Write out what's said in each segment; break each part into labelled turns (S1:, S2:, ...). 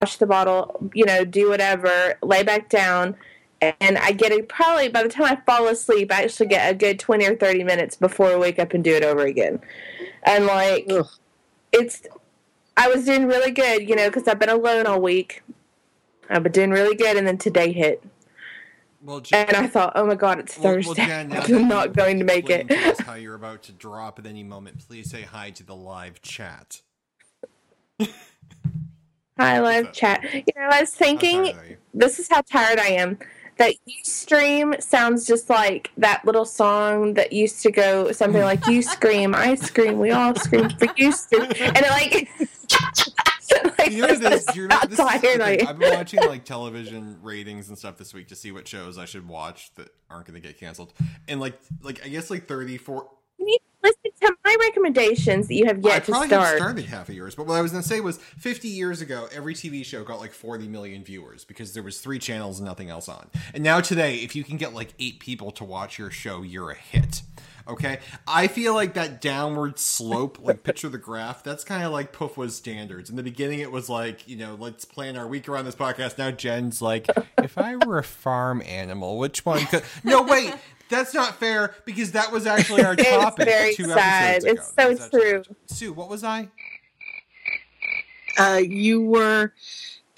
S1: wash the bottle, you know, do whatever, lay back down. And I get it probably by the time I fall asleep, I actually get a good 20 or 30 minutes before I wake up and do it over again. And like,
S2: Ugh.
S1: it's, I was doing really good, you know, because I've been alone all week. I've been doing really good. And then today hit.
S3: Well, Jen,
S1: And I thought, oh my God, it's
S3: well, well,
S1: Thursday.
S3: Jen, now that
S1: I'm not
S3: you've
S1: going to make
S3: explained
S1: it.
S3: to us how you're about to drop at any moment. Please say hi to the live chat.
S1: Hi,
S3: So-
S1: live chat. You know, I was
S3: I'm sorry,
S1: thinking
S3: Larry.
S1: this is how tired I am. That you stream sounds just like that little song that used to go something like "You scream, I scream, we all scream for you." Scream. And it like, like
S3: you know this, do you remember, this is-
S1: how tired I
S3: okay,
S1: am.
S3: I've been watching like television ratings and stuff this week to see what shows I should watch that aren't going to get canceled. And like, like I guess like 34.
S1: Listen to my recommendations that you have
S3: I
S1: yet to
S3: probably
S1: start.
S3: haven't started half of yours, but what I was going to say was 50 years ago, every TV show got like 40 million viewers because there was three channels and nothing else on. And now today, if you can get like eight people to watch your show, you're a hit. Okay, I feel like that downward slope, like picture the graph. That's kind of like Pufwa's standards. In the beginning, it was like you know, let's plan our week around this podcast. Now Jen's like, if I were a farm animal, which one? Could... No, wait, that's not fair because that was actually our
S1: It's
S3: topic
S1: very
S3: two
S1: sad.
S3: episodes ago.
S1: It's so
S3: That's actually our
S1: true.
S3: Sue, what was I?
S2: Uh, you were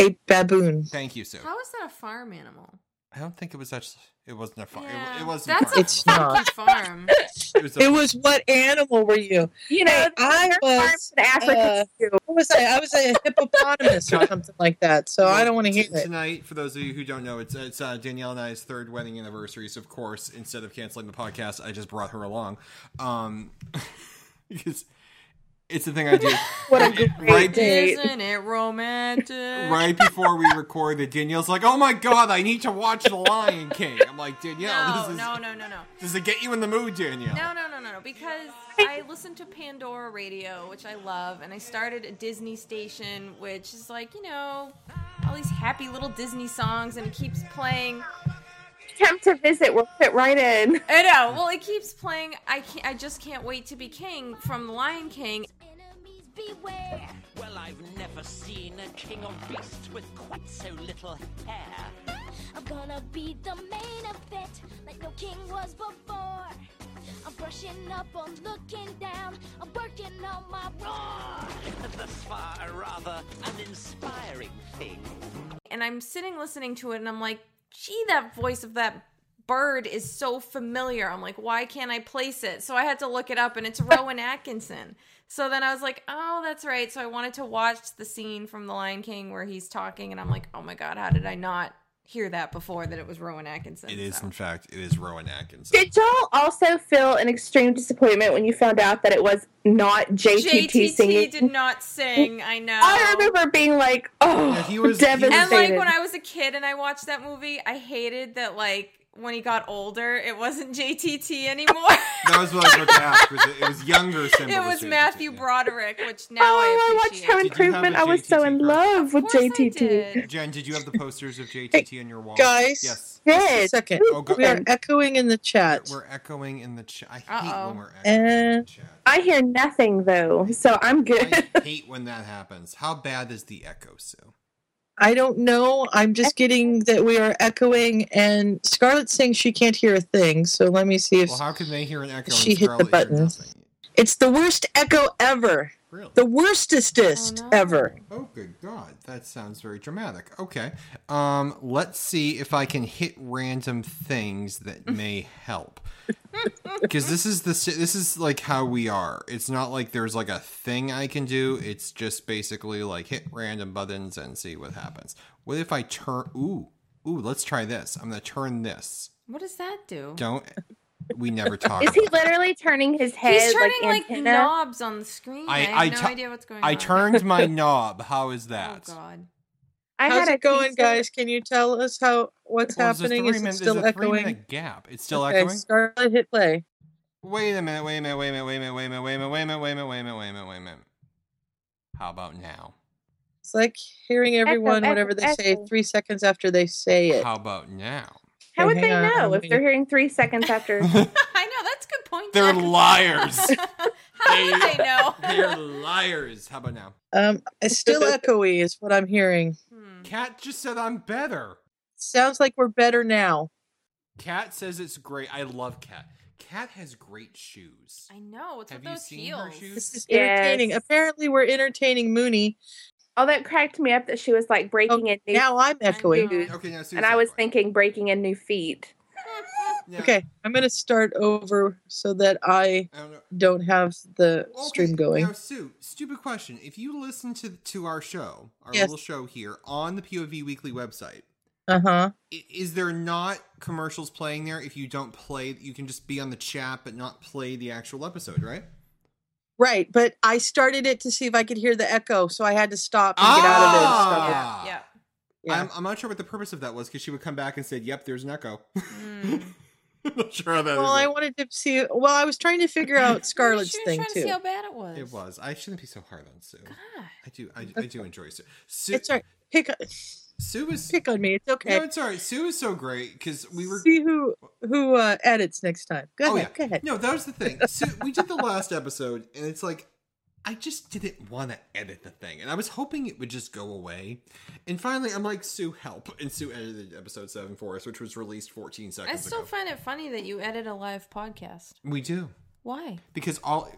S2: a baboon.
S3: Thank you, Sue.
S4: How is that a farm animal?
S3: I don't think it was such. It wasn't a farm.
S4: Yeah,
S3: It, it wasn't.
S4: That's
S3: a farm.
S2: It's
S4: a
S2: not.
S4: fucking farm.
S3: It was.
S2: It was what animal were you?
S1: You know,
S2: Hey, Uh, I
S1: there are farms
S2: was.
S1: in Africa
S2: uh,
S1: too.
S2: What was I? I was a hippopotamus or something like that. So I don't want to hear it.
S3: Tonight, for those of you who don't know, it's it's uh, Danielle and I's third wedding anniversary. So of course, instead of canceling the podcast, I just brought her along, um, because it's the thing I do.
S1: What a great
S3: right,
S1: date.
S4: Isn't it romantic?
S3: right before we recorded, Danielle's like, "Oh my god, I need to watch The Lion King." I'm like, Danielle,
S4: No,
S3: this is
S4: no, no, no, no.
S3: does it get you in the mood, Danielle?
S4: No, no, no, no, no. Because I listen to Pandora Radio, which I love, and I started a Disney station, which is like, you know, all these happy little Disney songs, and it keeps playing.
S1: Come to visit. We'll fit right in.
S4: I know. Well, it keeps playing. I can't, I just can't wait to be king from The Lion King.
S5: Enemies beware.
S6: Well, I've never seen a king of beasts with quite so little hair.
S5: I'm gonna be the main event like no king was before. I'm brushing up, I'm looking down, I'm working on my roar.
S6: Thus far, a rather uninspiring thing.
S4: and I'm sitting listening to it and I'm like, gee, that voice of that bird is so familiar. I'm like, why can't I place it? So I had to look it up and it's Rowan Atkinson. So then I was like, oh, that's right. So I wanted to watch the scene from The Lion King where he's talking and I'm like, oh my God, how did I not hear that before that it was Rowan Atkinson?
S3: It is,
S4: So-
S3: in fact, it is Rowan Atkinson.
S1: Did y'all also feel an extreme disappointment when you found out that it was not JTT,
S4: JTT
S1: singing?
S4: did not sing. I know.
S1: I remember being like, oh,
S3: Yeah, he was- he was-
S1: devastated.
S4: And like when I was a kid and I watched that movie, I hated that like when he got older, it wasn't JTT anymore.
S3: That was what I was about to ask. Was it, it was younger Simba.
S4: it was
S3: JTT.
S4: Matthew
S3: Yeah.
S4: Broderick, which now
S1: oh, I
S4: I
S1: watched Home
S4: appreciate.
S3: Did you have a
S1: Improvement. I was so
S3: JTT
S1: in
S3: girl?
S1: love with
S4: Of course I
S1: JTT.
S4: did.
S3: Jen, did you have the posters of JTT on your wall?
S2: Guys.
S3: Yes.
S1: Yes.
S2: Second,
S3: Oh, go-
S2: we are echoing in the chat.
S3: We're echoing in the chat. I hate
S4: Uh-oh.
S3: when we're echoing in the
S2: Uh,
S3: chat.
S1: I hear nothing though, so I'm good.
S3: I hate when that happens. How bad is the echo, Sue?
S2: I don't know. I'm just getting that we are echoing, and Scarlett's saying she can't hear a thing. So let me see if
S3: Well, how can they hear an echo?
S2: She
S3: and
S2: hit the
S3: Scarlett hear
S2: button.
S3: nothing?
S2: it's the worst echo ever,
S3: Really?
S2: the worstestest
S4: Oh, no.
S2: ever.
S3: Oh, good God. That sounds very dramatic. Okay. Um, let's see if I can hit random things that may help. Because this is the si- this is like how we are. It's not like there's like a thing I can do. It's just basically like hit random buttons and see what happens. What if I turn? Ooh, ooh. Let's try this. I'm gonna turn this.
S4: What does that do?
S3: Don't. We never talk.
S1: Is he
S3: about it.
S1: literally turning his head
S4: He's turning
S1: like
S4: like,
S1: antenna?
S4: knobs on the screen. I,
S3: I-
S4: have
S3: I
S4: no
S3: tu-
S4: idea what's going on.
S3: I turned my knob. How is
S4: Oh
S3: that?
S4: God.
S1: I had
S2: How's
S1: a
S2: it going,
S1: teacher-
S2: guys? Can you tell us how what's
S3: Well, there's a
S2: happening? Is
S3: three-minute-
S2: it
S3: there's
S2: still
S3: a three-minute
S2: echoing?
S3: Gap. It's still
S2: okay,
S3: echoing.
S2: Scarlett, hit play.
S3: Wait a minute, wait a minute, wait a minute, wait a minute, wait a minute, wait a minute, wait a minute, wait a minute, wait a minute, wait a minute, wait a minute. How about now?
S2: It's like hearing everyone
S1: echo,
S2: whatever they say
S1: echo.
S2: three seconds after they say it.
S3: How about now?
S1: How would
S2: Okay,
S1: they
S2: hang on,
S1: know
S2: I'm
S1: if they're hearing three seconds after?
S4: I know that's a good point.
S3: They're
S4: Jack.
S3: liars.
S4: how do they know?
S3: They're liars. How about now?
S2: Um, it's still echoey, is what I'm hearing.
S4: Hmm.
S3: Kat just said I'm better.
S2: Sounds like we're better now.
S3: Kat says it's great. I love Kat. Kat has great shoes.
S4: I know. It's
S3: Have
S4: with
S3: you
S4: those
S3: seen her
S4: heels.
S3: shoes?
S2: This is
S1: Yes.
S2: entertaining. Apparently, we're entertaining Mooney.
S1: Oh, that cracked me up that she was like
S3: Oh,
S1: breaking in new
S2: Now I'm echoing.
S4: know.
S3: Okay, now seriously.
S1: and I was
S3: Brian.
S1: thinking breaking in new feet.
S3: Yeah,
S2: Okay, I'm going to start over so that I
S3: I don't know.
S2: don't have the
S3: Okay,
S2: stream going.
S3: Now, Sue, stupid question. If you listen to to our show, our
S2: Yes.
S3: little show here on the POV Weekly website,
S2: Uh huh.
S3: i- is there not commercials playing there? If you don't play, you can just be on the chat but not play the actual episode, right?
S2: Right, but I started it to see if I could hear the echo, so I had to stop and get out of it. and start it.
S3: Ah!
S4: Yeah.
S2: Yeah.
S3: I'm, I'm not sure what the purpose of that was because she would come back and said, "Yep, there's an echo."
S4: Mm.
S3: I'm not sure how that
S2: Well, I wanted to see. Well, I was trying to figure out Scarlett's
S4: She was
S2: thing
S4: trying to
S2: too.
S4: see how bad it was. Ah,
S3: It was. I shouldn't be so hard on Sue.
S4: God.
S3: I do. I, I do enjoy Sue. Sue,
S2: It's all right. Pick
S3: Sue is.
S2: pick on me. It's okay.
S3: No, it's all right. Sue is so great because we were.
S2: see who who uh, edits next time. Go
S3: Oh,
S2: ahead. Go ahead.
S3: No, that was the thing. So we did the last episode, and it's like I just didn't want to edit the thing, and I was hoping it would just go away. And finally, I'm like, Sue, help! And Sue edited episode seven for us, which was released 14 seconds
S4: I still
S3: ago.
S4: find it funny that you edit a live podcast.
S3: we do
S4: Why?
S3: because all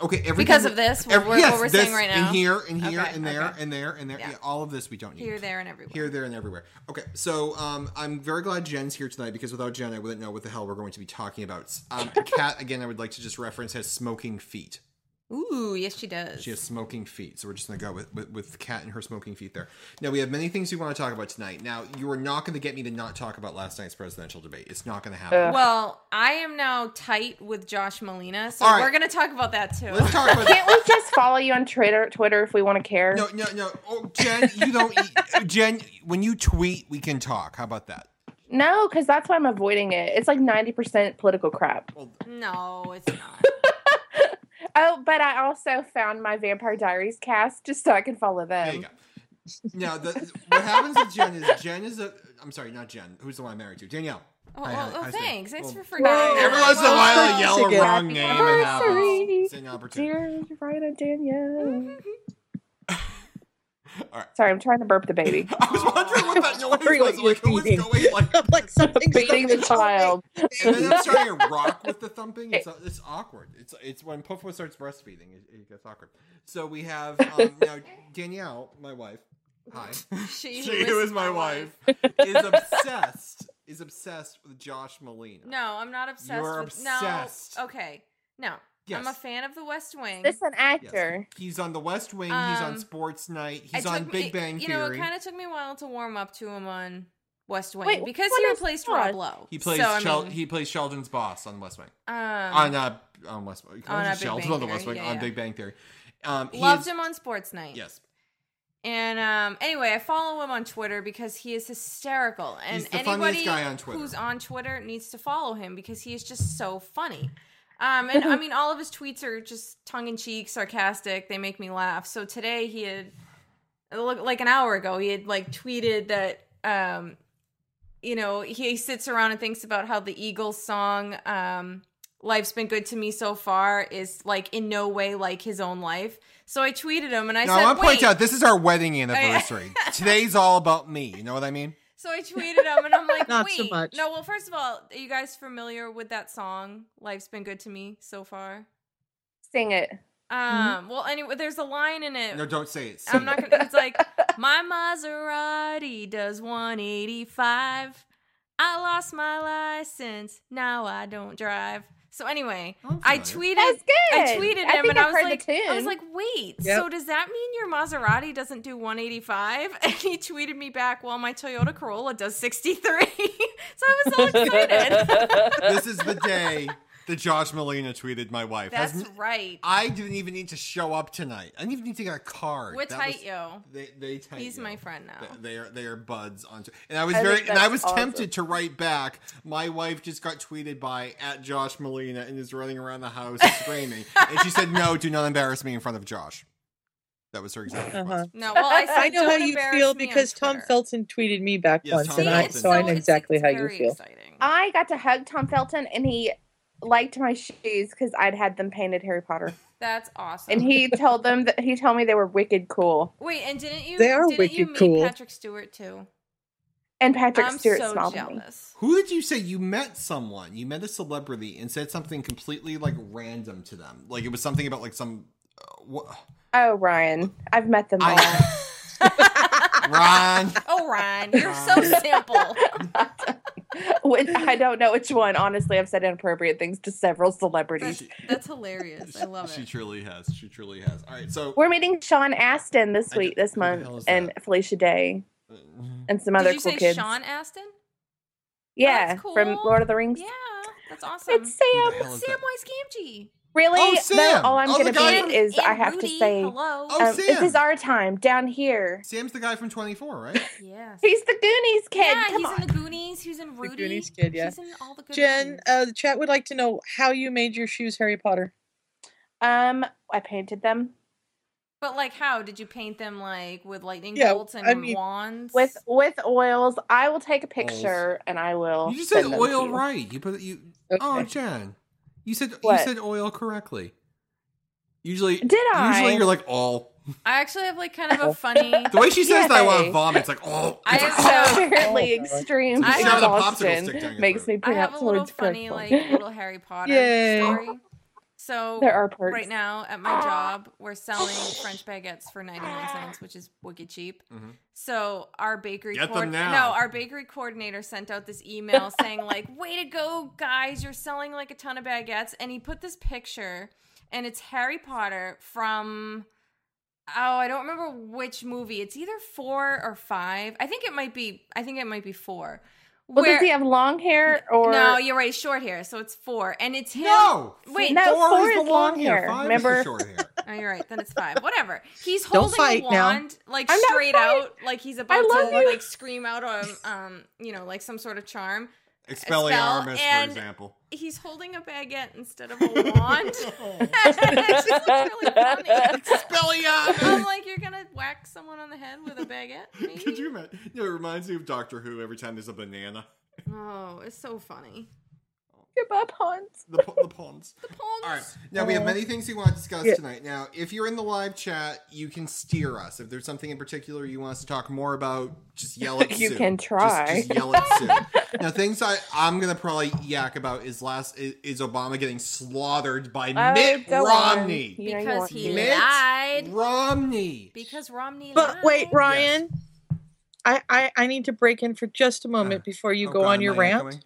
S3: okay everything
S4: Because of this, what we're- what
S3: yes,
S4: we're
S3: this,
S4: saying right now?
S3: and here and here
S4: Okay,
S3: and there
S4: okay.
S3: and there and there yeah.
S4: Yeah.
S3: all of this we don't need
S4: Here, there, and everywhere.
S3: Here, there, and everywhere. Okay, so um, I'm very glad Jen's here tonight because without Jen, I wouldn't know what the hell we're going to be talking about. Um, Kat, again, I would like to just reference has smoking feet.
S4: Ooh, yes, she does.
S3: She has smoking feet, so we're just gonna go with with, with Kat and her smoking feet there. Now we have many things we want to talk about tonight. Now you are not gonna get me to not talk about last night's presidential debate. It's not gonna happen.
S4: well, I am now tight with Josh Molina, so
S3: All right.
S4: we're going to talk about that too.
S3: Let's talk about
S1: Can't we just follow you on Twitter Twitter if we want to care?
S3: No, no, no. Oh, Jen, you don't. Jen, when you tweet, we can talk. How about that?
S1: No, because that's why I'm avoiding it. It's like 90% political crap.
S4: no, it's not.
S1: Oh, but I also found my Vampire Diaries cast just so I can follow them.
S3: There you go. Now, the, what happens with Jen is Jen is a. I'm sorry, not Jen. Who's the one I'm married to? Danielle.
S4: Oh,
S3: Hi, hi,
S4: oh,
S3: hi,
S4: oh
S3: Sue.
S4: thanks. Thanks
S3: Well,
S4: for forgetting.
S3: Every once in a
S2: Oh,
S4: Well,
S3: while, I yell a
S2: Together.
S3: wrong name. and have um,
S1: Anniversary.
S3: It's an opportunity.
S1: Dear Ryan Danielle.
S3: All right.
S1: Sorry, I'm trying to burp the baby.
S3: I was wondering what that noise
S2: Sorry,
S3: was.
S2: what
S3: Like, who
S2: you were
S3: was
S2: eating.
S3: going like?
S2: I'm like something's
S1: Beating the
S2: something's
S1: child.
S3: And then I'm starting to rock with the thumping. It's, it's awkward. It's it's when Puffwa starts breastfeeding. It, it gets awkward. So we have um, now Danielle, my wife. Hi.
S4: She,
S3: she
S4: who
S3: who is my wife is obsessed is obsessed with Josh Molina.
S4: No, I'm not obsessed.
S3: You're
S4: with,
S3: obsessed.
S4: No, okay. No, I'm a
S3: Yes.
S4: fan of The West Wing.
S1: This an
S3: Yes.
S1: actor.
S3: He's on the West Wing. he's on
S4: Um,
S3: Sports Night.
S4: I
S3: He's on
S4: took-
S3: Big
S4: it-
S3: Bang
S4: You
S3: Theory.
S4: know, it kind of took me a while to warm up to him on West Wing
S1: Wait,
S4: because
S1: what
S4: he
S1: is
S4: replaced
S1: Todd?
S4: Rob Lowe.
S3: he plays
S4: So, I
S3: Shel-
S4: mean,
S3: he plays Sheldon's boss on West Wing.
S4: um,
S3: on uh on West Wing.
S4: on, uh, Big
S3: Sheldon
S4: Bang
S3: on the West
S4: Theory,
S3: Wing
S4: yeah,
S3: on
S4: yeah.
S3: Big Bang Theory. Um, he
S4: loved
S3: is-
S4: him on Sports Night.
S3: Yes,
S4: And um, anyway, I follow him on Twitter because he is hysterical, and
S3: He's the funniest
S4: anybody
S3: guy on Twitter.
S4: who's on Twitter needs to follow him because he is just so funny. Um, and I mean, all of his tweets are just tongue in cheek, sarcastic. They make me laugh. So today he had, look like an hour ago, he had like tweeted that, um, you know, he sits around and thinks about how the Eagles song, um, "Life's Been Good to Me So Far," is like in no way like his own life. So I tweeted him and I
S3: now
S4: said,
S3: I want to point
S4: "Wait."
S3: out this is our wedding anniversary. Today's all about me. You know what I mean?
S4: So I tweeted him, and I'm like,
S2: Not
S4: wait,
S2: so much.
S4: no. Well, first of all, are you guys familiar with that song? Life's been good to me so far.
S1: Sing it.
S4: Um.
S2: Mm-hmm.
S4: Well, anyway, there's a line in it.
S3: No, don't say it. Sing
S4: I'm not gonna. It's like my Maserati does 185. I lost my license. Now I don't drive. So anyway,
S3: I'm
S4: I
S3: familiar.
S4: tweeted.
S1: That's good.
S4: I tweeted him
S1: I think
S4: and
S1: I've
S4: I was
S1: heard the
S4: like, I was
S1: tune.
S4: like, wait,
S2: Yep.
S4: so does that mean your Maserati doesn't do 185? And he tweeted me back, well, my Toyota Corolla does 63. so I was so excited.
S3: this is the day that Josh Molina tweeted my wife. Has
S4: That's
S3: n-
S4: right.
S3: I didn't even need to show up tonight. I didn't even need to get a card.
S4: We're
S3: That
S4: tight,
S3: was-
S4: yo.
S3: They, they tight
S4: He's
S3: yo.
S4: my friend now.
S3: They, they are they are buds on. Tw- And I was
S1: Oh. I
S3: very
S1: think
S3: and I
S1: that's
S3: was
S1: awesome.
S3: tempted to write back. My wife just got tweeted by at Josh Molina and is running around the house screaming. And she said, "No, do not embarrass me in front of Josh." That was her exact
S2: Uh-huh.
S3: response.
S4: No, well, I, said,
S2: I know how
S4: "Don't
S2: you
S4: embarrass
S2: feel
S4: me on
S2: because Tom
S4: Twitter."
S2: Felton tweeted me back
S3: Yes,
S2: once,
S3: Tom
S2: and
S4: See,
S2: I
S4: it's
S3: Felton.
S2: so I know
S4: it's-
S2: exactly
S4: it's
S2: how you
S4: very
S2: feel.
S4: Exciting.
S1: Um, I got to hug Tom Felton and he liked my shoes because I'd had them painted Harry Potter.
S4: That's awesome.
S1: and he told them that he told me they were wicked cool.
S4: Wait, and didn't you?
S2: They are
S4: didn't you
S2: wicked
S4: meet
S2: cool.
S4: Patrick Stewart too?
S1: And Patrick
S4: I'm
S1: Stewart
S4: so
S1: smiled at me.
S4: jealous.
S3: Who did you say you met someone? You met a celebrity and said something completely like random to them. Like it was something about like some. Uh, wha-
S1: Oh, Ryan, I've met them all.
S3: I, Ron.
S4: Oh, Ryan, you're so simple.
S1: Which- I don't know which one. Honestly, I've said inappropriate things to several celebrities.
S4: That's, that's hilarious. I love
S3: She
S4: it.
S3: truly has. She truly has. All right, so
S1: We're meeting Sean Astin this
S3: I
S1: week,
S3: don't- who
S1: this
S3: the hell
S1: month,
S3: is
S1: and
S3: that?
S1: Felicia Day
S3: uh,
S1: and some other
S4: Did you
S1: cool
S4: say
S1: kids.
S4: Sean Astin?
S1: Yeah,
S4: that's
S1: from
S4: cool.
S1: Lord of the Rings.
S4: Yeah, that's awesome.
S1: It's Sam.
S3: Who the hell is that?
S4: Samwise Gamgee.
S1: Really?
S3: Oh, Sam.
S1: No, all I'm
S3: Oh, the
S1: gonna
S3: guy-
S4: And-
S1: be is I
S4: and
S1: have to
S4: Rudy,
S1: say,
S4: hello.
S3: Oh,
S1: um, this
S3: Sam.
S1: is our time down here.
S3: Sam's the guy from Twenty Four, right?
S4: Yes.
S1: He's the Goonies kid.
S4: yeah,
S1: Come
S4: he's
S1: on.
S4: in the Goonies. He's in Rudy.
S2: Goonies kid, yeah.
S4: He's in all the good
S2: Jen,
S4: movies.
S2: uh, the chat would like to know how you made your shoes Harry Potter.
S1: um, I painted them
S4: But like, how did you paint them? Like with lightning
S2: Yeah,
S4: bolts and
S2: I mean-
S4: wands?
S1: with with oils. I will take a picture and I will.
S3: you just said
S1: send them to
S3: oil
S1: you.
S3: right. You put you.
S2: Okay.
S3: Oh, Jen, you said
S1: What?
S3: you said oil correctly. Usually,
S1: Did I?
S3: Usually, you're like all.
S4: I actually have like kind
S1: Oh.
S4: of a funny.
S3: The way she says that, I want
S1: Yay.
S3: to vomit. It's like all.
S4: I
S3: It's
S4: have
S3: like,
S4: so-
S1: So apparently,
S2: Oh, God.
S1: extreme
S4: I have a
S3: popsicle stick down
S1: exhaustion
S3: your
S1: makes
S3: throat.
S1: me
S4: I
S1: pronounce
S4: have a little
S1: words
S4: funny, like
S1: correctly.
S4: little Harry Potter
S2: Yay.
S4: story. So
S1: there are perks.
S4: right now at my job, we're selling French baguettes for ninety nine cents, which is wicked cheap.
S3: Mhm.
S4: So our bakery
S3: Get them
S4: coord-
S3: now.
S4: no, our bakery coordinator sent out this email saying like, "Way to go, guys! You're selling like a ton of baguettes." And he put this picture, and it's Harry Potter from oh, I don't remember which movie. It's either four or five. I think it might be. I think it might be four.
S1: Well,
S4: Where-
S1: does he have long hair or
S4: no, you're right. Short hair, so it's four, and it's him.
S3: No.
S4: Wait,
S1: No,
S3: four,
S1: four
S3: is the
S1: is
S3: long
S1: long
S3: hair.
S1: hair,
S3: Five is
S1: remember?
S3: the short hair.
S4: Oh, you're right. Then it's five. Whatever. He's
S2: Don't
S4: holding
S2: fight
S4: a
S2: now.
S4: wand, like
S1: I'm not
S4: straight
S1: fighting.
S4: out, like he's about
S1: love
S4: to
S1: you.
S4: like scream out um, um, you know, like some sort of charm.
S3: Expelliarmus,
S4: and-
S3: for example.
S4: He's holding a baguette instead of a wand. it's just really funny. I'm
S3: Expelliarmus.
S4: like, you're gonna whack someone on the head with a baguette? Maybe?
S3: Could you imagine? No, it reminds me of Doctor Who. Every time there's a banana,
S4: Oh, it's so funny.
S1: Your Bob Hans.
S3: the po- the pawns.
S4: The poems.
S3: All right. Now we have many things we want to discuss
S2: Yeah.
S3: tonight. Now, if you're in the live chat, you can steer us. If there's something in particular you want us to talk more about, just yell at
S1: You
S3: Sue.
S1: can
S3: Just-
S1: try.
S3: Just, yell at Sue. now, things I I'm gonna probably yak about is last is, is Obama getting slaughtered by
S1: Oh,
S3: Mitt
S1: go on.
S3: Romney.
S1: You know you
S4: Because
S1: want
S4: he
S1: me.
S3: Mitt
S4: lied.
S3: Romney.
S4: Because Romney.
S2: But
S4: lied.
S2: wait, Ryan, I, I I need to break in for just a moment
S3: Uh,
S2: before you
S3: Oh,
S2: go
S3: God,
S2: on your
S3: am I
S2: rant.
S3: echoing?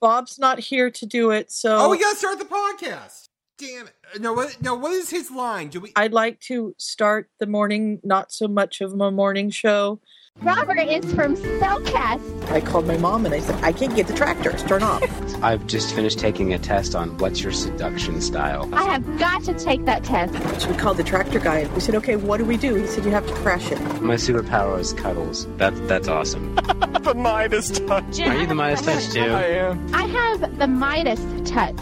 S2: Bob's not here to do it, so
S3: Oh, we gotta start the podcast. Damn it! Uh, No, what? No, what is his line? Do we?
S2: I'd like to start the morning, not so much of my morning show.
S5: Robert is from Spellcast.
S7: I called my mom and I said, I can't get the tractors. Turn off.
S8: I've just finished taking a test on what's your seduction style.
S5: I have got to take that test.
S7: so we called the tractor guy and we said, okay, what do we do? He said, you have to crash it.
S8: My superpower is cuddles. That's that's awesome.
S9: the Midas touch.
S5: Jen,
S8: Are you the Midas touch too?
S9: am.
S5: I have the Midas touch.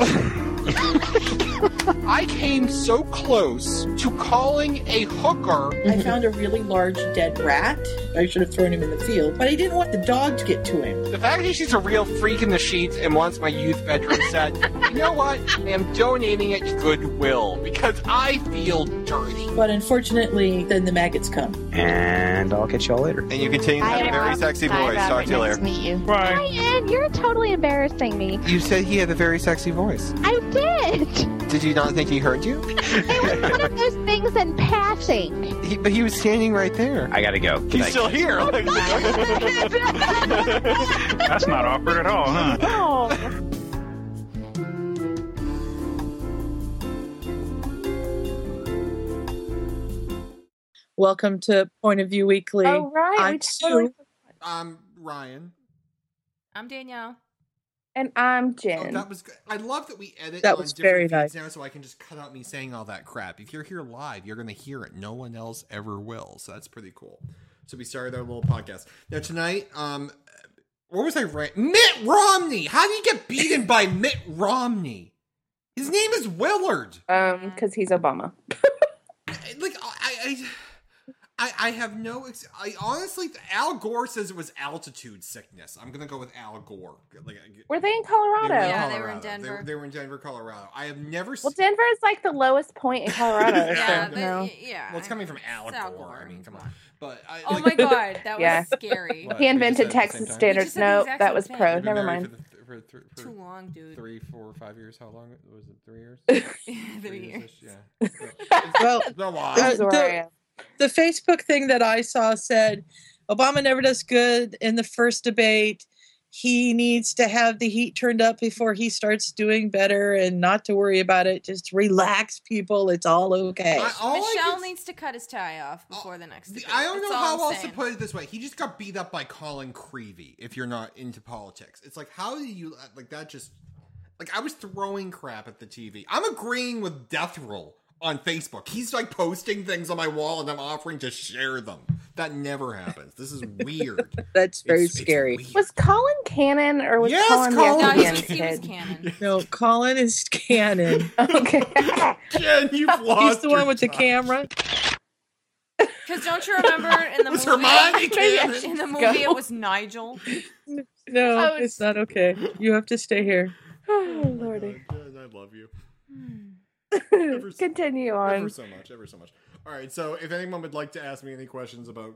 S9: I came so close to calling a hooker.
S7: I found a really large dead rat. I should have thrown him in the field, but I didn't want the dog to get to him.
S9: The fact that she's a real freak in the sheets and wants my youth bedroom set, you know what? I am donating it to Goodwill because I feel dirty.
S7: But unfortunately, then the maggots come.
S8: And I'll catch y'all later.
S3: And you continue to have a very sexy voice. Talk to you later.
S5: Ryan, you're totally embarrassing me.
S9: You said he had a very sexy voice.
S5: I did.
S9: Did you not think he heard you?
S5: It was one of those things in passing.
S9: He, but he was standing right there.
S8: I gotta go. Good night.
S9: here.
S10: That's not awkward at all, huh?
S2: Welcome to Point of View Weekly.
S1: Oh right,
S2: I'm
S1: we totally-
S2: Sue.
S3: Um, Ryan.
S4: I'm Danielle.
S1: and I'm
S3: Oh,
S1: Jen. um,
S3: that was good. I love that we edit.
S2: That
S3: on
S2: was
S3: different
S2: very
S3: feeds
S2: nice.
S3: Now, so I can just cut out me saying all that crap. If you're here live, you're going to hear it. No one else ever will. So that's pretty cool. So we started our little podcast. Now tonight, um, what was I right? Mitt Romney. How do you get beaten by Mitt Romney? His name is Willard.
S1: Um, because he's Obama.
S3: Like I, I, I, I have no. Ex- I honestly, Al Gore says it was altitude sickness. I'm gonna go with Al Gore. Like, I-
S1: Were they in Colorado?
S3: in
S4: Yeah, they were in
S3: Colorado. They-
S4: Denver.
S3: They, were in Denver, Colorado. I have never
S1: Well,
S3: seen.
S1: Denver is like the lowest point in Colorado.
S4: Yeah,
S1: so,
S4: but,
S1: no.
S4: yeah.
S3: Well, it's coming from Al
S4: It's Al
S3: Gore.
S4: Gore,
S3: I mean, come
S4: come
S3: on. But I,
S4: Oh
S3: like,
S4: my god, that was
S1: Yeah.
S4: scary.
S3: What?
S1: He
S3: We just
S1: invented
S3: said it at the same
S1: Texas
S3: time?
S4: We
S1: standards.
S4: just said the
S1: No,
S4: exact
S1: that
S4: same
S1: was
S4: thing.
S1: pro.
S3: We've been
S1: Never
S3: married
S1: mind.
S3: For the, for, th- for
S4: Too long, dude.
S3: Three, four, five years. How long was it? Three years.
S4: Three years.
S3: Yeah.
S2: Well,
S3: It's a lot.
S2: Uh,
S1: This is where I
S2: the-
S1: am.
S2: the Facebook thing that I saw said Obama never does good in the first debate. He needs to have the heat turned up before he starts doing better and not to worry about it. Just relax, people. It's all okay.
S3: I- all I
S4: Michelle
S3: can-
S4: needs to cut his tie off before the next.
S3: The-
S4: Debate.
S3: I don't
S4: That's
S3: know
S4: all
S3: how
S4: I'm
S3: else to
S4: saying.
S3: put it this way. He just got beat up by Colin Creevy. If you're not into politics, it's like how do you like that? Just like I was throwing crap at the TV. I'm agreeing with Death Roll on Facebook. He's like posting things on my wall, and I'm offering to share them. That never happens. This is weird.
S2: That's very
S3: It's- it's
S2: scary.
S3: weird.
S1: Was Colin Cannon or was
S3: Yes,
S1: Colin,
S3: Colin.
S4: No,
S1: the
S4: he
S1: Athenian
S4: was, he was
S1: kid?
S4: canon.
S2: no, Colin is canon.
S1: Okay.
S3: Jen, you've lost.
S2: He's the one
S3: your
S2: with the
S3: touch.
S2: camera.
S4: Because don't you remember in the
S3: It was
S4: movie?
S3: Hermione
S4: In
S3: Cannon.
S4: the movie,
S1: Go.
S4: it was Nigel.
S2: No,
S1: Oh,
S2: it's not okay. You have to stay here.
S1: Oh, Lordy.
S3: Jen, I love you. so-
S1: Continue
S3: Ever
S1: on.
S3: so much, ever so much. All right, so if anyone would like to ask me any questions about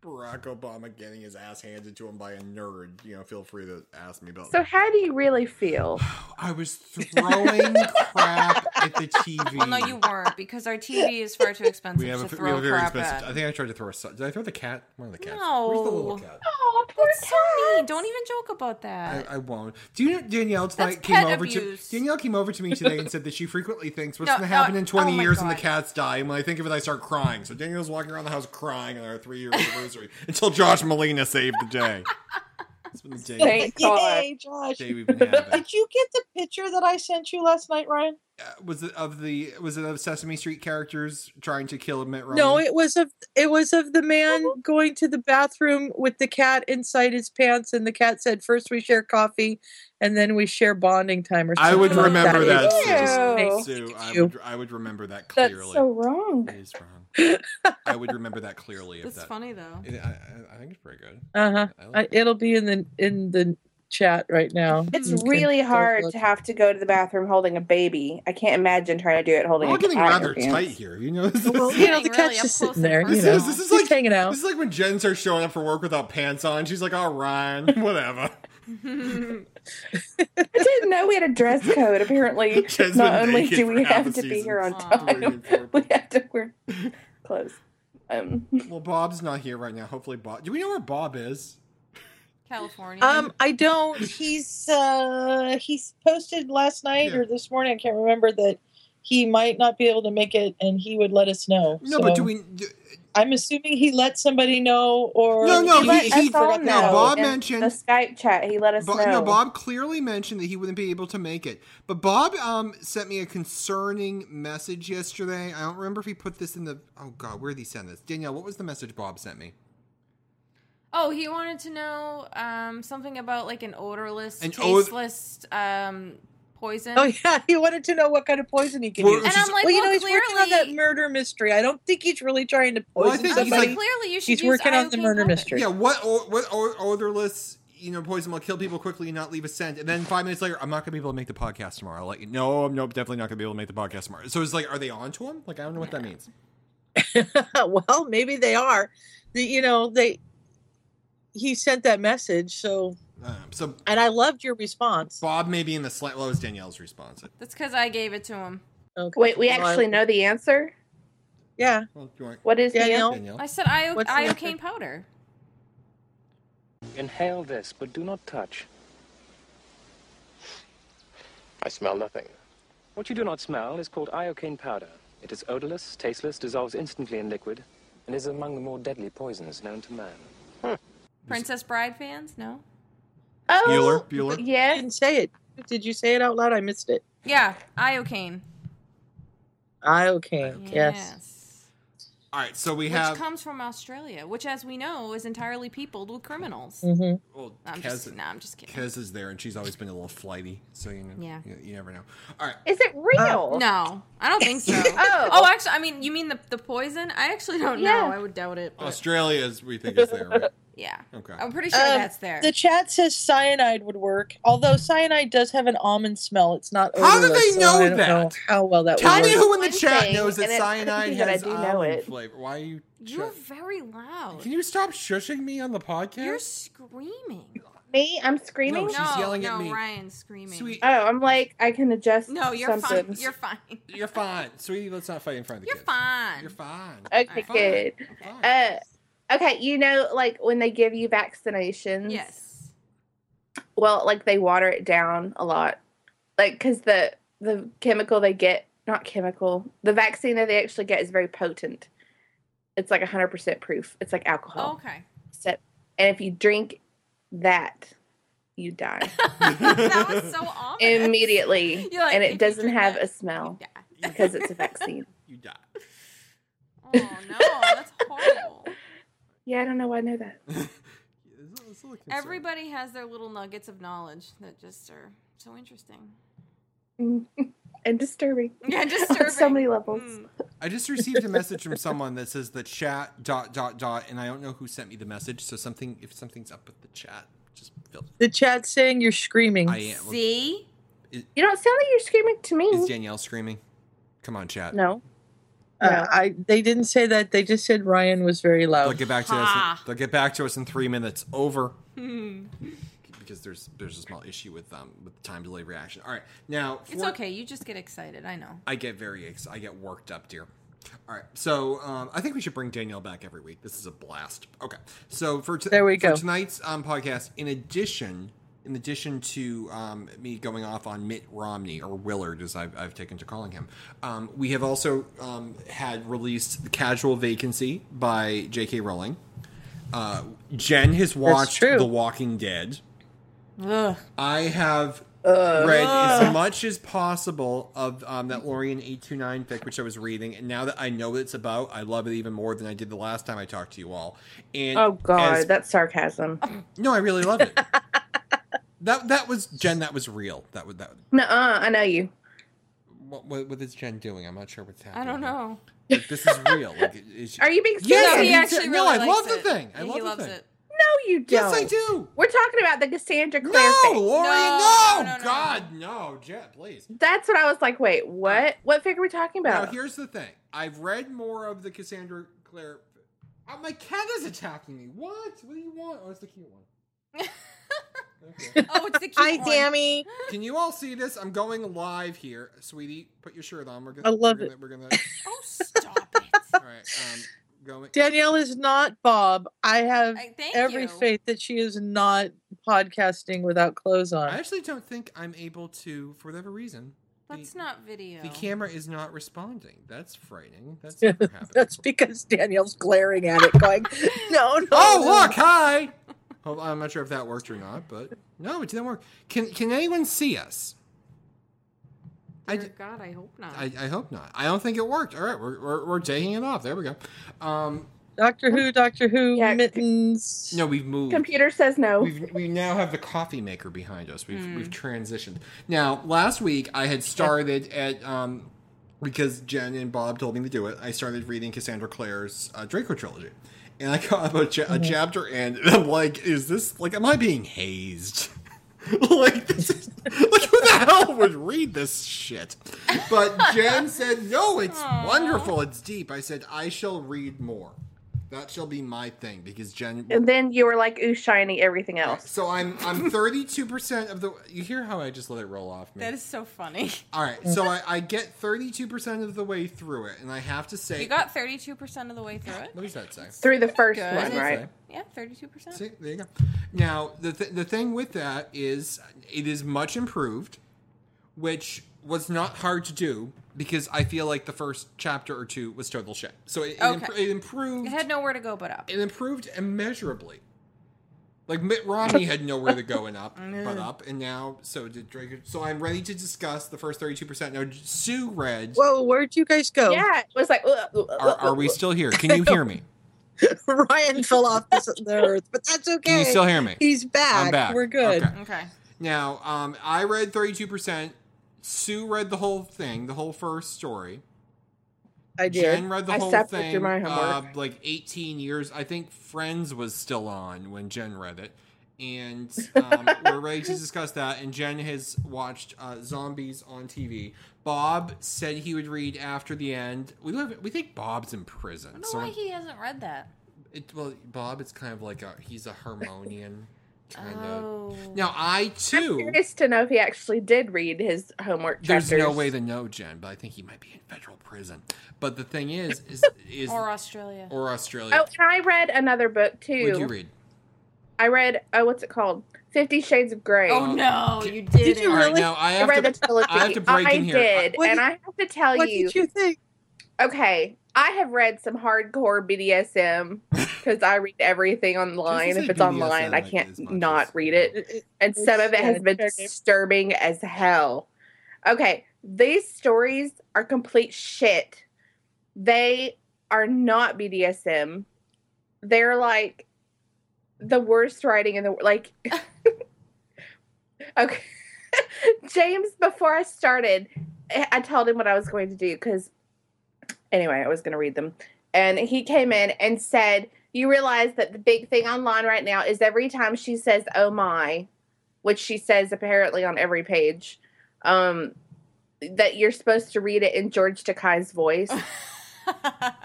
S3: Barack Obama getting his ass handed to him by a nerd, you know, feel free to ask me about
S1: So, how do you really feel?
S3: I was throwing crap at the TV.
S4: Well, no, you weren't because our TV is far too expensive
S3: we have, a,
S4: to
S3: we
S4: throw
S3: have a very
S4: crap
S3: expensive. I
S4: at.
S3: think I tried to throw a. su- Did I throw the cat? One of the cats.
S4: No.
S3: Where's the little cat?
S1: Oh, poor
S4: That's so mean. Don't even joke about
S3: I,
S4: that.
S3: I won't. Do you know Danielle tonight
S4: Uh, That's
S3: came
S4: pet
S3: over
S4: abuse.
S3: to Danielle came over to me today and said that she frequently thinks what's
S4: No,
S3: going to
S4: no,
S3: happen in
S4: oh
S3: 20
S4: my
S3: years when the
S4: God.
S3: cats die. And when I think of it, I start crying. So Danielle's walking around the house crying on our three year anniversary until Josh Molina saved the day. It's been the day,
S1: Thank God.
S2: Yay, Josh.
S3: day we've been having.
S2: Did you get the picture that I sent you last night, Ryan?
S3: Uh, was it of the was it of Sesame Street characters trying to kill Mitt Romney?
S2: No, it was of it was of the man
S3: Uh-huh.
S2: going to the bathroom with the cat inside his pants, and the cat said, first we share coffee, and then we share bonding time." Or
S3: I
S2: something
S3: would
S2: like
S3: remember
S2: that.
S3: that.
S1: Ew.
S2: It
S3: Sue.
S2: just makes me
S3: Sue,
S2: think of
S3: I
S2: you.
S3: would, I would remember that
S1: That's
S3: clearly.
S1: so wrong.
S3: It is wrong. I would remember that clearly. If
S4: That's
S3: that,
S4: funny though.
S3: It- I, I- I think it's pretty good.
S2: Uh-huh.
S3: I like
S2: I,
S3: it.
S2: it'll be in the in the chat right now.
S1: It's
S2: You can
S1: really
S2: go
S1: hard
S2: look.
S1: to have to go to the bathroom holding a baby. I can't imagine trying to do it holding
S3: We're all
S1: a cat.
S3: getting
S1: in
S3: rather
S1: your pants.
S3: tight here. You know, this,
S2: Well,
S3: is,
S2: you know,
S4: Getting
S2: the
S4: really
S2: cat's just
S4: up close
S2: sitting
S4: and
S2: there. You
S3: This
S2: know,
S3: is- this is
S2: He's
S3: like-
S2: hanging out.
S3: this is like when Jen starts showing up for work without pants on. She's like, "All right, whatever."
S1: I didn't know we had a dress code. Apparently,
S3: Jen's
S1: not
S3: been
S1: only
S3: naked
S1: do
S3: for
S1: we
S3: half
S1: have
S3: a
S1: to be
S3: season.
S1: here on
S4: Aw.
S3: Three
S1: time,
S3: and four.
S1: we have to wear clothes. Um,
S3: Well, Bob's not here right now. Hopefully, Bob. Do we know where Bob is?
S4: California.
S2: Um, I don't. He's uh, he's posted last night
S3: Yeah.
S2: or this morning. I can't remember that he might not be able to make it, and he would let us know.
S3: No,
S2: So,
S3: but do we? Do,
S2: I'm assuming he let somebody know, or
S3: No, no,
S1: let
S3: he-
S1: us
S3: he-
S1: all
S2: forgot
S1: know
S2: that.
S3: No, Bob
S1: in
S3: mentioned-
S1: the Skype chat. He let us
S3: Bo-
S1: know.
S3: no, Bob clearly mentioned that he wouldn't be able to make it. But Bob um, sent me a concerning message yesterday. I don't remember if he put this in the. Oh God, where did he send this? Danielle, what was the message Bob sent me?
S4: oh, he wanted to know um, something about like an odorless,
S3: An oth-
S4: tasteless um, poison.
S2: Oh yeah, he wanted to know what kind of poison he can
S3: Well,
S2: use.
S4: And
S3: She's-
S4: I'm like,
S2: well, you know,
S4: well,
S2: he's working on that
S4: clearly,
S2: murder mystery. I don't think he's really trying to
S3: Well, I
S2: poison
S3: think
S4: I was
S3: he's
S4: like,
S2: somebody.
S4: clearly you should
S2: he's
S4: use
S2: working on the
S4: iocane
S2: murder
S4: carpet.
S2: mystery.
S3: Yeah, what o- what o- odorless you know poison will kill people quickly and not leave a scent, and then five minutes later, I'm not gonna be able to make the podcast tomorrow. I'll let you no, I'm nope, definitely not gonna be able to make the podcast tomorrow. So it's like, are they on to him? Like I don't know what that means.
S2: well, maybe they are. The, you know, they. He sent that message, so
S3: Um, so
S2: and I loved your response.
S3: Bob may be in the slant. Well, it was Danielle's response.
S4: That's because I gave it to him.
S2: Okay.
S1: Wait, we
S2: Well, I-
S1: actually know the answer.
S2: Yeah,
S3: Well, do you want
S1: What is
S2: Danielle.
S3: Danielle?
S4: I said io-
S2: What's the answer?
S4: iocane powder.
S8: Inhale this, but do not touch.
S9: I smell nothing.
S8: What you do not smell is called iocane powder. It is odorless, tasteless, dissolves instantly in liquid, and is among the more deadly poisons known to man.
S4: Princess Bride fans? No?
S1: the answer?
S3: Bueller,
S1: Oh,
S3: Bueller.
S2: I
S1: yes.
S2: didn't say it. Did you say it out loud? I missed it.
S4: Yeah, iocane.
S2: I okay. Yes.
S3: All right, so we
S4: which
S3: have
S4: comes from Australia, which, as we know, is entirely peopled with criminals.
S2: Mm. Mm-hmm.
S3: Mhm. Well,
S4: I'm
S3: Kaz-
S4: just, nah, I'm just kidding.
S3: Kez is there, and she's always been a little flighty, so you know,
S4: Yeah.
S3: you, you never know. All right,
S1: Is it real?
S4: No, I don't think so.
S1: Oh.
S4: oh, actually, I mean, you mean the, the poison? I actually don't know.
S1: Yeah.
S4: I would doubt it. But
S3: Australia is we think is there. Right?
S4: yeah,
S3: Okay.
S4: I'm pretty sure
S2: Um,
S4: that's there.
S2: The chat says cyanide would work, although cyanide does have an almond smell. It's not.
S3: How do
S2: odorless,
S3: they
S2: so
S3: know
S2: I don't
S3: that?
S2: know how well that
S3: Tell
S2: would
S3: me
S2: work.
S3: who in the
S1: One
S3: chat
S1: thing,
S3: knows that
S1: and it's
S3: cyanide
S1: that I
S3: has
S1: do know
S3: almond
S1: it.
S3: flavor. Why are you?
S4: You're
S3: shut-
S4: very loud.
S3: Can you stop shushing me on the podcast?
S4: You're screaming.
S1: Me? I'm screaming.
S3: No, She's
S4: no,
S3: yelling at
S4: no,
S3: me.
S4: Ryan's screaming.
S3: Sweet.
S1: Oh, I'm like I can adjust.
S4: No, you're
S1: something.
S4: fine. You're fine.
S3: You're fine, sweetie. Let's not fight in front of the
S4: You're
S3: kids.
S4: fine.
S3: You're fine.
S1: Okay,
S3: Fine.
S1: good.
S3: Fine.
S1: Uh, okay, you know, like when they give you vaccinations.
S4: Yes.
S1: Well, like they water it down a lot, like because the the chemical they get, not chemical, the vaccine that they actually get is very potent. It's like hundred percent proof. It's like
S3: Oh.
S1: alcohol.
S4: okay.
S1: Except- And if you drink that, you die
S4: that was so ominous.
S1: immediately,
S4: You're like,
S1: and
S4: if you
S1: it doesn't
S4: drink
S1: have
S4: that-
S1: a smell
S4: Yeah.
S1: because it's a vaccine.
S3: you die.
S4: Oh no, that's horrible.
S1: yeah, I don't know why I know that.
S3: It's a- it's a little concern.
S4: Everybody has their little nuggets of knowledge that just are so interesting.
S1: and disturbing.
S4: Yeah,
S1: on
S4: disturbing.
S1: so many levels.
S4: Mm.
S3: I just received a message from someone that says the chat dot dot dot, and I don't know who sent me the message. So something, if something's up with the chat, just fill.
S2: The chat's saying you're screaming.
S3: I am. well,
S4: See?
S1: You don't sound like you're screaming to me.
S3: Is Danielle screaming? Come on, chat.
S1: no.
S2: Uh, I they didn't say that. They just said Ryan was very
S3: They'll
S2: loud.
S3: get back to us.
S4: Ha.
S3: They'll get back to us in three minutes. Over.
S4: Hmm.
S3: Because there's there's a small issue with um with the time delay reaction. All right, now
S4: It's
S3: for-
S4: okay. You just get excited. I know.
S3: I get very ex- I get worked up, dear. All right, so um, I think we should bring Danielle back every week. This is a blast. Okay, so for t-
S2: There we
S3: for
S2: go.
S3: tonight's um, podcast, in addition, in addition to um, me going off on Mitt Romney or Willard, as I've, I've taken to calling him, um, we have also um, had released the Casual Vacancy by J.K. Rowling. Uh, Jen has watched
S2: true.
S3: The Walking Dead.
S4: Ugh.
S3: I have
S1: Uh,
S3: read as much as possible of um, that Lorien 829 fic, which I was reading. And now that I know what it's about, I love it even more than I did the last time I talked to you all. And
S1: Oh God,
S3: as-
S1: that's sarcasm.
S3: no, I really love it. that that was Jen. That was real. That was that.
S1: Nuh uh, I know you.
S3: What, what, what is Jen doing? I'm not sure what's happening.
S4: I don't know.
S3: Like, this is real. Like, it- it's-
S1: Are you being
S3: Yeah,
S1: serious?
S4: no, he
S3: he's-
S4: actually
S3: no,
S4: really
S3: I
S4: likes
S3: love the
S4: it.
S3: thing. I
S4: Yeah,
S3: love
S4: he
S3: the
S4: loves
S3: thing.
S4: it.
S1: No, you don't.
S3: yes, I do.
S1: We're talking about the Cassandra Clare
S3: No,
S1: fic.
S3: Lorien, no,
S4: No, no, no.
S3: God, no, Jen, please.
S1: That's what I was like. Wait, what? What fic are we talking
S3: Now,
S1: about?
S3: here's the thing. I've read more of the Cassandra Clare. Oh, my cat is attacking me. What? What do you want? Oh, it's the cute one. Okay.
S4: Oh, it's the cute one.
S2: Dammy.
S3: Can you all see this? I'm going live here, sweetie. Put your shirt on. We're gonna.
S2: I love
S3: we're Gonna,
S2: it.
S3: we're gonna.
S4: Oh, stop it.
S3: all right. Um, going.
S2: Danielle is not Bob. I have
S4: I, thank
S2: every
S4: you.
S2: faith that she is not podcasting without clothes on.
S3: I actually don't think I'm able to, for whatever reason.
S4: That's
S3: the,
S4: not video.
S3: The camera is not responding. That's frightening. That's
S2: Yeah,
S3: never happened.
S2: That's
S3: before.
S2: because Danielle's glaring at it, going, "No, no."
S3: Oh,
S2: no."
S3: look! Hi. Hope- I'm not sure if that worked or not, but no, it didn't work. Can Can anyone see us? I
S4: Dear
S3: d-
S4: God, I hope not.
S3: I, I hope not. I don't think it worked. All right, we're, we're, we're taking it off. There we go. Um,
S2: Doctor Who, Doctor Who,
S1: Yeah, c-
S2: mittens.
S3: no, we've moved.
S1: Computer says no.
S3: We've, we now have the coffee maker behind us. We've, we've transitioned. Now, last week I had started at um, because Jen and Bob told me to do it. I started reading Cassandra Clare's uh, Draco trilogy, and I got about cha- a chapter in, and I'm like, "Is this like? Am I being hazed?" like, this is, like who the hell would read this shit? But Jen said, "No, it's wonderful. It's deep." I said, "I shall read more. That shall be my thing." Because Jen
S1: and then you were like, ooh, shiny, everything else.
S3: so I'm I'm 32 percent of the. You hear how I just let it roll off me?
S4: that is so funny.
S3: All right, so I, I get 32 percent of the way through it, and I have to say,
S4: You got 32% of the way through it?
S3: What does that say?
S1: Through the first
S4: Good.
S1: one, right?
S3: Say.
S4: Yeah, 32%.
S3: See, there you go. Now the th- the thing with that is it is much improved, which was not hard to do because I feel like the first chapter or two was total shit. So it, it, imp-
S4: Okay.
S3: it improved.
S4: It had nowhere to go but up.
S3: it improved immeasurably. Like Mitt Romney had nowhere to go and up, but up, and now so did Drake. So I'm ready to discuss the first 32. percent Now Sue read.
S2: Whoa, where'd you guys go?
S1: Yeah, it was like, ugh, ugh, ugh,
S3: Are, are we still here? Can you hear me?
S2: Ryan fell off this, the earth, but that's okay.
S3: Can you still hear me?
S2: He's back.
S3: I'm back.
S2: We're good.
S3: Okay.
S4: Okay.
S3: Now, um, I read 32%. Sue read the whole thing, the whole first story.
S2: I did.
S3: Jen read the
S1: I
S3: whole
S1: sat through
S3: thing.
S1: my
S3: uh,
S1: homework.
S3: like 18 years. I think Friends was still on when Jen read it. And um, we're ready to discuss that. And Jen has watched uh, Zombies on TV. Bob said he would read after the end. We live, we think Bob's in prison.
S4: I don't know
S3: so
S4: why he hasn't read that.
S3: it, well, Bob, it's kind of like a he's a harmonian kind of.
S4: Oh.
S3: Now I
S1: I'm
S3: too.
S1: curious to know if he actually did read his homework chapters.
S3: There's no way to know, Jen, but I think he might be in federal prison. But the thing is, is is
S4: Or
S3: or,
S4: Australia.
S3: Australia.
S1: Oh, and I read another book too.
S3: Would you read?
S1: I read, oh, what's it called? Fifty Shades of Grey.
S4: oh
S3: uh,
S4: no, you did.
S2: Did you
S3: All right,
S2: really?
S3: now I
S1: I
S3: have
S1: read
S3: to.
S1: the trilogy.
S3: I have to break
S1: I
S3: in here.
S1: did,
S2: What
S1: and
S2: did-
S1: I have to tell
S2: what
S1: you,
S2: did you think?
S1: Okay, I have read some hardcore BDSM because I read everything online.
S3: Just
S1: If
S3: say
S1: it's online,
S3: BDSM
S1: I
S3: like
S1: can't
S3: this much
S1: not
S3: is-
S1: read it.
S2: Uh,
S1: and some of it has been disturbing as hell. Okay, these stories are complete shit. They are not BDSM. They're like the worst writing in the like. okay, James. Before I started, I I told him what I was going to do because anyway, I was going to read them, and he came in and said. You realize that the big thing online right now is every time she says, "Oh my," which she says apparently on every page, um, that you're supposed to read it in George Takei's voice.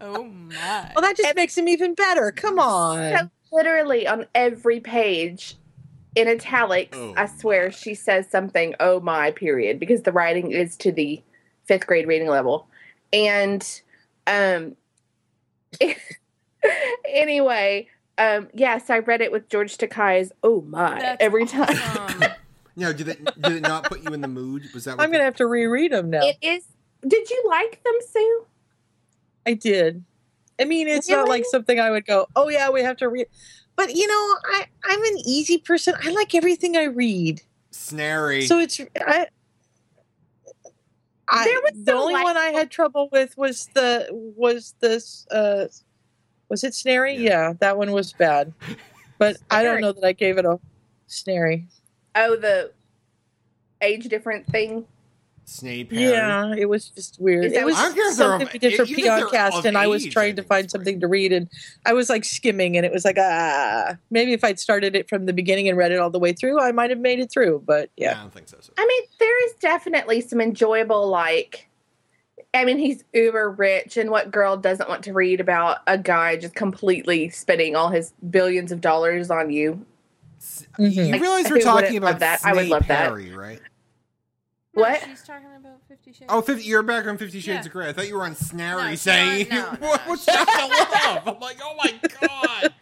S4: oh my.
S2: Well, that just makes him even better. Come on.
S1: So literally on every page in italics,
S3: Oh
S1: I swear
S3: my.
S1: she says something, oh my, period, because the writing is to the fifth grade reading level. And um anyway, um yes, I read it with George Takei's oh my
S4: That's
S1: every time.
S4: awesome.
S3: Now, did it did it not put you in the mood? Was that? What
S2: I'm going to have to reread him now.
S1: It is did you like them, Sue?
S2: I did. I mean, it's not
S1: Really?
S2: like something I would go, oh, yeah, we have to read. But, you know, I, I'm an easy person. I like everything I read.
S3: the- snary.
S2: So it's I. I
S1: There was
S2: the
S1: some
S2: only
S1: light-
S2: one I had trouble with was the was this uh was it Snary?
S3: Yeah.
S2: Yeah, that one was bad. But I
S1: Snary.
S2: don't know that I gave it a Snary.
S1: Oh, the age different thing.
S3: Snape. Harry.
S2: Yeah, it was just weird.
S1: Is that
S2: It was
S1: what-
S3: I guess they're
S2: something
S3: of-
S2: we did for
S3: you guys are of
S2: Peoncast, and I was
S3: age, I
S2: trying to
S3: think
S2: find
S3: it's right.
S2: something to read, and I was like skimming, and it was like ah, maybe if I'd started it from the beginning and read it all the way through, I might have made it through. But yeah,
S3: I don't think so. so.
S1: I mean, there is definitely some enjoyable, like, I mean, he's uber rich, and what girl doesn't want to read about a guy just completely spending all his billions of dollars on you?
S3: S-
S2: Mhm.
S3: You
S1: Like,
S3: realize
S1: who
S3: we're talking
S1: wouldn't love
S3: about
S1: that?
S3: Snape
S1: I would love that.
S3: Harry, right?
S4: No,
S1: What?
S4: She's talking about Fifty Shades.
S3: Oh, 50, you're back on Fifty Shades
S4: Yeah.
S3: of Grey. I thought you were on Snarry
S4: No,
S3: saying,
S4: no, no, no.
S3: what, What's that to love? I'm like, oh my god.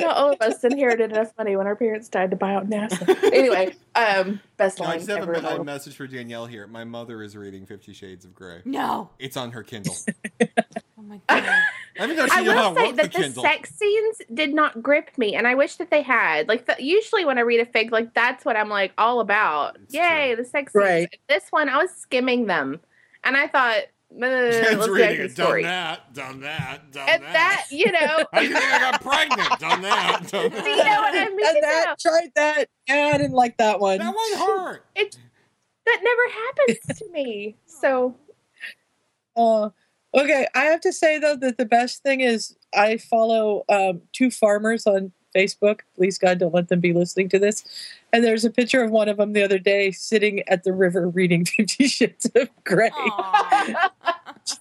S1: Not all of us inherited enough money when our parents died to buy out NASA. anyway, um, best
S3: No, I
S1: line
S3: just have
S1: ever.
S3: a,
S1: in all
S3: a
S1: of-
S3: message for Danielle here. My mother is reading Fifty Shades of Grey.
S4: no.
S3: It's on her Kindle.
S4: Oh my god.
S3: Let me know if
S1: I
S3: she knew how
S1: will
S3: to
S1: say
S3: work the
S1: that the
S3: Kindle.
S1: sex scenes did not grip me, and I wish that they had. Like, the, usually when I read a fig, like that's what I'm like all about.
S3: It's
S1: Yay, the sex scenes.
S2: Right.
S1: This one, I was skimming them, and I thought, uh,
S3: Jen's
S1: let's go to
S3: reading
S1: the
S3: it. Done
S1: story.
S3: that. Done that. Done
S1: And that, you know,
S3: How do you think I got pregnant? Done that. Done
S1: do
S3: that.
S1: you know what I mean?
S2: and that
S1: No,
S2: tried that, and I didn't like that one.
S3: That was hard.
S1: that never happens to me. So
S2: Uh, okay, I have to say though that the best thing is I follow um, two farmers on Facebook. Please God, don't let them be listening to this. And there's a picture of one of them the other day sitting at the river reading Fifty Shades of Grey.
S4: Aw.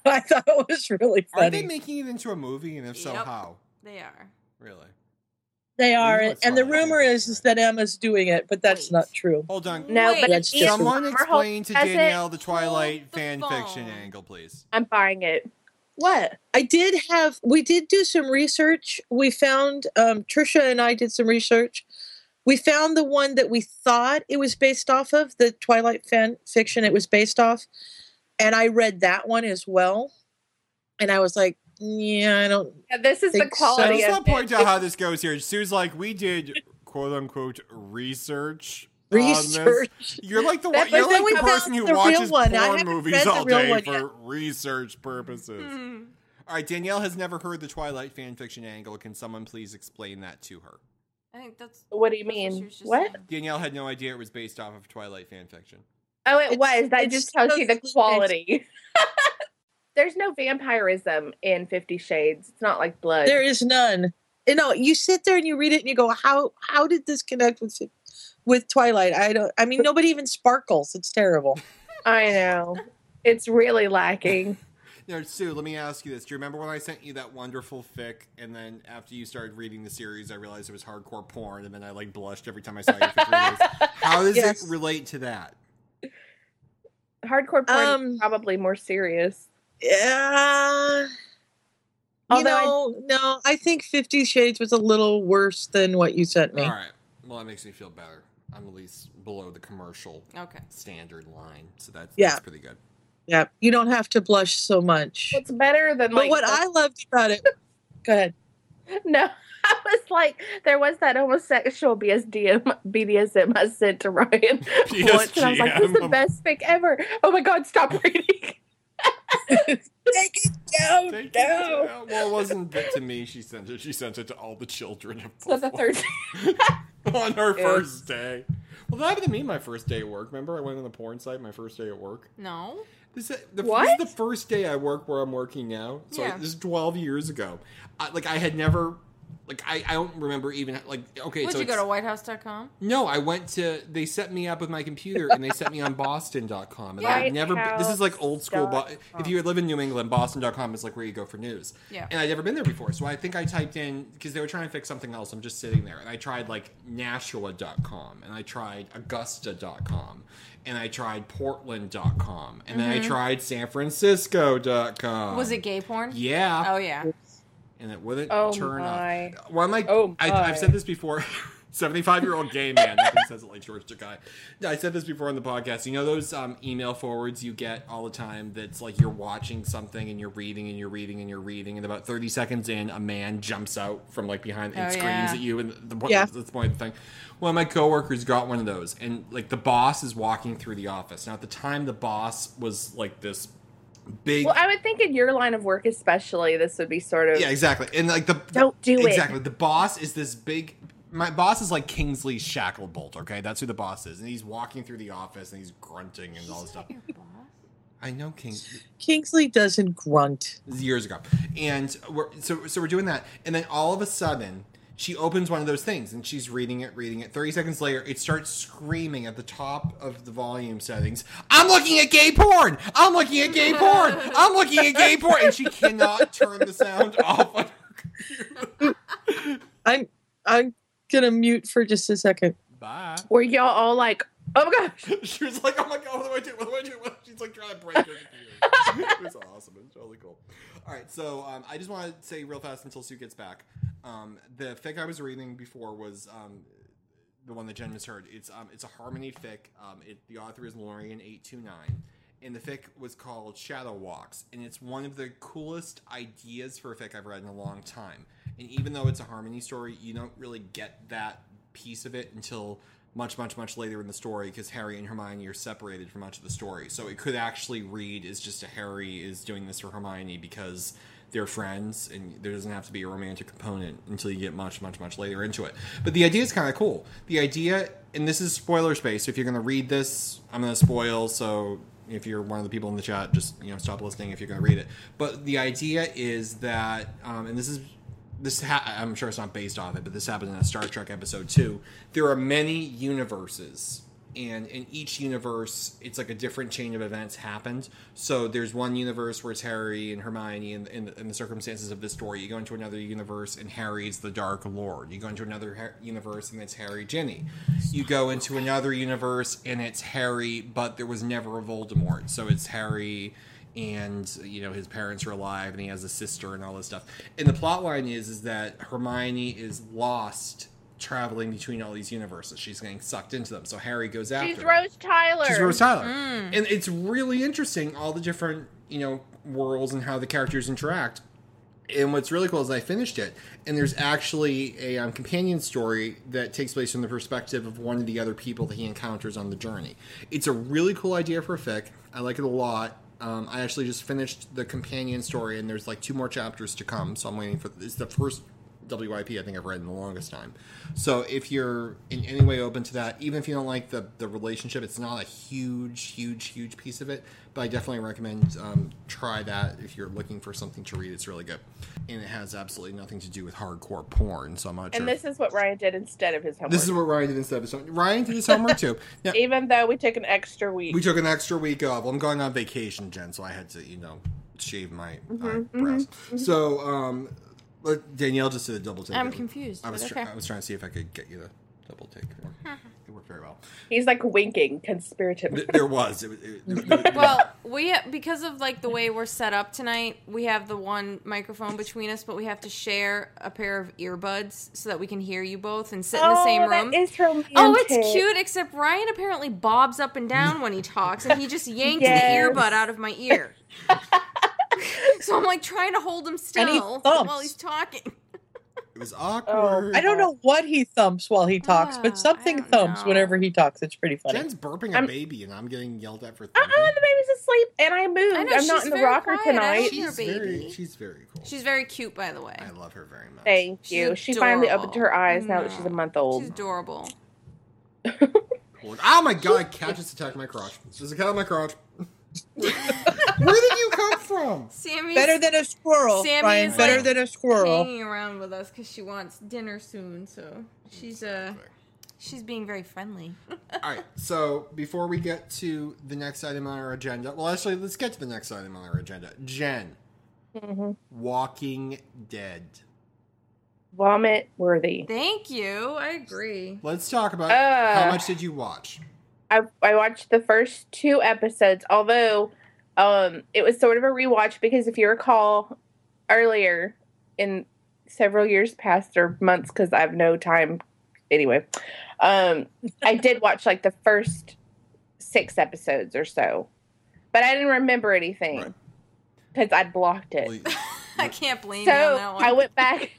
S2: I thought it was really
S3: Are they
S2: funny.
S3: making it into a movie? And if so,
S4: Yep.
S3: how?
S4: they are.
S3: Really?
S2: They are,
S3: You know it's
S2: and the
S3: funny.
S2: rumor is, is that Emma's doing it, but that's
S4: Wait.
S2: not true.
S3: Hold on.
S1: no,
S4: Wait,
S1: but
S2: That's
S1: if
S2: just-
S1: Ian
S3: Someone
S1: Somerhalder
S3: explain to
S1: does it,
S3: Danielle the Twilight
S4: Hold the
S3: fan fiction
S4: phone.
S3: angle, please.
S1: I'm buying it. What?
S2: I did have we did do some research. We found um Trisha and I did some research. We found the one that we thought it was based off of, the Twilight fan fiction it was based off. And I read that one as well. And I was like, Yeah, I don't.
S1: Yeah, this is the
S2: Think so.
S1: quality
S3: Let's
S1: of
S3: not
S1: it.
S3: point out how this goes here. Sue's like, we did quote unquote research. on this."
S2: Research.
S3: You're like the
S1: That-
S3: one, you're
S1: but then
S3: like
S1: we
S3: the
S1: found
S3: person who
S2: the real
S3: watches
S2: one. I
S3: porn
S2: haven't
S3: movies
S2: read the
S3: all
S2: real
S3: day
S2: one Mm-hmm.
S3: for research purposes.
S4: Hmm.
S3: All right, Danielle has never heard the Twilight fanfiction angle. Can someone please explain that to her?
S4: I think that's
S1: What do you
S4: that's
S1: mean?
S4: she was just
S1: What?
S4: saying.
S3: Danielle had no idea it was based off of Twilight fanfiction.
S1: Oh, it
S2: It's-
S1: was. That
S2: it's
S1: just tells you the
S2: just-
S1: quality. There's no vampirism in Fifty Shades. It's not like blood.
S2: There is none. And no, you sit there and you read it and you go, how how did this connect with with Twilight? I don't. I mean, nobody even sparkles. It's terrible.
S1: I know. It's really lacking.
S3: Now, Sue, let me ask you this. Do you remember when I sent you that wonderful fic, and then after you started reading the series, I realized it was hardcore porn, and then I like blushed every time I saw you for three days? How does
S2: Yes.
S3: it relate to that?
S1: Hardcore porn
S2: Um,
S1: is probably more serious.
S2: Yeah. You
S1: Although I-
S2: know, no, I think Fifty Shades was a little worse than what you sent me.
S3: All right. Well, that makes me feel better. I'm at least below the commercial
S4: Okay.
S3: standard line, so that's,
S2: Yeah.
S3: that's pretty good.
S2: Yeah, you don't have to blush so much.
S1: It's better than
S2: But
S1: like
S2: what
S1: the-
S2: I loved about it, go ahead.
S1: No, I was like, there was that homosexual BSDM, BDSM I sent to Ryan once, and I was like, this is the
S3: BSGM.
S1: best pick ever. Oh my god, stop reading.
S2: Take it down,
S3: Thank you. Well, it wasn't it to me. She sent it. She sent it to all the children of
S1: So the
S3: Buffalo.
S1: third,
S3: on her
S1: Yeah.
S3: first day. Well, that happened to me my first day at work. Remember, I went on the porn site my first day at work.
S4: No.
S3: This, uh, the,
S1: What?
S3: this is the first day I work where I'm working now. So I-
S4: Yeah.
S3: this is 12 years ago. I, like I had never, like I, I don't remember even like okay.
S4: Would
S3: so
S4: you go
S3: it's-
S4: to WhiteHouse.com?
S3: no, I went to. They set me up with my computer and they set me on Boston.com. And I've
S1: Right
S3: never. been- This is like old school. Bo-
S1: house dot
S3: if you live in New England, Boston.com is like where you go for news.
S4: Yeah.
S3: And I'd never been there before. So I think I typed in. Because they were trying to fix something else. I'm just sitting there. And I tried like Nashua.com. And I tried Augusta.com. And I tried Portland.com. And then I tried San Francisco.com.
S4: Mm-hmm. Was it gay porn?
S3: um, Yeah.
S4: Oh yeah.
S3: And it wouldn't
S1: Oh
S3: turn
S1: my.
S3: up. Why am I?
S1: Oh
S3: I,
S1: my.
S3: I've said this before. Seventy-five-year-old gay man. Nothing says it like George Takai. No, I said this before on the podcast. You know those um, email forwards you get all the time. That's like you're watching something and you're reading and you're reading and you're reading, and about thirty seconds in, a man jumps out from like behind and
S4: Oh,
S3: screams
S4: yeah.
S3: at you. And the, the,
S2: Yeah.
S3: that's the point of the thing. One of my coworkers got one of those, and like the boss is walking through the office. Now at the time, the boss was like this big.
S1: well, I would think in your line of work, especially, this would be sort of
S3: Yeah, exactly. And like the
S1: Don't do it.
S3: Exactly. The boss is this big. My boss is like Kingsley Shacklebolt. Okay, that's who the boss is, and he's walking through the office and he's grunting and all this stuff. I know King
S2: Kingsley doesn't grunt.
S3: years ago, and we're so so we're doing that, and then all of a sudden. She opens one of those things and she's reading it, reading it. 30 seconds later, it starts screaming at the top of the volume settings I'm looking at gay porn! I'm looking at gay porn! I'm looking at gay porn! And she cannot turn the sound off on her
S2: I'm I'm gonna mute for just a second.
S3: Bye.
S1: were y'all all like, oh my gosh,
S3: she was like, "Oh my god, what do I do? What do I do?" What do I do?" She's like trying to break her computer. it was awesome. It's totally cool. All right, so um, I just want to say real fast until Sue gets back. Um, the fic I was reading before was um, the one that Jen misheard. It's um, it's a harmony fic. Um, it, the author is Lorian eight two nine. And the fic was called Shadow Walks, and it's one of the coolest ideas for a fic I've read in a long time. And even though it's a harmony story, you don't really get that piece of it until much, much, much later in the story because Harry and Hermione are separated for much of the story. So it could actually read as just a Harry is doing this for Hermione because they're friends and there doesn't have to be a romantic component until you get much, much, much later into it. But the idea is kind of cool. The idea, and this is spoiler space, so if you're going to read this, I'm going to spoil. So if you're one of the people in the chat, just you know stop listening if you're going to read it. But the idea is that, um, and this is this ha- I'm sure it's not based off it, but this happened in a Star Trek episode two. There are many universes, and in each universe, it's like a different chain of events happened. So there's one universe where it's Harry and Hermione, and in, in the circumstances of this story, you go into another universe, and Harry's the Dark Lord. You go into another ha- universe, and it's Harry Ginny. You go into another universe, and it's Harry, but there was never a Voldemort, so it's Harry and you know his parents are alive and he has a sister and all this stuff and the plot line is is that hermione is lost traveling between all these universes she's getting sucked into them so harry goes after
S1: she's
S3: her.
S1: Rose Tyler.
S3: She's Rose Tyler. And it's really interesting all the different, you know, worlds and how the characters interact. And what's really cool is I finished it, and there's actually a um, companion story that takes place from the perspective of one of the other people that he encounters on the journey. It's a really cool idea for a fic. I like it a lot. Um, I actually just finished the companion story, and there's like two more chapters to come, so I'm waiting for. It's the first WIP I think I've read in the longest time. So if you're in any way open to that, even if you don't like the, the relationship, it's not a huge, huge, huge piece of it. But I definitely recommend um, try that if you're looking for something to read. It's really good, and it has absolutely nothing to do with hardcore porn. So I'm not sure.
S1: And this is what Ryan did instead of his homework.
S3: This is what Ryan did instead of his homework. Ryan did his homework too. Now,
S1: Even though we took an extra week.
S3: we took an extra week off. I'm going on vacation, Jen, so I had to, you know, shave my
S1: Mhm,
S3: eyebrows.
S1: mhm, mhm.
S3: So, um, let- Danielle just did a double take.
S1: I'm confused,
S3: I was,
S1: but
S3: try-
S1: okay.
S3: I was trying to see if I could get you to double take. It worked- it worked very well.
S1: He's like winking conspirative.
S3: Th- There was. It, was- it,
S4: well, we because of like the way we're set up tonight, we have the one microphone between us, but we have to share a pair of earbuds so that we can hear you both and sit in the same
S1: Oh, that
S4: room.
S1: is romantic.
S4: oh, it's cute. Except Ryan apparently bobs up and down when he talks, and he just yanked
S1: Yes.
S4: the earbud out of my ear. so I'm like trying to hold him
S2: And he
S4: still
S2: thumps.
S4: while he's talking.
S3: It was awkward.
S2: Oh, I don't know what he thumps while he talks, but something thumps whenever he talks. It's pretty funny.
S3: Jen's burping a
S1: I'm-
S3: baby, and I'm getting yelled at for.
S1: Uh-uh, the baby's asleep, and I moved.
S4: I know,
S1: I'm
S4: she's
S1: not in the
S4: very
S1: rocker
S4: quiet. I don't
S1: tonight.
S4: hear
S3: She's very,
S4: baby.
S3: she's very cool.
S4: She's very cute, by the way.
S3: I love her very much.
S1: Thank
S4: She's
S1: you. She finally opened her eyes now that she's a month old.
S4: She's adorable.
S3: Oh my god! Cat just attacked my crotch. There's a cat on my crotch. Where did you come from?
S4: Sammy's
S2: Better than a squirrel,
S4: Sammy
S2: Ryan.
S4: is
S2: Better
S4: like
S2: than a squirrel.
S4: hanging around with us because she wants dinner soon. So she's uh she's being very friendly.
S3: All right. So before we get to the next item on our agenda, well, actually, let's get to the next item on our agenda. Jen,
S4: Mm-hmm.
S1: Mhm.
S3: Walking Dead.
S1: Vomit worthy.
S4: Thank you. I agree.
S3: Let's talk about
S1: Uh.
S3: how much did you watch?
S1: I, I watched the first two episodes, although um, it was sort of a rewatch because if you recall earlier in several years past or months, because I have no time anyway, um, I did watch like the first six episodes or so, but I didn't remember anything because I blocked it.
S3: Well,
S4: I can't blame you on that
S1: So
S4: one.
S1: I went back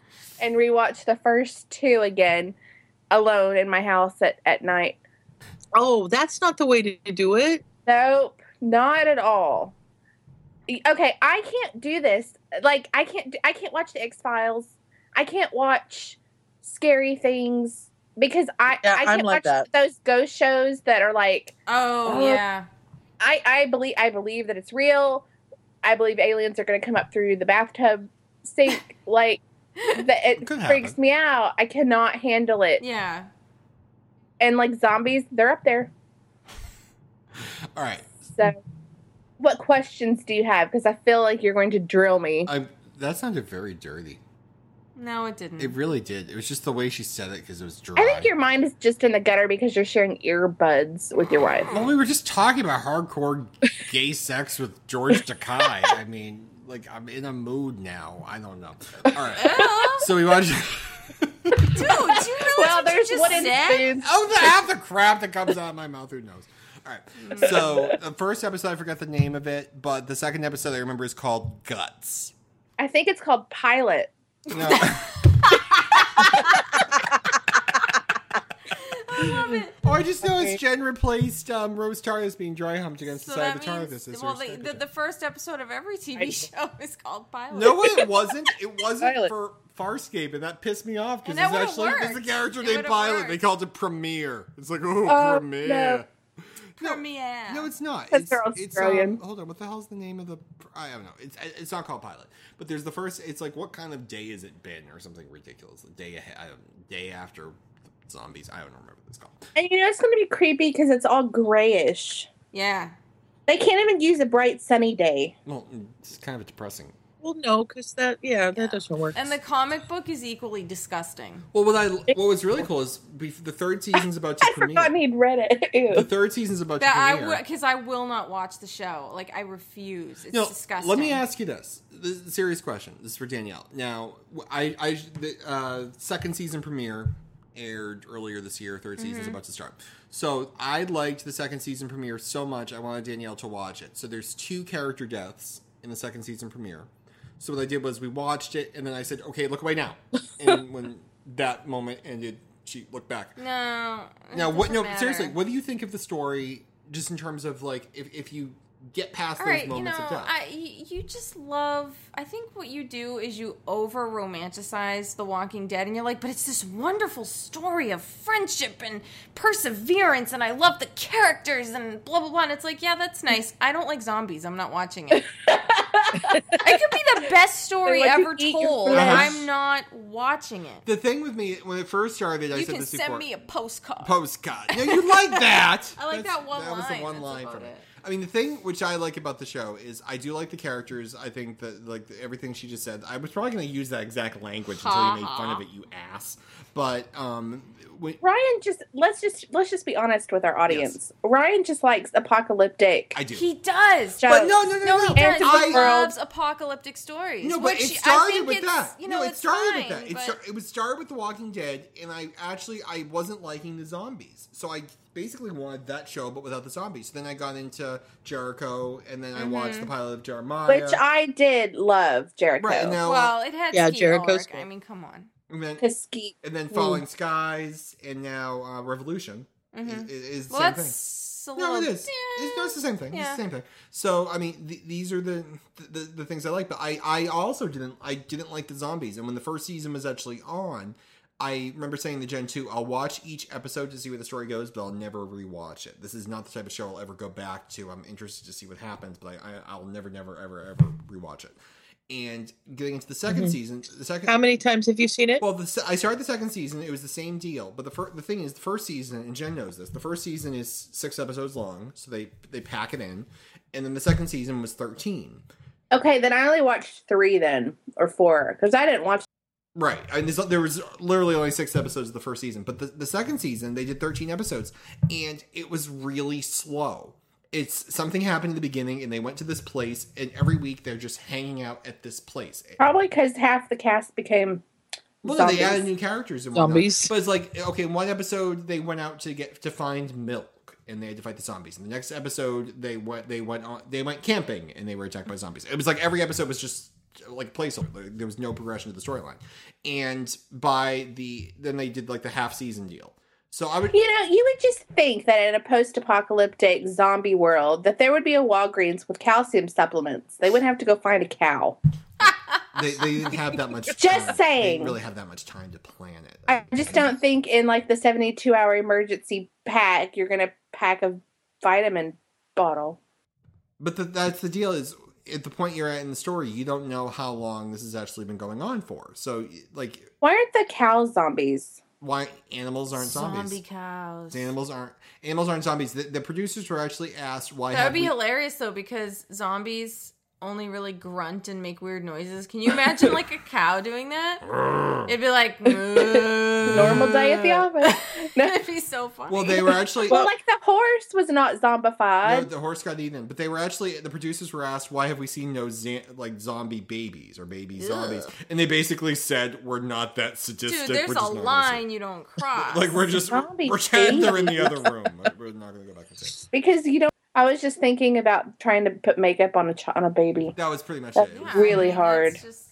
S1: and rewatched the first two again alone in my house at, at night.
S2: Oh, that's not the way to do it.
S1: Nope, not at all. E- Okay, I can't do this. Like I can't do, I can't watch the X Files. I can't watch scary things because I
S2: Yeah,
S1: I
S2: I'm
S1: can't
S2: like
S1: watch
S2: that.
S1: those ghost shows that are like
S4: oh
S1: Oh.
S4: yeah.
S1: I I believe I believe that it's real. I believe aliens are going to come up through the bathtub sink like that it
S3: Could
S1: freaks
S3: happen.
S1: me out. I cannot handle it.
S4: Yeah.
S1: And like zombies, they're up there.
S3: All right.
S1: So what questions do you have because I feel like you're going to drill me.
S3: I that sounded very dirty.
S4: No, it didn't.
S3: It really did. It was just the way she said it because it was dry.
S1: I think your mind is just in the gutter because you're sharing earbuds with your wife.
S3: Well, we were just talking about hardcore gay sex with George Takai. I mean, like I'm in a mood now. I don't know. All right.
S1: Uh-huh.
S4: Oh,
S3: So we watched.
S4: dude, do you realize
S1: Well,
S4: what
S1: there's
S4: you just
S1: wooden
S4: said?
S1: spoons.
S3: Oh, the half the crap that comes out of my mouth. Who knows? All right. So the first episode, I forgot the name of it, but the second episode I remember is called Guts.
S1: I think it's called pilot.
S3: No,
S4: I love it.
S3: oh, I just noticed Jen replaced um, Rose Targus being dry humped against
S4: So
S3: the side
S4: that
S3: of the TARDIS.
S4: means
S3: as her
S4: well, the,
S3: secretary.
S4: the, the first episode of every TV show is called Pilot.
S3: No, it wasn't. It wasn't
S1: Violet.
S3: for Farscape, and that pissed me off because
S4: And that
S3: it's
S4: would've
S3: actually there's a
S4: worked.
S3: character
S4: It
S3: named
S4: would've
S3: Violet.
S4: worked.
S3: They called it Premiere. It's like, oh,
S1: Oh,
S3: Premiere.
S1: no.
S3: No,
S4: Premiere.
S3: No, it's not.
S1: 'Cause
S3: It's,
S1: they're
S3: it's um,
S1: Australian.
S3: hold on. What the hell's the name of the? I don't know. It's it's not called Pilot, but there's the first. It's like what kind of day has it been, or something ridiculous. The day ahead, I don't, day after zombies. I don't remember what it's called.
S1: And you know it's going to be creepy because it's all grayish.
S4: Yeah.
S1: They can't even use a bright sunny day.
S3: Well, it's kind of depressing.
S2: Well, no, because that yeah, that doesn't work.
S4: And the comic book is equally disgusting.
S3: Well, what I what was really cool is bef- the third season's about to
S1: I forgot
S3: premiere.
S1: he'd read it. Ew.
S3: The third season's about
S4: That
S3: to
S4: I
S3: premiere.
S4: would because I will not watch the show. Like I refuse. It's
S3: No,
S4: disgusting.
S3: Let me ask you this. This is a serious question. This is for Danielle. Now, w- I, I the uh, second season premiere aired earlier this year. 3rd
S4: Mm-hmm.
S3: season's about to start. So I liked the second season premiere so much. I wanted Danielle to watch it. So there's two character deaths in the second season premiere. So what I did was we watched it, and then I said, "Okay, look away now." And when that moment ended, she looked back.
S4: No. it
S3: Now, what?
S4: doesn't
S3: No,
S4: matter.
S3: seriously, what do you think of the story? Just in terms of like, if, if you get past
S4: All
S3: those
S4: right, you know,
S3: moments of death,
S4: I y- you just love. I think what you do is you over romanticize The Walking Dead, and you're like, but it's this wonderful story of friendship and perseverance, and I love the characters and blah blah blah. And it's like, yeah, that's nice. I don't like zombies. I'm not watching it. it could be the best story
S1: They let you
S4: ever
S1: eat your
S4: told.
S3: flesh.
S4: I'm not watching it.
S3: the thing with me when it first started, I
S4: you
S3: said
S4: can
S3: this
S4: send
S3: before.
S4: me a postcard.
S3: postcard. No, you like that.
S4: I like
S3: That's-
S4: that one
S3: That was the
S4: line.
S3: one
S4: That's
S3: line
S4: about
S3: from it.
S4: it.
S3: I mean, the thing which I like about the show is I do like the characters. I think that like everything she just said. I was probably going to use that exact language until you made fun of it, you ass. But um, when,
S1: Ryan just let's just let's just be honest with our audience. Ryan just likes apocalyptic.
S3: I do.
S4: He does.
S1: But
S3: but no, no, no,
S4: No,
S3: no.
S4: he does.
S3: I-
S4: He loves apocalyptic stories.
S3: No, but
S4: which
S3: it
S4: I
S3: started
S4: think
S3: with
S4: it's,
S3: that.
S4: You know,
S3: no, it
S4: it's
S3: started
S4: fine,
S3: with that. It,
S4: but-
S3: star- it was started with The Walking Dead, and I actually I wasn't liking the zombies, so I basically wanted that show, but without the zombies. Then I got into Jericho, and then I watched the
S4: Mm-hmm.
S3: pilot of Jeremiah,
S1: Which I did love Jericho.
S3: right and now,
S4: well, it had
S7: Yeah,
S4: Skeet
S7: Jericho's
S4: Ulrich.
S7: cool.
S4: I mean, come on.
S3: and then,
S1: Mesquite.
S3: and then Falling Skies, and now uh, Revolution is,
S4: Mhm.
S3: is the
S4: Well,
S3: same thing.
S4: that's a
S3: No,
S4: little.
S3: it is. It's, no, it's the same thing. It's
S4: Yeah.
S3: the same thing. So I mean, th- these are the, the the things I like. But I I also didn't I didn't like the zombies. And when the first season was actually on, I remember saying to Gen two, I'll watch each episode to see where the story goes, but I'll never rewatch it. This is not the type of show I'll ever go back to. I'm interested to see what happens, but I, I I'll never never ever ever rewatch it. And getting into the 2nd season, the second
S2: How many times have you seen it?
S3: well, the, se- I started the second season. It was the same deal, but the fir- the thing is, the first season, and Jen knows this. The first season is six episodes long, so they they pack it in, and then the second season was thirteen.
S1: Okay, then I only watched three then or four because I didn't watch.
S3: Right, and there's, there was literally only six episodes of the first season, but the, the second season they did thirteen episodes, and it was really slow. It's something happened in the beginning, and they went to this place, and every week they're just hanging out at this place.
S1: Probably because half the cast became
S3: Well,
S1: zombies.
S3: they added new characters and whatnot.
S2: Zombies.
S3: But it's like okay, in one episode they went out to get to find milk and they had to fight the zombies. In the next episode they went they went on they went camping and they were attacked by zombies. It was like every episode was just like placeholder. Like, There was no progression to the storyline. And by the then they did like the half season deal. So I would
S1: You know, you would just think that in a post-apocalyptic zombie world, that there would be a Walgreens with calcium supplements. They wouldn't have to go find a cow.
S3: they, they didn't have that much.
S1: Just
S3: time. they
S1: saying.
S3: didn't really have that much time to plan it.
S1: I just don't think in like the seventy-two hour emergency pack, you're gonna pack a vitamin bottle.
S3: But the, that's the deal is at the point you're at in the story, you don't know how long this has actually been going on for. So like
S1: Why aren't the cows zombies?
S3: why animals aren't zombies.
S4: Zombie cows.
S3: Animals aren't animals aren't zombies. The, the producers were actually asked why.
S4: That
S3: have
S4: would be
S3: we-
S4: hilarious though, because zombies only really grunt and make weird noises. Can you imagine like a cow doing that? It'd be like normal
S1: Normal day at the office. No.
S4: It'd be so funny.
S3: well, they were actually
S1: Well, like the horse was not
S3: no,
S1: zombified.
S3: the horse got eaten, but they were actually the producers were asked why have we seen no za- like zombie babies or baby zombies, and they basically said we're not that sadistic.
S4: Dude,
S3: we're
S4: there's a
S3: just not gonna
S4: line you don't cross.
S3: see- Like we're just
S1: Zombie
S3: pretend they're in the other room. Like, We're not gonna go back and see. it.
S1: because you don't. I was just thinking about trying to put makeup on a ch- on a baby.
S3: That was pretty much
S1: That's
S3: it.
S4: Yeah,
S1: really
S4: I mean,
S1: hard.
S4: that's just-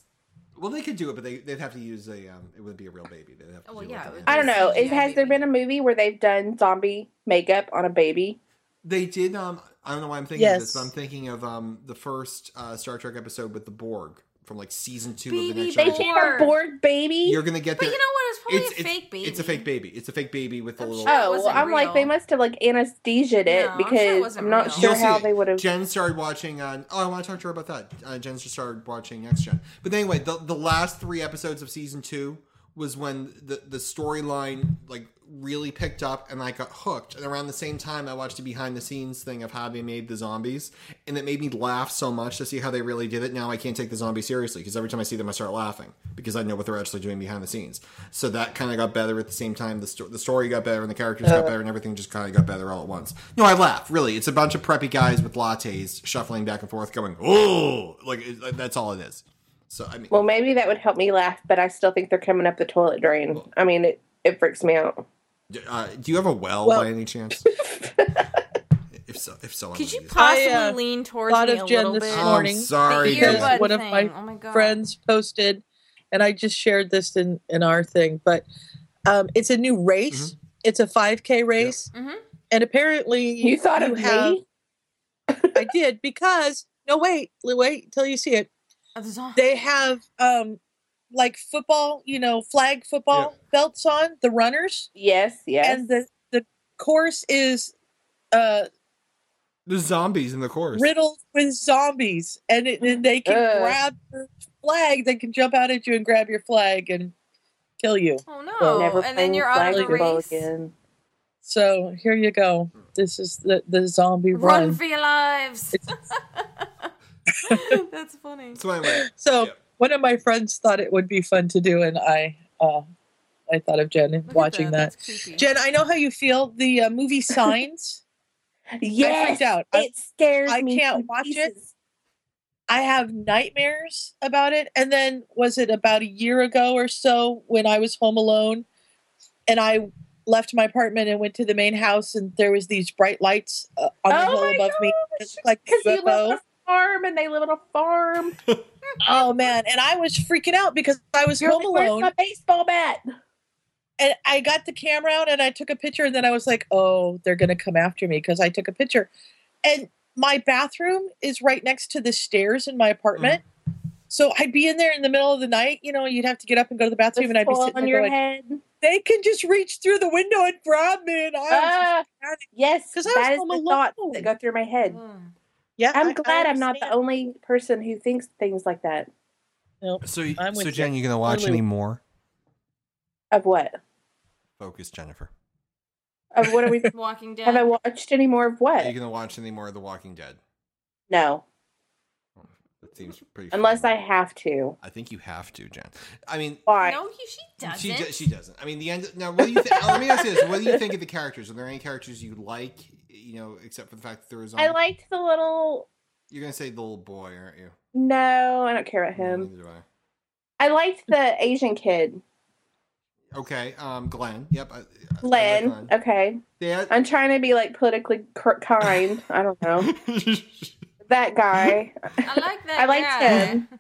S3: Well, they could do it, but they they'd have to use a um. It would be a real baby. They'd have to.
S4: Oh, Well,
S3: do
S4: yeah, it
S3: it
S4: would
S1: I don't know. Is,
S4: Yeah,
S1: has there
S4: maybe.
S1: been a movie where they've done zombie makeup on a baby?
S3: They did. Um, I don't know why I'm thinking of this,
S7: Yes.
S3: but I'm thinking of um the first uh, Star Trek episode with the Borg from like season two of the
S4: Baby,
S3: next
S1: They
S4: Sure.
S3: generation.
S1: did a
S4: Sure.
S1: Borg baby.
S3: You're gonna get
S4: But
S3: there.
S4: you know what? It's probably
S3: it's,
S4: a
S3: it's-
S4: fake baby.
S3: It's a fake baby. It's a fake baby with a
S4: I'm
S3: little.
S4: sure-
S1: oh, well,
S4: wasn't
S1: I'm like they
S4: real.
S1: must have like anesthesiaed
S4: No,
S1: it
S4: I'm sure it
S1: because
S4: wasn't
S1: I'm not
S4: real.
S1: sure
S3: You'll see
S1: how
S3: it.
S1: they would have.
S3: Jen started watching on. Oh, I want to talk to her about that. Uh, Jen just started watching Next Gen. But anyway, the the last three episodes of season two was when the the storyline like really picked up and I got hooked. And around the same time, I watched a behind the scenes thing of how they made the zombies, and it made me laugh so much to see how they really did it. Now I can't take the zombie seriously because every time I see them, I start laughing because I know what they're actually doing behind the scenes. So that kind of got better at the same time. The, sto- the story got better and the characters got better and everything just kind of got better all at once. No, I laugh. Really, it's a bunch of preppy guys with lattes shuffling back and forth, going "Oh!" Like it, like, that's all it is. So I mean,
S1: Well, maybe that would help me laugh, but I still think they're coming up the toilet drain. I mean, it, it freaks me out.
S3: d- uh, do you have a well,
S7: Well-
S3: by any chance? If so, if so, I'm
S4: Could you
S3: gonna use it.
S4: possibly
S2: I, uh,
S4: lean towards
S2: thought
S4: me
S2: of
S4: a
S2: Jen
S4: little
S2: this
S4: bit?
S2: morning.
S3: I'm sorry.
S4: The
S2: because
S3: guys.
S4: earbud
S2: one of
S4: thing.
S2: my
S4: oh my God.
S2: friends posted, and I just shared this in in our thing. But um, it's a new race. It's a 5K race,
S4: Mhm.
S2: and apparently
S1: You thought of
S2: have-
S1: me?
S2: I did because no, wait, li- wait till you see it.
S4: Oh, there's a-
S2: They have um, like football, you know, flag football belts on the runners,
S1: Yes, yes.
S2: and the the course is uh
S3: There's zombies in the chorus.
S2: riddled with zombies, and, it, and they can
S1: Ugh.
S2: grab your flag. They can jump out at you and grab your flag and kill you.
S4: Oh no! and then you're out of the race.
S2: So here you go. This is the the zombie
S4: Run.
S2: run.
S4: for your lives. That's funny.
S3: So anyway,
S2: So
S3: Yeah.
S2: one of my friends thought it would be fun to do, and I uh, I thought of Jen
S4: Look at
S2: watching that.
S4: That's creepy.
S2: Jen, I know how you feel. The uh, movie Signs.
S1: yes,
S2: I freaked out. I,
S1: It scares
S2: I
S1: me.
S2: can't
S1: to
S2: watch it.
S1: pieces.
S2: I have nightmares about it. And then was it about a year ago or so when I was home alone, and I left my apartment and went to the main house, and there was these bright lights uh, on the
S1: Oh
S2: hill
S1: my
S2: above me,
S1: gosh!
S2: It's like
S1: Because you live on
S2: UFO.
S1: a farm and they live on a farm.
S2: Oh man, and I was freaking out because I was
S1: You're
S2: home
S1: like, Where's
S2: alone
S1: my baseball bat?
S2: and I got the camera out and I took a picture and then I was like, "Oh, they're going to come after me because I took a picture." And my bathroom is right next to the stairs in my apartment.
S1: Mm.
S2: So I'd be in there in the middle of the night, you know, you'd have to get up and go to the bathroom and I'd be
S1: Full
S2: sitting
S1: on
S2: there
S1: your
S2: going,
S1: head.
S2: "They can just reach through the window and grab me." And I was
S1: Ah,
S2: panic-
S1: yes,
S2: 'Cause
S1: that
S2: I
S1: is
S2: was
S1: the
S2: home
S1: thoughts
S2: alone.
S1: that go through my head.
S4: Ugh.
S2: yeah, I-
S1: I'm
S2: I
S1: glad I'm not the
S2: understand.
S1: only person who thinks things like that.
S3: so you-
S2: I'm with
S3: so
S2: you.
S3: Jen, you gonna watch
S2: Totally.
S3: any more?
S1: Of what?
S3: Focus, Jennifer.
S1: Of what are we?
S4: Walking Dead.
S1: have I watched any more of
S3: Are you
S1: what?
S3: gonna watch any more of The Walking Dead?
S1: No,
S3: That seems pretty.
S1: unless I
S3: fair.
S1: have to.
S3: I think you have to, Jen. I mean,
S1: Why?
S4: No, he, she
S1: Oh,
S4: doesn't.
S3: She, do- she doesn't. I mean, the end. Now, what do you think? let me ask you this: What do you think of the characters? Are there any characters you like? You know, except for the fact that there was.
S1: I liked the little.
S3: You're gonna say the little boy, aren't you?
S1: No, I don't care about
S3: No,
S1: him.
S3: neither do I.
S1: I liked the Asian kid,
S3: Okay, um, Glenn. Yep. I, I- I like
S1: Glenn. Okay,
S3: Yeah.
S1: I'm trying to be like politically cor- kind. I don't know that guy,
S4: I like that.
S1: I liked
S4: guy
S1: him.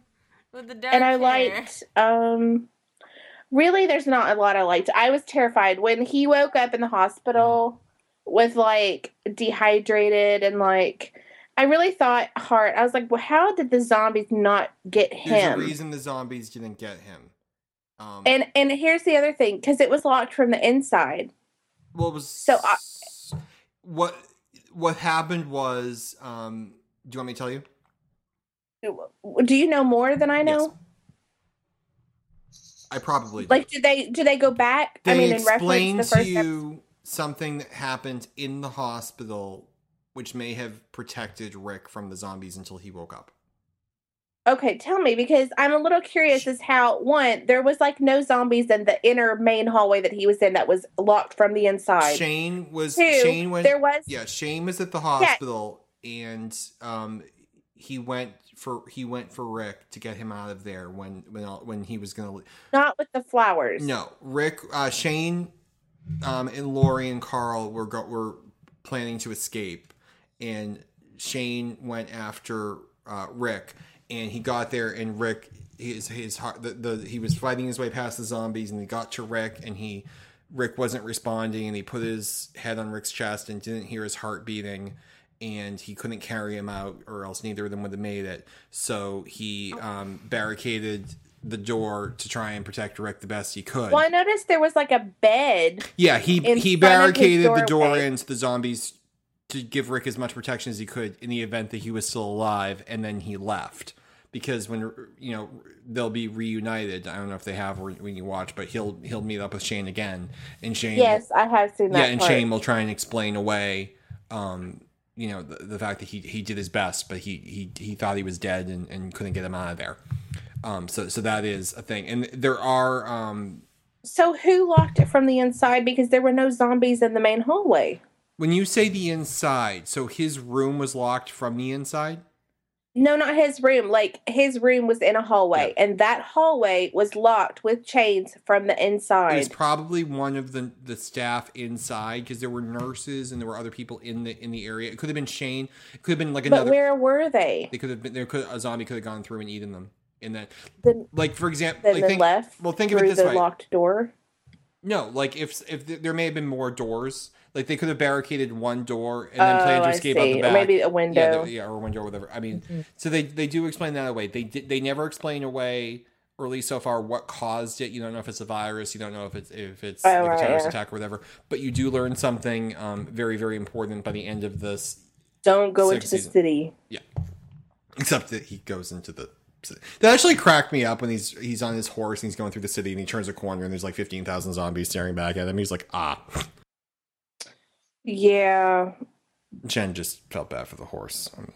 S4: With the dark
S1: and I
S4: hair.
S1: liked. Um, really, there's not a lot I liked. I was terrified when he woke up in the hospital with like dehydrated and like. I really thought hard. I was like, well, how did the zombies not get
S3: There's
S1: him?
S3: a reason the zombies didn't get him. Um,
S1: And and here's the other thing, because it was locked from the inside.
S3: what was
S1: so I-
S3: what what happened was um do you want me to tell you
S1: Do you know more than I know?
S3: i probably do.
S1: Like, did they do they go back?
S3: they
S1: I mean, in
S3: explained
S1: reference to the
S3: to
S1: first. episode-
S3: you something that happened in the hospital which may have protected rick from the zombies until he woke up
S1: Okay, tell me because I'm a little curious as how one there was like no zombies in the inner main hallway that he was in that was locked from the inside.
S3: shane was
S1: Two,
S3: shane went
S1: there was
S3: yeah shane was at the hospital and um he went for he went for rick to get him out of there when when when he was gonna
S1: not with the flowers.
S3: No, Rick, uh, Shane, um, and Lori and Carl were go- were planning to escape, and Shane went after uh, Rick, and he got there, and Rick his his heart the, the he was fighting his way past the zombies, and he got to Rick, and he Rick wasn't responding, and he put his head on Rick's chest and didn't hear his heart beating. And he couldn't carry him out, or else neither of them would have made it. So he um, barricaded the door to try and protect Rick the best he could.
S1: Well, I noticed there was like a bed.
S3: Yeah, he
S1: in
S3: he
S1: front of his
S3: barricaded the door
S1: doorway.
S3: in to the zombies to give Rick as much protection as he could in the event that he was still alive, and then he left because when you know they'll be reunited. I don't know if they have when when you watch, but he'll he'll meet up with Shane again, and Shane
S1: Yes, I have seen that.
S3: yeah, and
S1: part.
S3: Shane will try and explain away, um, you know, the, the fact that he he did his best, but he he he thought he was dead and, and couldn't get him out of there. Um, so so that is a thing, and there are um,
S1: So who locked it from the inside because there were no zombies in the main hallway?
S3: When you say the inside, so his room was locked from the inside?
S1: No, not his room. Like his room was in a hallway, and that hallway was locked with chains from the
S3: It was
S1: inside.
S3: probably one of the the staff inside because there were nurses and there were other people in the in the area. It could have been Shane. It could have been like
S1: but
S3: another.
S1: where were they?
S3: They could have been there. Could a zombie could have gone through and eaten them. And then,
S1: Then-
S3: like for example,
S1: Then
S3: like
S1: they
S3: think,
S1: left
S3: Well, think of it
S1: through
S3: this
S1: the
S3: way.
S1: locked door.
S3: No, like if if th- there may have been more doors, like they could have barricaded one door and then
S1: Oh,
S3: planned to
S1: I
S3: escape out
S1: see.
S3: the
S1: Or
S3: back.
S1: maybe a
S3: Yeah,
S1: window.
S3: the- yeah, or a window, or whatever. I mean,
S4: Mm-hmm.
S3: so they they do explain that away. They did, they never explain away, or at least so far, what caused it. You don't know if it's a virus. You don't know if it's if it's
S1: Oh,
S3: like
S1: right,
S3: a terrorist
S1: yeah.
S3: attack or whatever. But you do learn something um, very very important by the end of this.
S1: Don't go
S3: Sixth
S1: into the
S3: season.
S1: city.
S3: Except that he goes into the. That actually cracked me up when he's he's on his horse and he's going through the city and he turns a corner and there's like fifteen thousand zombies staring back at him. He's like, ah.
S1: Yeah.
S3: Jen just felt bad for the horse. Um,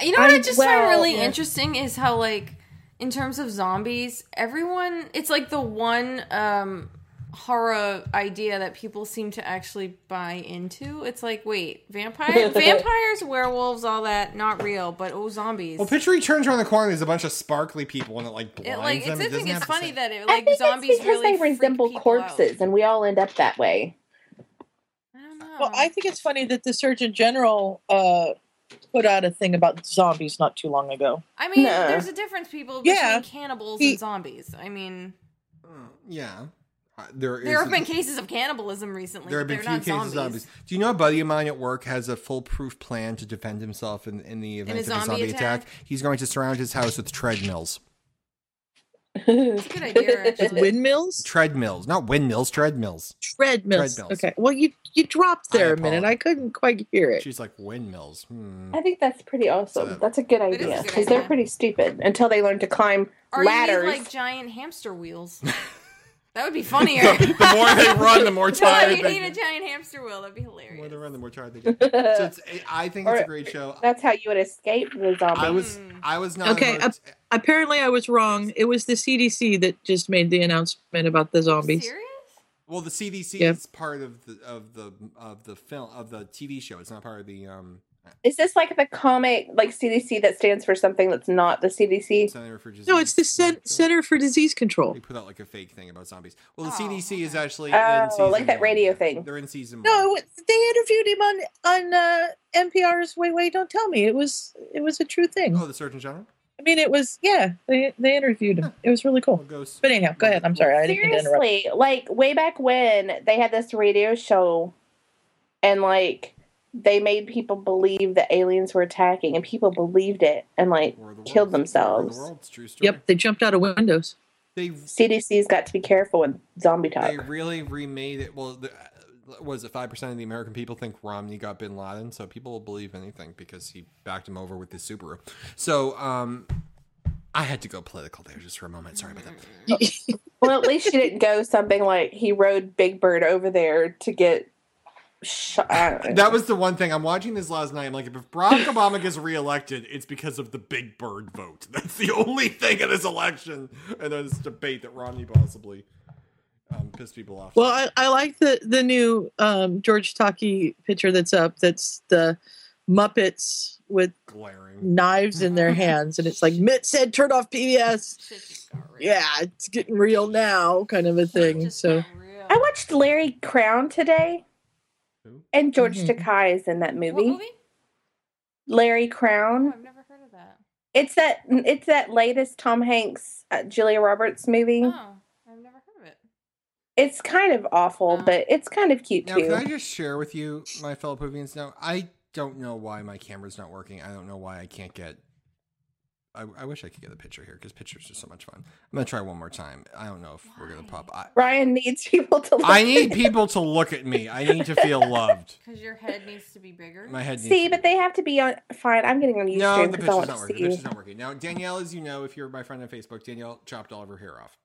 S4: You know what I,
S1: I'm-
S4: just
S1: well,
S4: find really
S1: yeah.
S4: interesting is how like in terms of zombies, everyone it's like the one um horror idea that people seem to actually buy into. It's like, wait, vampire vampires, werewolves, all that, not real, but oh zombies.
S3: Well, picture he turns around the corner, there's a bunch of sparkly people, and it like blinds
S4: it, like
S3: them.
S4: it's, I
S3: doesn't
S4: think it's
S3: have to
S4: funny
S3: say-
S4: that it
S1: I
S4: like
S1: think
S4: zombies
S1: it's because
S4: really
S1: they resemble corpses, and we all end up that way.
S4: I don't know.
S2: Well,
S1: oh.
S2: I think it's funny that the Surgeon General uh, put out a thing about zombies not too long ago.
S4: I mean,
S1: Nah.
S4: there's a difference, people, between
S2: Yeah.
S4: cannibals
S2: He-
S4: and zombies. I mean,
S3: yeah, Uh, there is.
S4: there have been cases of cannibalism recently.
S3: there have
S4: but
S3: been
S4: they're
S3: few
S4: not
S3: cases of zombies. Do you know a buddy of mine at work has a foolproof plan to defend himself in, in the event
S4: a
S3: of a
S4: zombie
S3: zombie attack?
S4: attack?
S3: He's going to surround his house with treadmills,
S4: It's a good idea,
S2: With
S4: actually.
S2: windmills,
S3: treadmills, not windmills, treadmills.
S2: treadmills.
S3: Treadmills.
S2: Okay. Well, you you dropped
S3: I
S2: there a minute. I couldn't quite hear it.
S3: She's like windmills. Hmm.
S1: I think that's pretty awesome.
S3: that-
S1: that's a good
S4: is a
S1: idea
S4: good
S1: because they're
S4: idea.
S1: pretty stupid until they learn to climb
S4: Or
S1: ladders.
S4: you need, like giant hamster wheels. that would be funnier.
S3: the more they run, the more
S4: no,
S3: tired
S4: you
S3: they
S4: need a
S3: get.
S4: giant hamster wheel. That'd be
S3: The more
S4: hilarious.
S3: they run, the more tired they get. So it's, I think it's a
S1: Or-
S3: great show.
S1: that's how you would escape the zombie.
S3: I was, I was not
S2: Okay,
S3: hooked.
S2: Apparently, I was wrong. It was the CDC that just made the announcement about the zombies.
S4: Serious?
S3: Well, the CDC
S2: Yeah.
S3: is part of the of the of the film of the TV show. It's not part of the um.
S1: Is this like the comic, like CDC, that stands for something that's not the CDC?
S3: Center for Disease
S2: No, it's the
S3: Control.
S2: Cen- Center for Disease Control.
S3: They put out like a fake thing about zombies. Well, the
S4: Oh,
S3: CDC is
S4: okay.
S3: actually
S1: Oh,
S3: in season
S1: like that
S3: one.
S1: radio thing.
S3: They're in season
S2: No, it
S3: one.
S2: was, they interviewed him on on uh, NPR's Wait Wait Don't Tell Me. It was it was a true thing.
S3: Oh, the Surgeon General.
S2: I mean, it was yeah. They they interviewed him. It was really
S3: Well,
S2: cool.
S3: goes.
S2: But anyhow, go ahead. I'm sorry, I didn't mean to interrupt.
S1: Seriously, like way back when they had this radio show, and like they made people believe that aliens were attacking, and people believed it, and like
S3: War of the
S1: killed
S3: Worlds. War of
S1: themselves.
S3: the Worlds, true story.
S2: Yep, they jumped out of windows.
S3: They
S1: CDC's got to be careful with zombie talk.
S3: they really remade it. Well, the, uh, was it five percent of the American people think Romney got Bin Laden? So people will believe anything because he backed him over with his Subaru. So um, I had to go political there just for a moment. Sorry about that.
S1: well, at least you didn't go something like he rode Big Bird over there to get shot.
S3: That was the one thing I'm watching this last night. I'm like, if Barack Obama gets reelected, it's because of the Big Bird vote. That's the only thing in this election, and then this debate that Romney possibly um, pissed people off.
S2: Well, I, I like the the new um, George Taki picture that's up. That's the Muppets with
S3: glaring.
S2: knives in their hands, and it's like Mitt said, "Turn off PBS."
S4: Shit just got real.
S2: Yeah, it's getting real now, kind of a
S4: It
S2: thing.
S4: just
S2: So
S4: got real.
S1: I watched Larry Crown today,
S3: Who?
S1: and George
S2: Mhm.
S1: Takai is in that
S4: Mm-hmm. What
S1: movie.
S4: movie?
S1: Larry
S4: Oh,
S1: Crown.
S4: I've never heard of that.
S1: It's that. It's that latest Tom Hanks, uh, Julia Roberts movie.
S4: Oh, I've never heard of it.
S1: It's kind of awful,
S4: Oh.
S1: but it's kind of cute
S3: Now,
S1: too.
S3: can I just share with you, my fellow Peruvians? Now, I don't know why my camera's not working. I don't know why I can't get. I, I wish I could get a picture here because pictures are so much fun. I'm gonna try one more time. I don't know if we're gonna pop. I,
S1: Ryan needs people to. Look
S3: I need people to look at me. I need to feel loved.
S4: Because your head needs to be bigger.
S3: My head. Needs
S1: see,
S3: to be
S1: but they have to be on. Fine, I'm getting on
S3: No,
S1: YouTube
S3: the
S1: because
S3: picture's
S1: I want
S3: not
S1: to
S3: working.
S1: see.
S3: The picture's not working. Now, Danielle, as you know, if you're my friend on Facebook, Danielle chopped all of her hair off.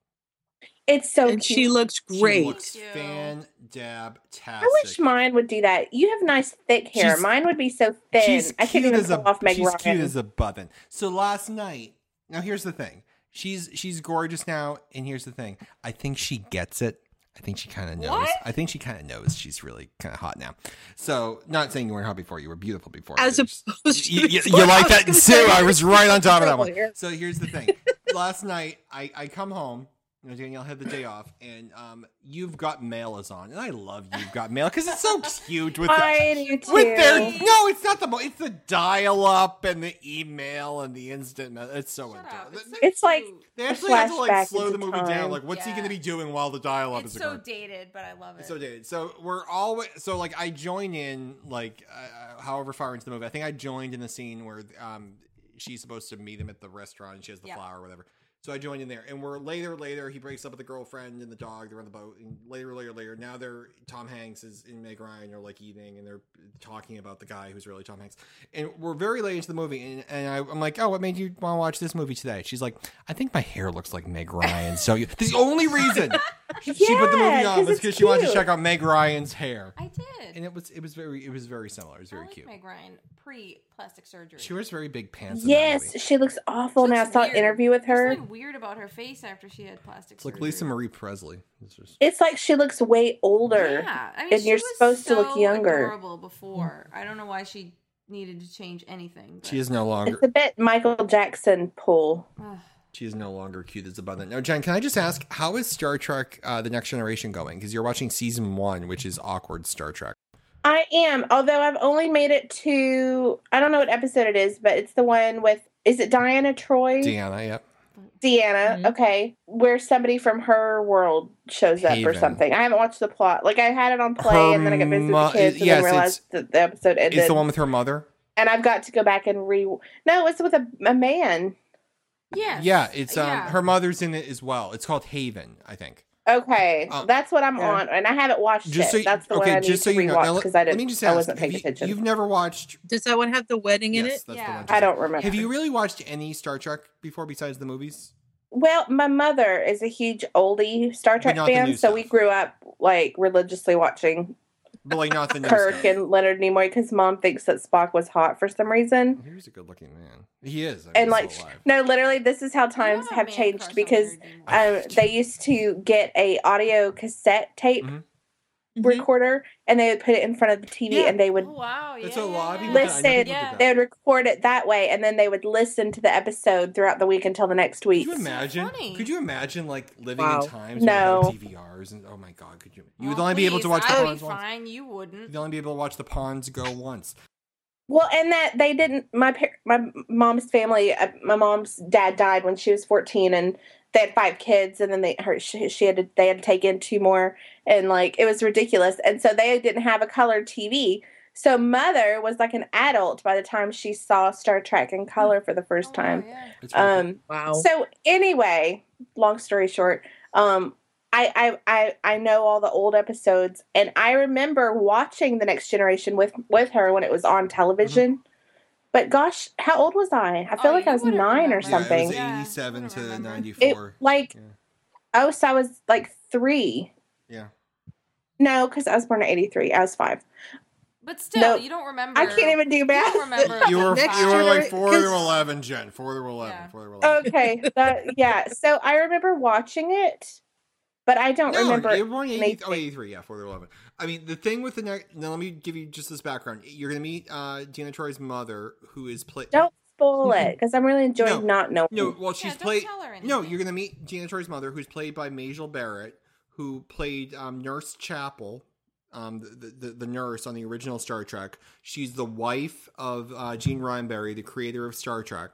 S1: It's so
S2: and
S1: cute.
S2: Oh, she looks
S3: She
S2: great.
S3: looks
S4: Thank you.
S3: fan dabtastic.
S1: I wish mine would do that. You have nice thick hair.
S3: She's-
S1: mine would be so thin.
S3: She's
S1: I
S3: cute
S1: can't even
S3: as a
S1: pull off Meg
S3: she's
S1: Ryan.
S3: cute as a button. So last night, now here's the thing. She's she's gorgeous now, and here's the thing. I think she gets it. I think she kind of knows.
S4: What?
S3: I think she kind of knows she's really kind of hot now. So, not saying you weren't hot before, you were beautiful before.
S2: As
S3: You-
S2: opposed to
S3: you, you-
S2: before,
S3: you like
S2: was
S3: that
S2: gonna
S3: too.
S2: say-
S3: I was right on top of that one.
S2: Earlier.
S3: So here's the thing. Last night, I, I come home. You know, Danielle had the day off, and um, you've got mail is on, and I love you've got mail because it's so cute with the,
S1: I do too.
S3: with their no, it's not the mo- it's the dial up and the email and the instant. me- It's so
S4: Shut
S3: adorable.
S4: up. It's, so
S3: They-
S1: It's like-
S4: cute.
S3: they actually had to like
S1: flashback
S3: slow
S1: into
S3: the movie
S1: time.
S3: down. Like, what's he
S4: Yeah.
S3: going to be doing while the dial up
S4: It's
S3: is
S4: so
S3: occurring?
S4: dated, but I love it.
S3: So did so we're always so like I join in like uh, uh, however far into the movie I think I joined in the scene where um she's supposed to meet him at the restaurant and she has the
S4: Yeah.
S3: flower or whatever. So I joined in there and we're later later he breaks up with the girlfriend and the dog they're on the boat and later later later now they're Tom Hanks is and Meg Ryan are like eating and they're talking about the guy who's really Tom Hanks and we're very late into the movie and, and I, I'm like oh what made you want to watch this movie today? She's like I think my hair looks like Meg Ryan so you the only reason she put the
S1: Yeah,
S3: movie on
S1: 'cause
S3: was
S1: it's
S3: because she wanted to
S1: cute.
S3: check out Meg Ryan's hair,
S4: I did.
S3: and it was it was very it was very similar. It was
S4: I
S3: very
S4: like
S3: cute.
S4: Meg Ryan pre plastic surgery.
S3: She wears very big pants. in that
S1: Yes,
S3: movie.
S1: she looks awful.
S4: She
S1: now I
S4: looks
S1: saw an
S4: weird.
S1: interview with
S4: There's
S1: her.
S4: something weird about her face after she had plastic
S3: it's like
S4: surgery.
S3: Lisa Marie Presley. It's just-
S1: It's like she looks way older.
S4: Yeah, I mean,
S1: and
S4: she
S1: you're
S4: was
S1: supposed to look
S4: so
S1: younger.
S4: Adorable before, I don't know why she needed to change anything. But,
S3: she is no longer
S1: It's a bit Michael Jackson pull.
S4: Ugh.
S3: she is no longer cute as abundant. Now, Jen, can I just ask how is Star Trek: uh, The Next Generation going? Because you're watching season one, which is awkward Star Trek.
S1: I am, although I've only made it to I don't know what episode it is, but it's the one with is it Diana Troy?
S3: Deanna, yep.
S1: Deanna,
S2: Mhm.
S1: okay, where somebody from her world shows up or
S3: Haven.
S1: something. I haven't watched the plot. Like I had it on play,
S3: Her
S1: and then I got busy with
S3: mo-
S1: the kids, and
S3: yes,
S1: then realized that the episode ended.
S3: It's the one with her mother.
S1: and I've got to go back and re. No, it's with a, a man.
S4: Yes.
S3: Yeah, it's um
S4: yeah.
S3: her mother's in it as well. It's called Haven, I think.
S1: Okay,
S3: Um,
S1: that's what I'm
S2: yeah.
S1: on, and I haven't watched
S3: Just
S1: it.
S3: so you,
S1: That's the
S3: okay,
S1: one I need
S3: just so
S1: to
S3: you know. Now,
S1: rewatch
S3: let-
S1: because I
S3: let me
S1: didn't.
S3: just ask,
S1: I wasn't
S3: have
S1: paying
S3: you,
S1: attention.
S3: You've never watched
S2: Does that one have the wedding in
S3: Yes,
S2: it?
S3: that's the
S4: Yeah.
S3: one.
S1: I don't remember.
S3: Have you really watched any Star Trek before besides the movies?
S1: Well, my mother is a huge oldie Star Trek
S3: not the
S1: fan,
S3: new
S1: so we
S3: stuff.
S1: grew up like religiously watching
S3: But like not the new
S1: Kirk
S3: stuff.
S1: and Leonard Nimoy because mom thinks that Spock was hot for some reason.
S3: he was Oh, a good-looking man. He is. I mean,
S1: And
S3: Mm, he's
S1: like,
S3: still alive.
S1: no, literally, this is how
S4: You
S1: times
S4: know
S1: have
S4: man crush
S1: changed
S4: on
S1: because
S4: Leonard Nimoy.
S1: um, they used to get a audio cassette tape
S3: Mhm.
S2: Mhm.
S1: recorder and they would put it in front of the TV
S3: Yeah.
S1: and they
S4: Oh,
S1: would
S4: wow.
S3: That's
S4: yeah,
S3: what a
S4: yeah,
S3: lot of
S4: yeah.
S3: people did. I know
S1: Listen,
S3: people did
S4: yeah.
S3: that.
S1: they would record it that way and then they would listen to the episode throughout the week until the next
S3: Could
S1: week.
S3: you imagine?
S4: funny.
S3: Could you imagine like living
S2: Wow.
S3: in times
S1: No.
S3: without DVRs and oh my god, could you? You would only be able to watch the
S4: Oh, I would
S3: pawns
S4: be
S3: once.
S4: fine. You
S3: You'd
S4: wouldn't. Oh,
S3: only be able to watch the pawns go once.
S1: Well, and that they didn't. My par- my mom's family, uh, my mom's dad died when she was fourteen, and they had five kids, and then they her she, she had to they had to take in two more, and like it was ridiculous, and so they didn't have a color TV. So mother was like an adult by the time she saw Star Trek in color for the first
S4: Oh, wow,
S1: time.
S4: yeah.
S3: It's pretty cool.
S1: Um,
S2: Wow.
S1: so anyway, long story short, um, I, I I I know all the old episodes, and I remember watching the Next Generation with with her when it was on television. But gosh, how old was I? I feel
S4: Oh,
S1: like I
S4: you
S1: was
S4: wouldn't
S1: nine
S4: remember.
S1: or
S3: yeah, it
S1: something.
S3: was
S4: Yeah, I
S3: eighty-seven
S4: don't
S3: to
S4: remember.
S1: It,
S3: ninety-four.
S1: like
S3: Yeah.
S1: oh, so I was like three.
S3: Yeah.
S1: No, because I was born in '83. I was five.
S4: But still,
S1: No.
S4: you don't remember.
S1: I can't even do
S4: You
S1: math.
S4: don't remember.
S3: You were
S2: Next
S3: you were like
S2: year-
S3: four to
S2: 'cause-
S3: eleven, Jen. Four to eleven.
S4: Yeah.
S3: Four to
S1: Oh,
S3: eleven.
S1: okay, that, yeah. So I remember watching it, but I don't
S3: no,
S1: remember.
S3: You're born in 80,
S1: anything.
S3: oh, 83, yeah, 4 to 11. I mean, the thing with the next. Now, let me give you just this background. You're going to meet uh, Deanna Troy's mother, who is played.
S1: Don't spoil it because I'm really enjoying
S3: No.
S1: not knowing.
S3: No, well, she's
S4: Yeah, don't
S3: played.
S4: tell her anything.
S3: No, you're going to meet Deanna Troy's mother, who's played by Majel Barrett, who played um, Nurse Chapel, um, the, the, the nurse on the original Star Trek. She's the wife of uh, Gene Roddenberry, the creator of Star Trek.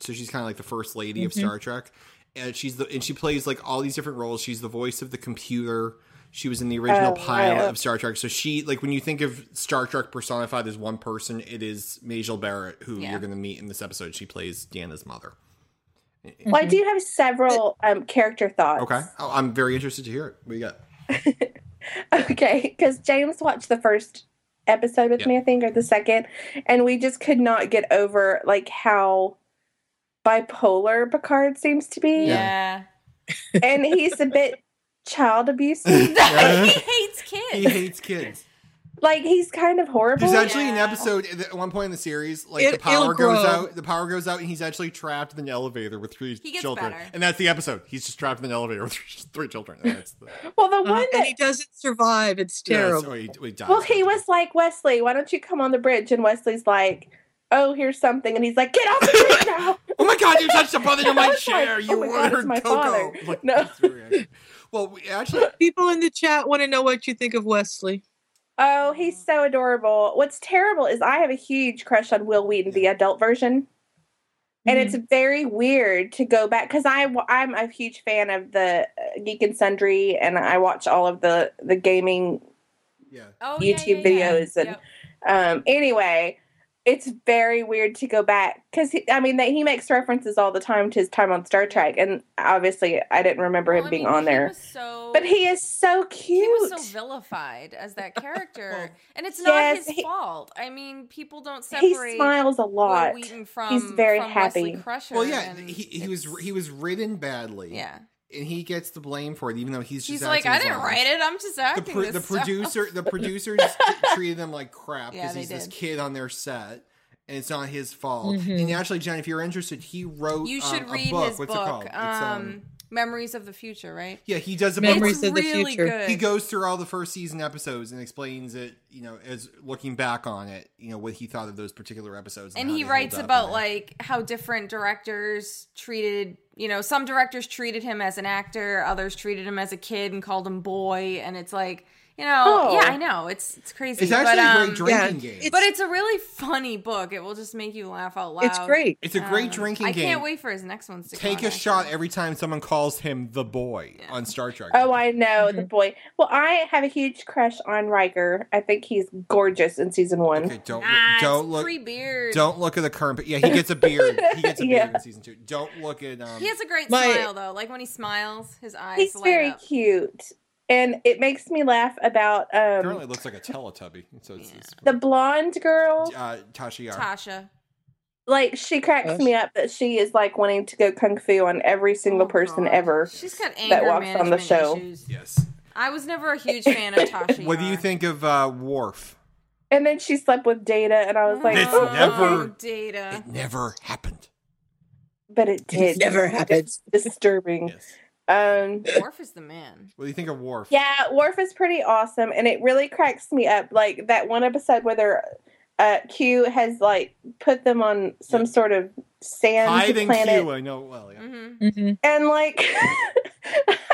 S3: So she's kind of like the first lady of
S1: Mm-hmm.
S3: Star Trek. And she's the and she plays like all these different roles. She's the voice of the computer. She was in the original
S1: Oh,
S3: pilot
S1: right.
S3: of Star Trek. So she like when you think of Star Trek personified as one person, it is Majel Barrett who
S4: Yeah.
S3: you're going to meet in this episode. She plays Deanna's mother.
S1: Well, I do have several um, character thoughts.
S3: Okay. Oh, I'm very interested to hear it. What you got?
S1: Okay, because James watched the first episode with
S3: Yeah.
S1: me, I think, or the second, and we just could not get over like how bipolar Picard seems to be,
S4: Yeah.
S1: and he's a bit child abusive.
S4: he hates
S3: He
S4: kids.
S3: hates kids.
S1: Like he's kind of horrible.
S3: There's actually an episode at one point in the series, like
S1: Oh, It-
S3: the power
S1: it'll
S3: goes
S1: grow.
S3: out, the power goes out, and he's actually trapped in an elevator with three
S1: gets
S3: children,
S1: better.
S3: and that's the episode. He's just trapped in an elevator with three children. And that's the,
S1: well, the one
S2: Uh-huh. and he doesn't survive. It's
S3: Yeah,
S2: terrible.
S3: so he, he dies.
S1: Well, he was like Wesley, why don't you come on the bridge? And Wesley's like, oh, here's something, and he's like, get off the bridge now.
S3: oh my god, you touched the button on
S1: I
S3: my
S1: was
S3: chair.
S1: like,
S3: you
S1: oh my God,
S3: ordered
S1: it's my
S3: Coco.
S1: father.
S3: Like,
S1: No.
S3: well, we actually,
S2: people in the chat want to know what you think of Wesley.
S1: Oh, he's so adorable. What's terrible is I have a huge crush on Will Wheaton, the adult version. And it's
S4: Mm-hmm.
S1: very weird to go back because I I'm a huge fan of the uh, Geek and Sundry, and I watch all of the the gaming
S4: Oh, yeah,
S1: YouTube
S4: yeah, yeah.
S1: videos and um, anyway, it's very weird to go back because I mean that he makes references all the time to his time on Star Trek, and obviously I didn't remember him being on there.
S4: So
S1: but he is so cute.
S4: He was so vilified as that character, and it's not
S1: yes,
S4: his
S1: he-
S4: fault. I mean, people don't separate.
S1: he smiles a lot.
S4: Will Wheaton from
S1: He's very
S4: from
S1: happy.
S4: Wesley Crusher.
S3: well, yeah,
S4: and
S3: he, he was he was written badly.
S4: Yeah.
S3: and he gets the blame for it, even though he's just
S4: he's like,
S3: acting
S4: I
S3: his
S4: didn't
S3: own.
S4: write it. I'm just
S3: the,
S4: acting.
S3: pro-
S4: this
S3: the
S4: stuff."
S3: producer the producers t- treated him like crap
S4: Yeah,
S3: because
S4: they
S3: he's this
S4: did.
S3: kid on their set and it's not his fault
S4: Mhm.
S3: and actually john if you're interested he wrote
S4: You should
S3: um,
S4: read
S3: a book
S4: his
S3: what's it
S4: book,
S3: called It's,
S4: um, Memories of the Future, right?
S3: yeah he does a
S4: Memories
S3: book
S4: of the It's really Future. good.
S3: he goes through all the first season episodes and explains it you know as looking back on it you know what he thought of those particular episodes
S4: and
S3: how
S4: he
S3: they hold
S4: writes
S3: up and
S4: about
S3: that.
S4: like how different directors treated you know some directors treated him as an actor others treated him as a kid and called him boy and it's like you know
S1: Oh.
S4: yeah i know it's it's crazy
S3: It's actually
S4: but,
S3: a
S4: um,
S3: great drinking Yeah, game. it's-
S4: but it's a really funny book it will just make you laugh out loud Um,
S3: It's great. It's a great drinking
S4: Uh, i
S3: game.
S4: can't wait for his next ones to
S3: take
S4: come
S3: a shot every time someone calls him the boy on star trek
S1: Oh, I know
S3: Mm-hmm.
S1: the boy. Well, I have a huge crush on Riker. I think he's gorgeous in season one.
S3: Okay, don't
S4: Ah,
S3: look, don't
S4: it's
S3: look
S4: pre-beard.
S3: Don't look at the current. But yeah, he gets a beard. He gets a
S1: Yeah.
S3: beard in season two. Don't look at. Um,
S4: he has a great
S1: My-
S4: smile though like when he smiles his eyes
S1: he's
S4: light
S1: very
S4: up
S1: cute, and it makes me laugh about
S3: Apparently,
S1: um,
S3: looks like a Teletubby. So it's, it's
S1: the blonde girl.
S3: uh, Tasha Yar.
S4: tasha
S1: Like she cracks
S3: Yes.
S1: me up that she is like wanting to go kung fu on every single person ever
S4: Oh, she's got anger
S1: that walks on the
S4: management
S1: show.
S4: issues.
S3: Yes.
S4: i was never a huge fan of tasha
S3: What do you think of uh, Worf?
S1: And then she slept with Data, and I was like,
S3: It's
S1: "Oh,
S3: never-
S1: okay."
S4: data
S3: Never happened.
S1: but it did.
S7: never
S1: It's
S7: happens.
S1: Disturbing. Um,
S4: Worf is the man.
S3: What do you think of Worf?
S1: Yeah, Worf is pretty awesome, and it really cracks me up. Like that one episode where they're, uh, Q has like put them on some sort of sand
S3: Hiding
S1: planet,
S3: Q, I know well. Yeah.
S4: Mm-hmm.
S1: and like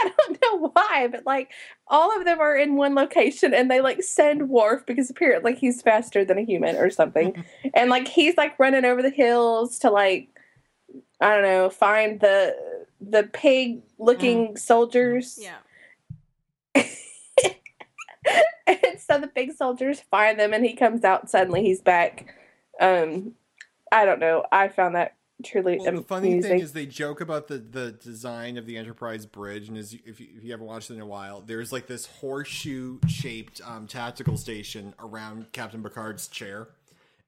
S1: I don't know why, but like all of them are in one location, and they like send Worf because apparently he's faster than a human or something, and like he's like running over the hills to like I don't know find the the pig looking soldiers.
S4: Yeah.
S1: and so the big soldiers find them and he comes out suddenly he's back um i don't know i found that truly
S3: Well, the
S1: amusing
S3: funny thing is, they joke about the, the design of the Enterprise bridge, and as you, if, you, if you haven't watched it in a while, there's like this horseshoe shaped um, tactical station around Captain Picard's chair,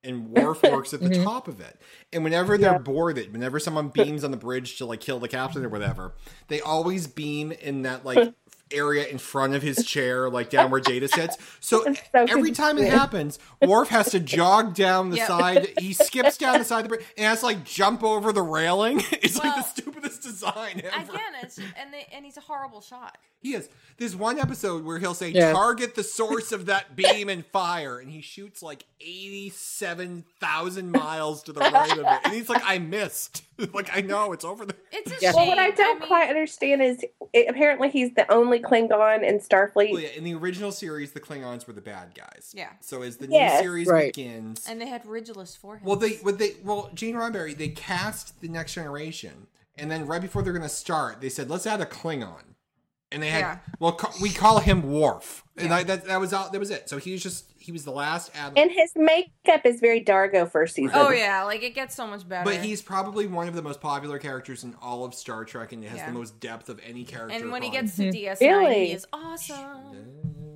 S3: and Worf works at the
S9: Mhm.
S3: top of it. And whenever they're boarded, whenever someone beams on the bridge to like kill the captain or whatever, they always beam in that like area in front of his chair, like down where Data sits. So, every time it
S9: confused.
S3: happens, Worf has to jog down the
S9: Yep.
S3: side. He skips down the side of the bridge and has to like jump over the railing. It's like the stupidest design ever.
S4: Again, it's and they, and he's a horrible shot.
S3: He is. There's one episode where he'll say,
S9: Yeah.
S3: "Target the source of that beam and fire," and he shoots like eighty-seven thousand miles to the right of it, and he's like, "I missed." like I know it's over there.
S4: It's a
S1: well, what I don't quite understand is it, apparently he's the only Klingon in Starfleet.
S3: Well, yeah, in the original series, the Klingons were the bad guys.
S4: Yeah.
S3: So as the
S1: Yes.
S3: new series
S1: Right.
S3: begins,
S4: And they had ridulous foreheads.
S3: Well, they, what they, well, Gene Roddenberry, they cast the Next Generation, and then right before they're going to start, they said, "Let's add a Klingon," and they had,
S4: Yeah.
S3: well, ca- we call him Worf, and I, that that was all, that was it. So he was just he was the last Adam,
S1: And his makeup is very Dargo for season.
S4: oh yeah, like it gets so much better.
S3: but he's probably one of the most popular characters in all of Star Trek, and has
S4: Yeah.
S3: the most depth of any character.
S4: and when he
S3: on it.
S4: gets to DS9,
S1: Mm-hmm. Really?
S4: he is awesome.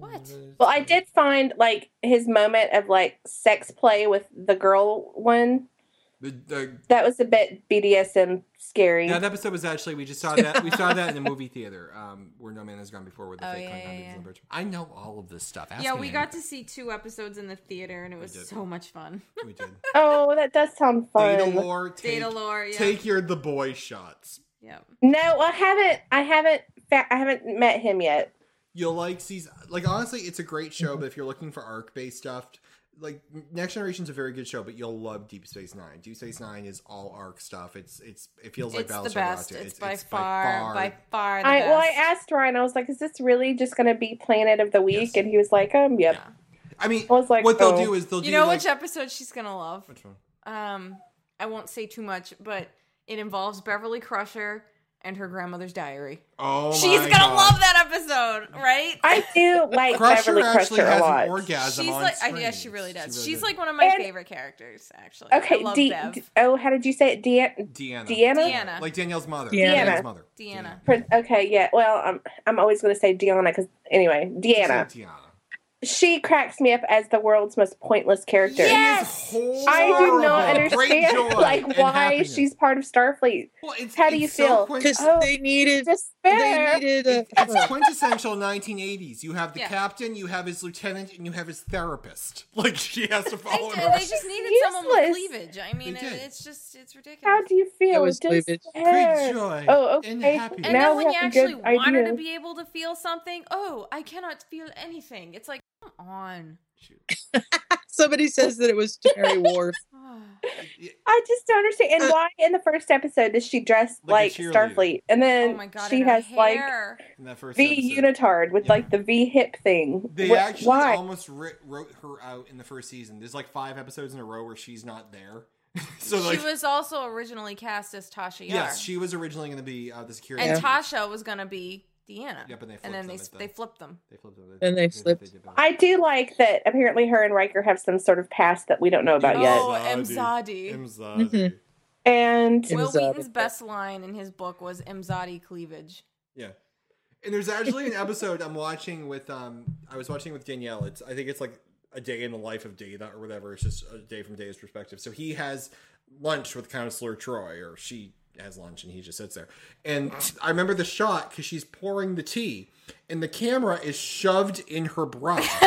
S4: What?
S1: Well, I did find like his moment of like sex play with the girl one
S3: The, the,
S1: That was a bit BDSM scary.
S3: that episode was actually we just saw that we saw that in the movie theater um, where No Man Has Gone Before with the
S4: Oh,
S3: fake
S4: yeah,
S3: Klingon
S4: yeah,
S3: babies
S4: yeah.
S3: on the bridge. I know all of this stuff. Ask
S4: yeah,
S3: me
S4: we
S3: anything.
S4: got to see two episodes in the theater, and it was
S3: did.
S4: so much fun.
S3: we did.
S1: oh, that does sound fun.
S3: Data lore. Take,
S4: Data lore, yeah.
S3: Take your the boy shots.
S4: Yep.
S1: No, I haven't. I haven't. fa- I haven't met him yet.
S3: You'll like season. Like honestly, it's a great
S4: Mm-hmm.
S3: show. But if you're looking for arc based stuff, like Next Generation's a very good show. But you'll love Deep Space Nine. Deep Space Nine is all arc stuff. It's it's it feels like
S4: It's the
S3: Battlestar
S4: best.
S3: Galactica.
S4: It's, by, far, by far, the
S1: I
S4: best.
S1: well, I asked Ryan. I was like, "Is this really just going to be Planet of the Week?" And he was like, "Um, yep."
S3: I mean,
S1: I was like,
S3: what they'll
S1: oh.
S3: do is they'll
S4: you
S3: do
S4: know
S3: like,
S4: which episode she's gonna love.
S3: Which one?
S4: Um, I won't say too much, but it involves Beverly Crusher and her grandmother's diary.
S3: Oh,
S4: she's
S3: my
S4: gonna
S3: God.
S4: love that episode, right?
S1: I do like
S3: Crusher
S1: Beverly
S3: actually
S1: Crusher a
S3: has
S1: lot.
S3: an orgasm
S4: she's
S3: on
S4: like, I,
S3: screen.
S4: yeah, she really does.
S3: really
S4: she's
S3: did.
S4: like one of my
S1: And-
S4: favorite characters, actually. I
S1: Okay,
S4: love
S1: D-
S4: Bev.
S1: D- oh, how did you say it? Deanna.
S3: Deanna.
S1: Deanna.
S4: Deanna.
S3: Like Danielle's mother.
S7: Deanna.
S3: Danielle's mother.
S4: Deanna.
S1: Prin- Okay, yeah. Well, I'm I'm always going to say Deanna because anyway, Deanna.
S3: Deanna.
S1: She cracks me up as the world's most pointless character.
S4: Yes!
S3: She is
S1: I do not
S3: horrible. Great
S1: understand
S3: joy
S1: like
S3: and
S1: why
S3: happiness.
S1: she's part of Starfleet.
S3: Well, it's-
S1: how do
S3: it's
S1: you
S3: so
S1: feel?
S3: quint-
S2: Because
S1: Oh.
S2: they needed
S1: Despair.
S2: they needed a,
S3: it's quintessential 1980s. You have the
S4: Yeah.
S3: captain, you have his lieutenant, and you have his therapist. Like she has to
S4: They,
S3: follow
S4: ju-
S3: him.
S4: they just needed someone with
S1: useless.
S4: cleavage. I mean,
S3: Oh, They
S4: it,
S3: did.
S4: it's just it's
S1: How
S4: ridiculous.
S1: do you feel?
S2: was
S1: Just
S2: David.
S1: hair.
S3: Great joy
S1: Oh,
S3: and
S1: okay.
S3: happiness.
S4: and
S1: now
S4: then
S1: we
S4: when you
S1: have a
S4: actually
S1: good
S4: want her to
S1: idea.
S4: be able to feel something, oh, I cannot feel anything. It's like, come on.
S2: somebody says that it was to Mary Wharf.
S4: Oh
S1: I just don't understand. And
S2: Uh,
S1: why in the first episode does she dress like,
S3: Like a cheerleader.
S1: Starfleet? And then
S4: oh my god,
S1: she
S4: and her
S1: has like
S4: hair.
S3: In that first
S1: V
S3: episode.
S1: unitard with
S3: Yeah.
S1: like the V hip thing.
S3: They
S1: Wh-
S3: actually
S1: why?
S3: almost ri wrote her out in the first season. There's like five episodes in a row where she's not there. so
S4: she
S3: like,
S4: was also originally cast as Tasha Yar.
S3: yes, she was originally going to be uh, the security.
S4: and
S3: chief.
S4: Tasha was gonna be Deanna.
S3: Yep, and they
S4: and then they
S3: flipped them at
S4: they
S3: the-
S4: flipped them.
S3: They flipped over.
S2: And they flipped.
S3: did that.
S1: I do like that apparently her and Riker have some sort of past that we don't know about
S4: Oh,
S1: yet.
S4: Mzadi.
S3: Mzadi.
S2: Mhm.
S1: And
S2: Yeah.
S4: Will
S2: Imzadi.
S4: Wheaton's best line in his book was Imzadi cleavage.
S3: Yeah. And there's actually an episode I'm watching with um I was watching with Danielle. It's I think it's like a day in the life of Data or whatever. It's just a day from Data's perspective. So he has lunch with Counselor Troy, or she has lunch and he just sits there. And I remember the shot because she's pouring the tea, and the camera is shoved in her bra.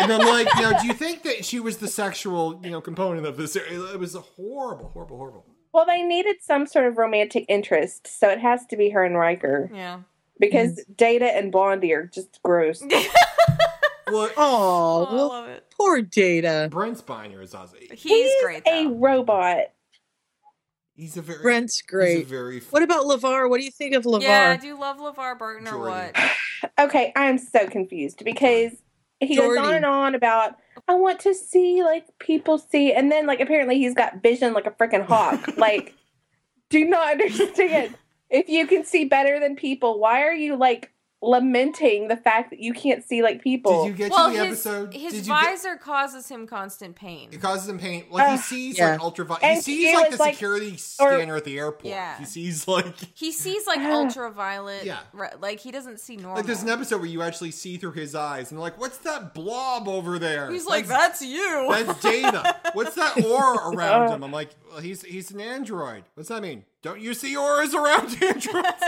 S3: and I'm like, now, do you think that she was the sexual, you know, component of this? It it was horrible, horrible, horrible.
S1: well, they needed some sort of romantic interest, so it has to be her and Riker
S4: Yeah.
S1: because
S3: Mm.
S1: Data and Blondie are just gross.
S3: Well,
S2: Oh,
S4: I
S2: well,
S4: love it.
S2: poor Data.
S3: Brent Spiner is Ozzy.
S4: He's
S1: He's
S4: great
S1: a
S4: though.
S1: robot.
S3: He's a very
S2: Brent's
S3: He's
S2: great.
S3: a very f-
S2: What about Levar? What do you think of Levar?
S4: Yeah, I do love LeVar Burton or
S3: Jordan.
S4: what?
S1: Okay, I'm so confused because he goes on
S2: Jordy.
S1: and on about I want to see like people see, and then like apparently he's got vision like a freaking hawk. like, do not understand. If you can see better than people, why are you like lamenting the fact that you can't see like people?
S3: Did you get
S4: Well,
S3: to the
S4: his,
S3: episode?
S4: his
S3: Did you get-
S4: visor causes him constant pain.
S3: it causes him pain. Like he
S1: Ugh.
S3: sees
S2: Yeah.
S3: like ultraviolet. He
S1: And
S3: sees
S1: she
S3: like the
S1: was, like-
S3: security
S1: or-
S3: scanner at the airport.
S4: Yeah.
S3: He sees like
S4: He sees like
S1: Ah.
S4: ultraviolet.
S3: Yeah.
S4: re- like he doesn't see normal.
S3: like there's an episode where you actually see through his eyes and they're like, what's that blob over there?
S4: He's like,
S3: that's,
S4: that's you.
S3: That's Data. What's that aura around
S1: Uh.
S3: him? I'm like, well, he's he's an android. What's that mean? Don't you see auras around androids?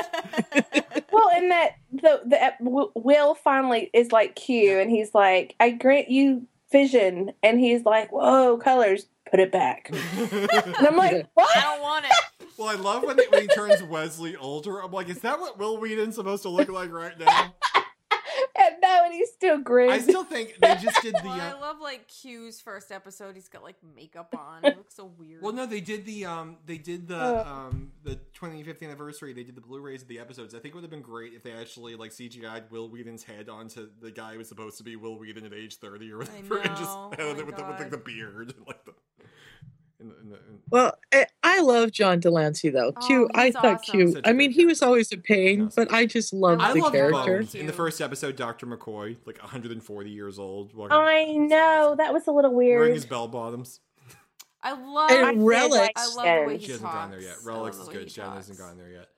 S1: well, and that the the ep- Wi- Will finally is like Q, and he's like, I grant you vision, and he's like, Whoa, colors, put it back. And I'm like,
S4: I
S1: What?
S4: don't want it.
S3: well, I love when, they, when he turns Wesley older. I'm like, is that what Will Wheaton's supposed to look like right now?
S1: And no, and he's still grim.
S3: I still think they just did the.
S4: Well,
S3: Uh,
S4: I love like Q's first episode. He's got like makeup on. He looks so weird.
S3: Well, no, they did the um, they did
S2: Uh.
S3: the um, the 25th anniversary. They did the Blu-rays of the episodes. I think it would have been great if they actually like CGI'd Will Wheaton's head onto the guy who was supposed to be Will Wheaton at age 30 or whatever, and just
S4: know.
S3: had
S4: Oh
S3: it
S4: my
S3: with, the, with like
S4: God.
S3: the beard and like the. And, the- and, the- and-
S2: Well, I, I love John Delancey though.
S4: Oh,
S2: Q, I
S4: he's
S2: thought
S4: awesome.
S2: Q.
S3: Such a
S2: I mean,
S3: good
S2: he was always a pain,
S3: No,
S2: but I just loved
S4: I
S2: the
S4: love
S2: character.
S3: Bones. in the first episode. Doctor McCoy, like 140 years old, walking,
S1: I know that was a little
S3: wearing
S1: weird.
S3: his bell bottoms.
S4: I love.
S2: And
S1: I did
S2: Relics.
S1: like
S4: I love the way
S1: Stones.
S4: He
S3: She hasn't gone there
S4: talks.
S3: yet. Relics
S4: I love
S3: is
S4: the way
S3: good.
S4: Oh, he
S3: Shannon hasn't
S4: talks.
S3: gone there yet.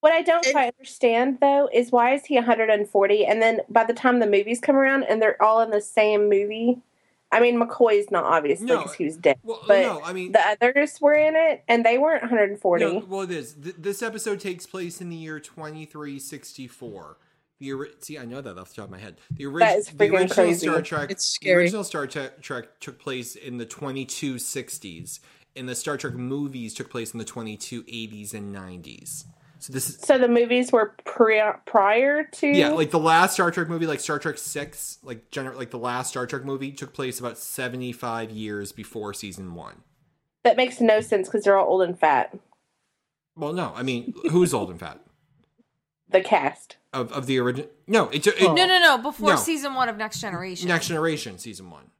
S1: What I don't
S2: And-
S1: quite understand though is why is he 140, and then by the time the movies come around and they're all in the same movie, I mean, McCoy's not obviously
S3: No,
S1: because he was dead,
S3: well,
S1: but
S3: no, I mean-
S1: the others were in it, and they weren't 140.
S3: No, well, it is. Th- this episode takes place in the year 2364. The ori- see, I know that off the top of my head. The, ori-
S1: That is
S3: the
S1: freaking
S3: original
S1: crazy.
S3: Star Trek.
S2: It's
S3: The
S2: scary.
S3: original Star Tre- Trek took place in the 2260s, and the Star Trek movies took place in the 2280s and 90s. So this is
S1: So the movies were pre- prior to
S3: yeah, like the last Star Trek movie, like Star Trek Six, like gener- like the last Star Trek movie took place about 75 years before season one.
S1: that makes no sense because they're all old and fat.
S3: Well, no, I mean, who's old and fat
S1: The cast.
S3: of of the original? No, it, it
S4: No, no, no. Before
S3: No.
S4: season one of Next Generation.
S3: Next Generation season one.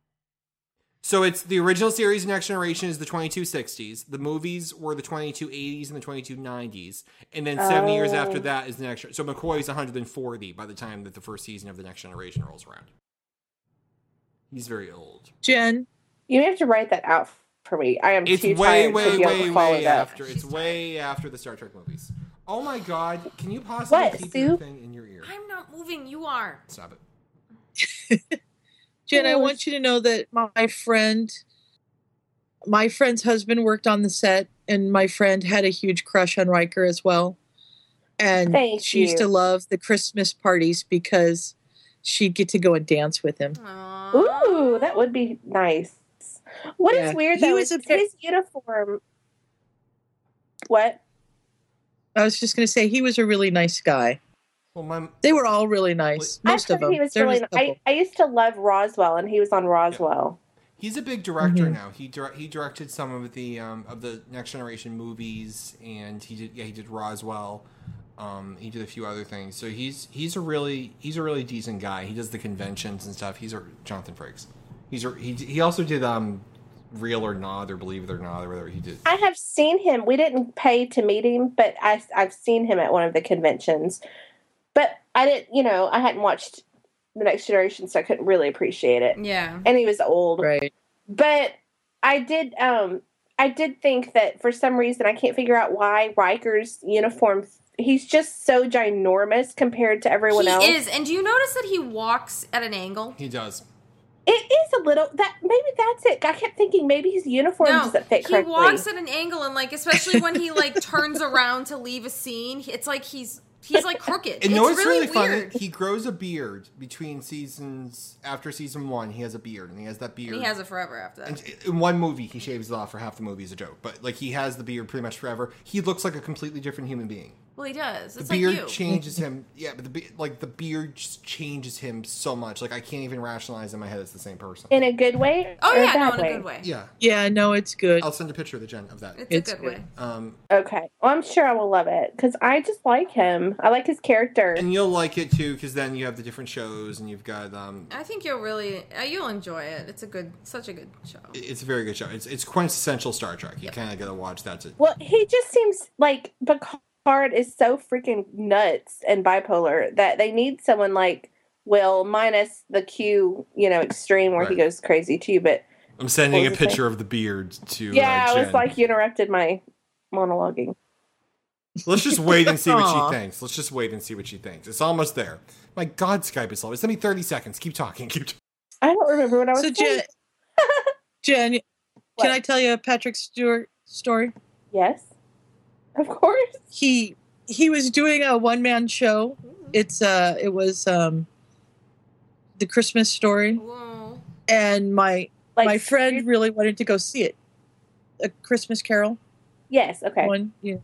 S3: So it's the original series. Next Generation is the 2260s. The movies were the 2280s and the 2290s, and then 70 years
S1: Oh.
S3: after that is the next. So McCoy's 140 by the time that the first season of the Next Generation rolls around. He's very old.
S2: Jen,
S1: You may have to write that out for me. I am
S3: It's
S1: too
S3: way,
S1: tired to
S3: way,
S1: be able
S3: way,
S1: to follow
S3: way
S1: that.
S3: after. It's way after the Star Trek movies. Oh my God! Can you possibly
S1: What,
S3: keep
S1: Sue?
S3: your thing in your ear?
S4: I'm not moving. You are.
S3: Stop it.
S2: Jen, I
S1: Oh,
S2: want you to know that my friend, my friend's husband worked on the set, and my friend had a huge crush on Riker as well. And
S1: Thank
S2: she used
S1: you.
S2: to love the Christmas parties because she'd get to go and dance with him.
S4: Aw.
S1: Ooh, that would be nice. What is
S2: Yeah.
S1: weird
S2: He
S1: though
S2: was
S1: is
S2: a-
S1: his uniform. What?
S2: I was just going to say he was a really nice guy.
S3: Well, my
S2: They were all really nice,
S1: I
S2: most of
S1: heard
S2: them.
S1: He was
S2: There
S1: really.
S2: was a couple.
S1: I, I used to love Roswell, and he was on Roswell.
S3: He's a big director
S4: Mm-hmm.
S3: now. He dir- he directed some of the um, of the Next Generation movies, and he did yeah he did Roswell. Um, he did a few other things. So he's he's a really he's a really decent guy. He does the conventions and stuff. He's a Jonathan Frakes. He's a, he he also did um real or not or believe it or not or whatever he did.
S1: I have seen him. We didn't pay to meet him, but I, I've seen him at one of the conventions. But I didn't, you know, I hadn't watched The Next Generation, so I couldn't really appreciate
S2: Mm.
S1: it.
S4: Yeah.
S1: And he was old.
S2: right.
S1: But I did, um, I did think that for some reason, I can't figure out why Riker's uniform, he's just so ginormous compared to everyone
S4: He
S1: else.
S4: is. And do you notice that he walks at an angle?
S3: He does.
S1: It is a little, that maybe that's it. I kept thinking maybe his uniform doesn't fit
S4: he
S1: correctly.
S4: walks at an angle, and like especially when he like turns around to leave a scene, it's like he's he's like crooked.
S3: And
S4: it's
S3: no, it's really,
S4: really,
S3: funny.
S4: weird.
S3: He grows a beard between seasons. After season one, he has a beard, and he has that beard.
S4: And he has it forever after that.
S3: And in one movie, he shaves it off for half the movie as a joke, but like he has the beard pretty much forever. He looks like a completely different human being.
S4: Well, he does. It's
S3: the
S4: like
S3: beard
S4: you.
S3: changes him. Yeah, but the be- like the beard just changes him so much. Like I can't even rationalize in my head it's the same person.
S1: in a good way?
S4: oh
S1: or a
S4: yeah,
S1: bad
S4: no, in a good way.
S3: yeah,
S2: Yeah, no, it's good.
S3: I'll send a picture of the Jen of that.
S4: It's,
S2: It's
S4: a good
S2: good.
S4: way.
S3: Um,
S1: Okay. Well, I'm sure I will love it because I just like him. I like his character.
S3: and you'll like it too because then you have the different shows and you've got um,
S4: I think you'll really uh, you'll enjoy it. It's a good, such a good show.
S3: it- it's a very good show. It's it's quintessential Star Trek. You kind of got to watch that. To-
S1: Well, he just seems like Picard is so freaking nuts and bipolar that they need someone like Will, minus the Q, you know, extreme where he
S3: Right.
S1: goes crazy too. But
S3: I'm sending
S1: What
S3: a
S1: was it?
S3: picture of the beard to.
S1: yeah,
S3: uh,
S1: I was
S3: Jen.
S1: like, you interrupted my monologuing.
S3: Let's just wait and see what
S2: Aw.
S3: she thinks. Let's just wait and see what she thinks. It's almost there. My God, Skype is slow. It's only thirty seconds. Keep talking. Keep. Talking.
S1: I don't remember what I was
S2: So, Jen,
S1: saying.
S2: Jen,
S1: What?
S2: can I tell you a Patrick Stewart story?
S1: Yes, of course.
S2: he he was doing a one man show.
S1: Mm-hmm.
S2: It's uh it was um the Christmas story
S4: Whoa.
S2: and my
S1: Like
S2: my friend really wanted to go see it. A Christmas Carol
S1: Yes. Okay.
S2: one, yeah.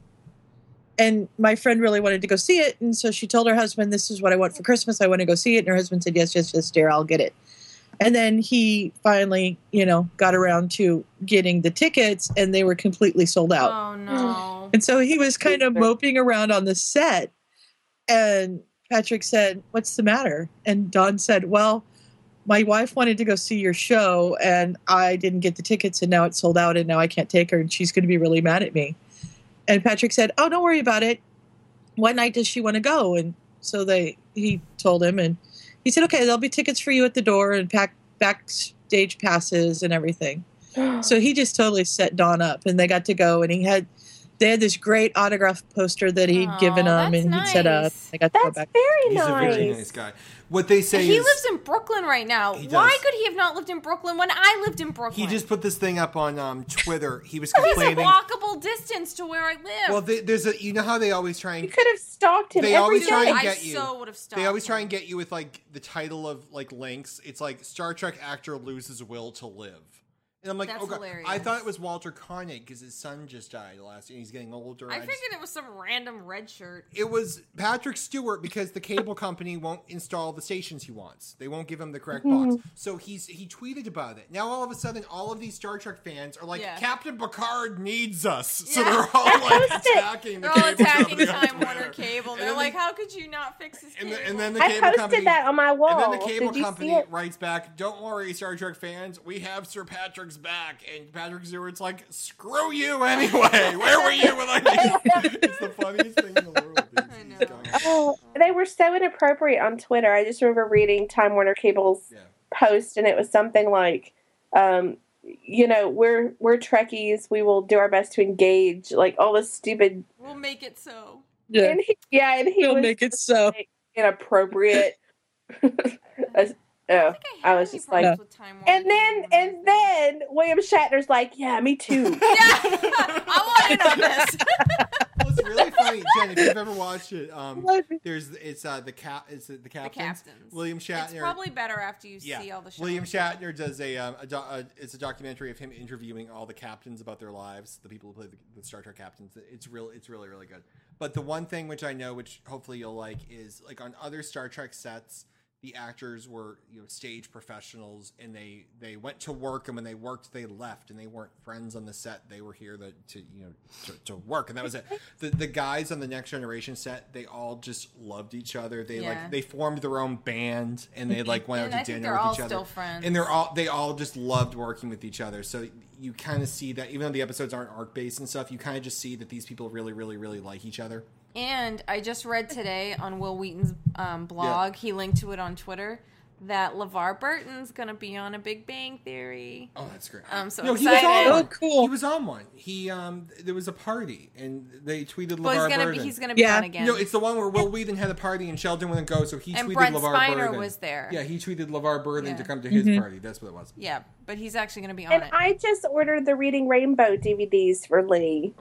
S2: And my friend really wanted to go see it and so she told her husband this is what I want for Christmas. I want to go see it and her husband said yes, yes, yes, dear, I'll get it. And then he finally, you know, got around to getting the tickets and they were completely sold out.
S4: Oh no.
S3: Mm.
S2: And so he was kind of
S1: Loser.
S2: moping around on the set. And Patrick said, What's the matter? And Don said, Well, my wife wanted to go see your show and I didn't get the tickets and now it's sold out and now I can't take her and she's going to be really mad at me. And Patrick said, Oh, don't worry about it. What night does she want to go? And so they he told him and he said, Okay, there'll be tickets for you at the door and pack backstage passes and everything. So he just totally set Don up, and they got to go. And he had, they had this great autograph poster that he'd
S4: Aw,
S2: given him,
S4: that's
S2: and he'd set up.
S4: nice.
S2: They got to go
S1: That's
S2: back.
S1: very
S3: He's a
S1: nice.
S3: very nice guy. What they say
S4: he
S3: is
S4: lives in Brooklyn right now.
S3: does.
S4: Why could he have not lived in Brooklyn when I lived in Brooklyn?
S3: he just put this thing up on um, Twitter. He was
S4: He's a
S3: complaining.
S4: walkable distance to where I live.
S3: Well, they, there's a you know how they always try and
S1: could have stalked him.
S3: They
S1: every
S3: always
S1: day.
S3: try and
S4: I
S3: get you.
S4: so would have stopped.
S3: They always try and get you with like the title of like links. It's like Star Trek actor loses will to live. And I'm like,
S4: That's
S3: oh god, I
S4: hilarious.
S3: thought it was Walter Koenig because his son just died last year. and He's getting older.
S4: I
S3: and just-
S4: figured it was some random red shirt.
S3: it was Patrick Stewart because the cable company won't install the stations he wants. They won't give him the correct
S1: Mm-hmm.
S3: box. So he's he tweeted about it. Now all of a sudden, all of these Star Trek fans are like,
S4: Yeah.
S3: Captain Picard needs us. So
S4: Yeah.
S3: they're all like attacking the
S4: They're all
S3: cable
S4: attacking
S3: company on
S4: Time Warner
S3: Twitter.
S4: Cable.
S3: And
S4: They're
S3: then
S4: like,
S3: the-
S4: how could you not fix this
S3: and,
S4: cable?
S3: the, and then the
S1: I
S3: cable
S1: posted
S3: company
S1: that on my wall.
S3: and then the cable
S1: Did you see
S3: company
S1: it?
S3: writes back, "Don't worry, Star Trek fans, we have Sir Patrick's back." And Patrick Stewart's like, "Screw you anyway. Where were you when I needed?" it's the funniest thing in the world. It's-
S4: I
S3: it's
S4: know.
S3: going-
S1: Oh,
S3: Um,
S1: they were so inappropriate on Twitter. I just remember reading Time Warner Cable's
S3: Yeah.
S1: post, and it was something like, um, "You know, we're we're Trekkies. We will do our best to engage." Like all this stupid,
S4: we'll make it so.
S7: Yeah.
S1: and he, yeah, and he
S7: We'll
S1: was
S7: make it so.
S1: inappropriate. As- oh.
S4: I, think
S1: I
S4: had
S1: was
S4: any
S1: just like-
S4: problems with Time Warner
S1: And then,
S4: Cable when I was
S1: and then William Shatner's like, "Yeah, me too."
S4: there. Yeah, I want to know this.
S3: Well, it's really funny, Jen. If you've ever watched it, um, there's it's uh the cap is it the
S4: the
S3: captain's
S4: captains.
S3: William Shatner.
S4: It's probably better after you see all the shows.
S3: William Shatner does a, um, a, do- a it's a documentary of him interviewing all the captains about their lives, the people who play the, the Star Trek captains. It's real, it's really really good. But the one thing which I know, which hopefully you'll like, is like on other Star Trek sets, the actors were you know stage professionals and they they went to work and when they worked they left and they weren't friends on the set. They were here to, to you know to, to work and that was it. The the guys on the Next Generation set, they all just loved each other. They
S4: Yeah.
S3: like they formed their own band and they like went
S4: And
S3: out
S4: I
S3: to
S4: think
S3: dinner
S4: they're
S3: with
S4: all
S3: each other
S4: still friends.
S3: and they're all they all just loved working with each other so you kind of see that even though the episodes aren't arc based and stuff you kind of just see that these people really really really like each other
S4: And I just read today on Will Wheaton's um, blog, he linked to it on Twitter, that LeVar Burton's going to be on a Big Bang Theory.
S3: oh that's great
S4: I'm so
S3: he was on
S4: excited.
S3: one.
S7: Oh, cool.
S3: he was on one he um there was a party and they tweeted
S4: Well, he's
S3: LeVar
S4: gonna be,
S3: Burton.
S4: he's gonna be
S7: Yeah.
S4: on again.
S3: no, it's the one where Will Wheaton had a party and Sheldon wouldn't go, so he
S4: And
S3: tweeted
S4: Brent
S3: LeVar
S4: Spiner
S3: Burton.
S4: was there.
S3: Yeah, he tweeted LeVar Burton
S4: Yeah.
S3: to come to his
S7: Mm-hmm.
S3: party. That's what it was.
S4: yeah, but he's actually gonna be on
S1: and
S4: it.
S1: I just ordered the Reading Rainbow DVDs for Lee.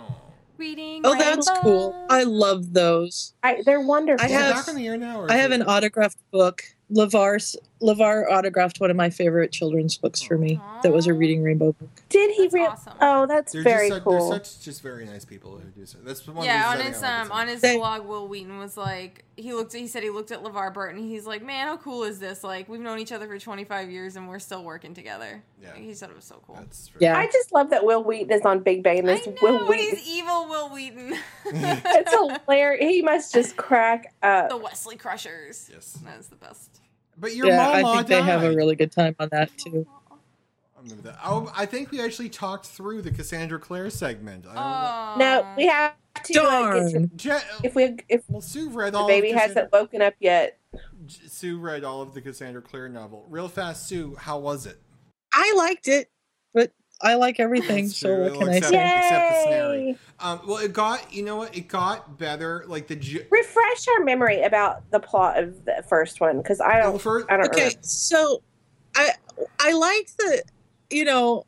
S4: Reading.
S7: Oh, that's
S4: Rainbow.
S7: cool. I love those.
S1: I, they're wonderful.
S7: I
S3: Is it
S7: have-
S3: back on the air now? Or
S7: I
S3: is
S7: have
S3: it-
S7: an autographed book. Lavar's Lavar autographed one of my favorite children's books for me. That was a Reading Rainbow book.
S1: Did he?
S4: That's
S1: Re-
S4: awesome.
S1: Oh, that's
S3: They're
S1: very
S3: just, such-
S1: cool.
S3: They're such just very nice people who do so. That's one. of the
S4: Yeah, on
S3: reasons
S4: his
S3: I think I like
S4: um,
S3: this
S4: on his
S7: They-
S4: blog, Will Wheaton was like, he looked, he said he looked at LeVar Burton. He's like, man, how cool is this? Like, we've known each other for 25 years and we're still working together.
S3: Yeah.
S4: Like, he said it was so cool.
S3: That's very-
S7: Yeah.
S1: I just love that Will Wheaton is on Big Bang. and
S4: I
S1: This Will
S4: know
S1: Wheaton.
S4: he's evil, Will Wheaton.
S1: It's hilarious. He must just crack
S4: the
S1: up.
S4: Wesley Crushers.
S3: Yes.
S4: That's the best.
S3: But your
S7: yeah,
S3: mom
S7: I think they have a
S3: died.
S7: really good time on that too.
S3: I remember that. Oh, I think we actually talked through the Cassandra Clare segment. I don't know.
S4: Oh.
S1: No, we have to uh, get to,
S7: Darn.
S3: Je-
S1: if we if
S3: well, Sue read
S1: the
S3: all.
S1: baby
S3: of Cassandra-
S1: hasn't woken up yet.
S3: J- Sue read all of the Cassandra Clare novel. Real fast, Sue. How was it?
S7: I liked it, but I like everything.
S3: That's
S7: So
S3: true.
S7: what
S3: We'll
S7: can I
S3: accept
S7: say?
S3: it. except the scenario.
S1: Yay!
S3: Um, well, it got you know what? It got better. Like the ju-
S1: Refresh our memory about the plot of the first one because I
S3: Well,
S1: don't.
S3: first-
S1: I don't
S7: Okay,
S1: remember.
S7: so I I like the you know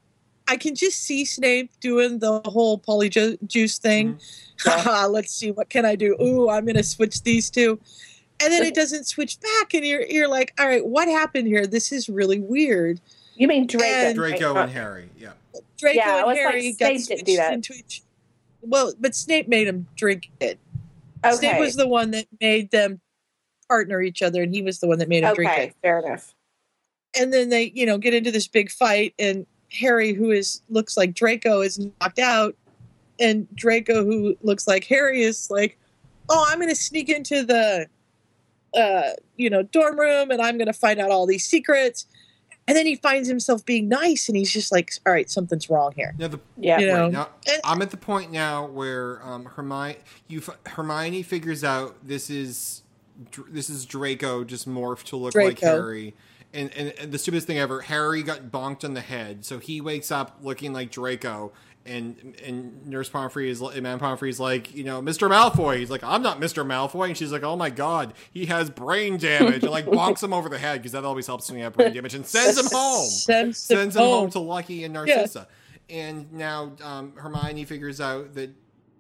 S7: I can just see Snape doing the whole polyjuice thing.
S1: Mm-hmm.
S7: Haha, Let's see what can I do. Ooh, I'm gonna switch these two, and then it doesn't switch back, and you're you're like, all right, what happened here? This is really weird.
S1: You mean Draco? Oh,
S7: And-
S3: Draco
S1: right?
S3: and Harry. Yeah.
S7: Draco
S1: Yeah, I
S7: and
S1: was like,
S7: Harry got
S1: Snape
S7: switched
S1: didn't do that.
S7: into each. Well, but Snape made him drink it. Snape
S1: Okay.
S7: was the one that made them partner each other, and he was the one that made him drink it.
S1: okay. Fair enough.
S7: and then they you know get into this big fight and harry who is looks like draco is knocked out and draco who looks like harry is like oh i'm going to sneak into the uh you know dorm room and i'm going to find out all these secrets and then he finds himself being nice and he's just like all right something's wrong here
S3: Now the
S1: Yeah.
S7: You know,
S3: Wait, now,
S7: And-
S3: I'm at the point now where um, Hermione, you, f- Hermione figures out this is Dr- this is Draco just morphed to look like
S7: Draco.
S3: Harry, and, and and the stupidest thing ever, Harry got bonked on the head, so he wakes up looking like Draco, and and Nurse Pomfrey is and Madame Pomfrey's like, you know, Mr. Malfoy. He's like, I'm not Mr. Malfoy, and she's like, oh my god, he has brain damage, and like bonks him over the head because that always helps when you have brain damage, and sends him home,
S2: Sends him
S3: sends him home
S2: home.
S3: to Lucky and Narcissa, and now um, Hermione figures out that.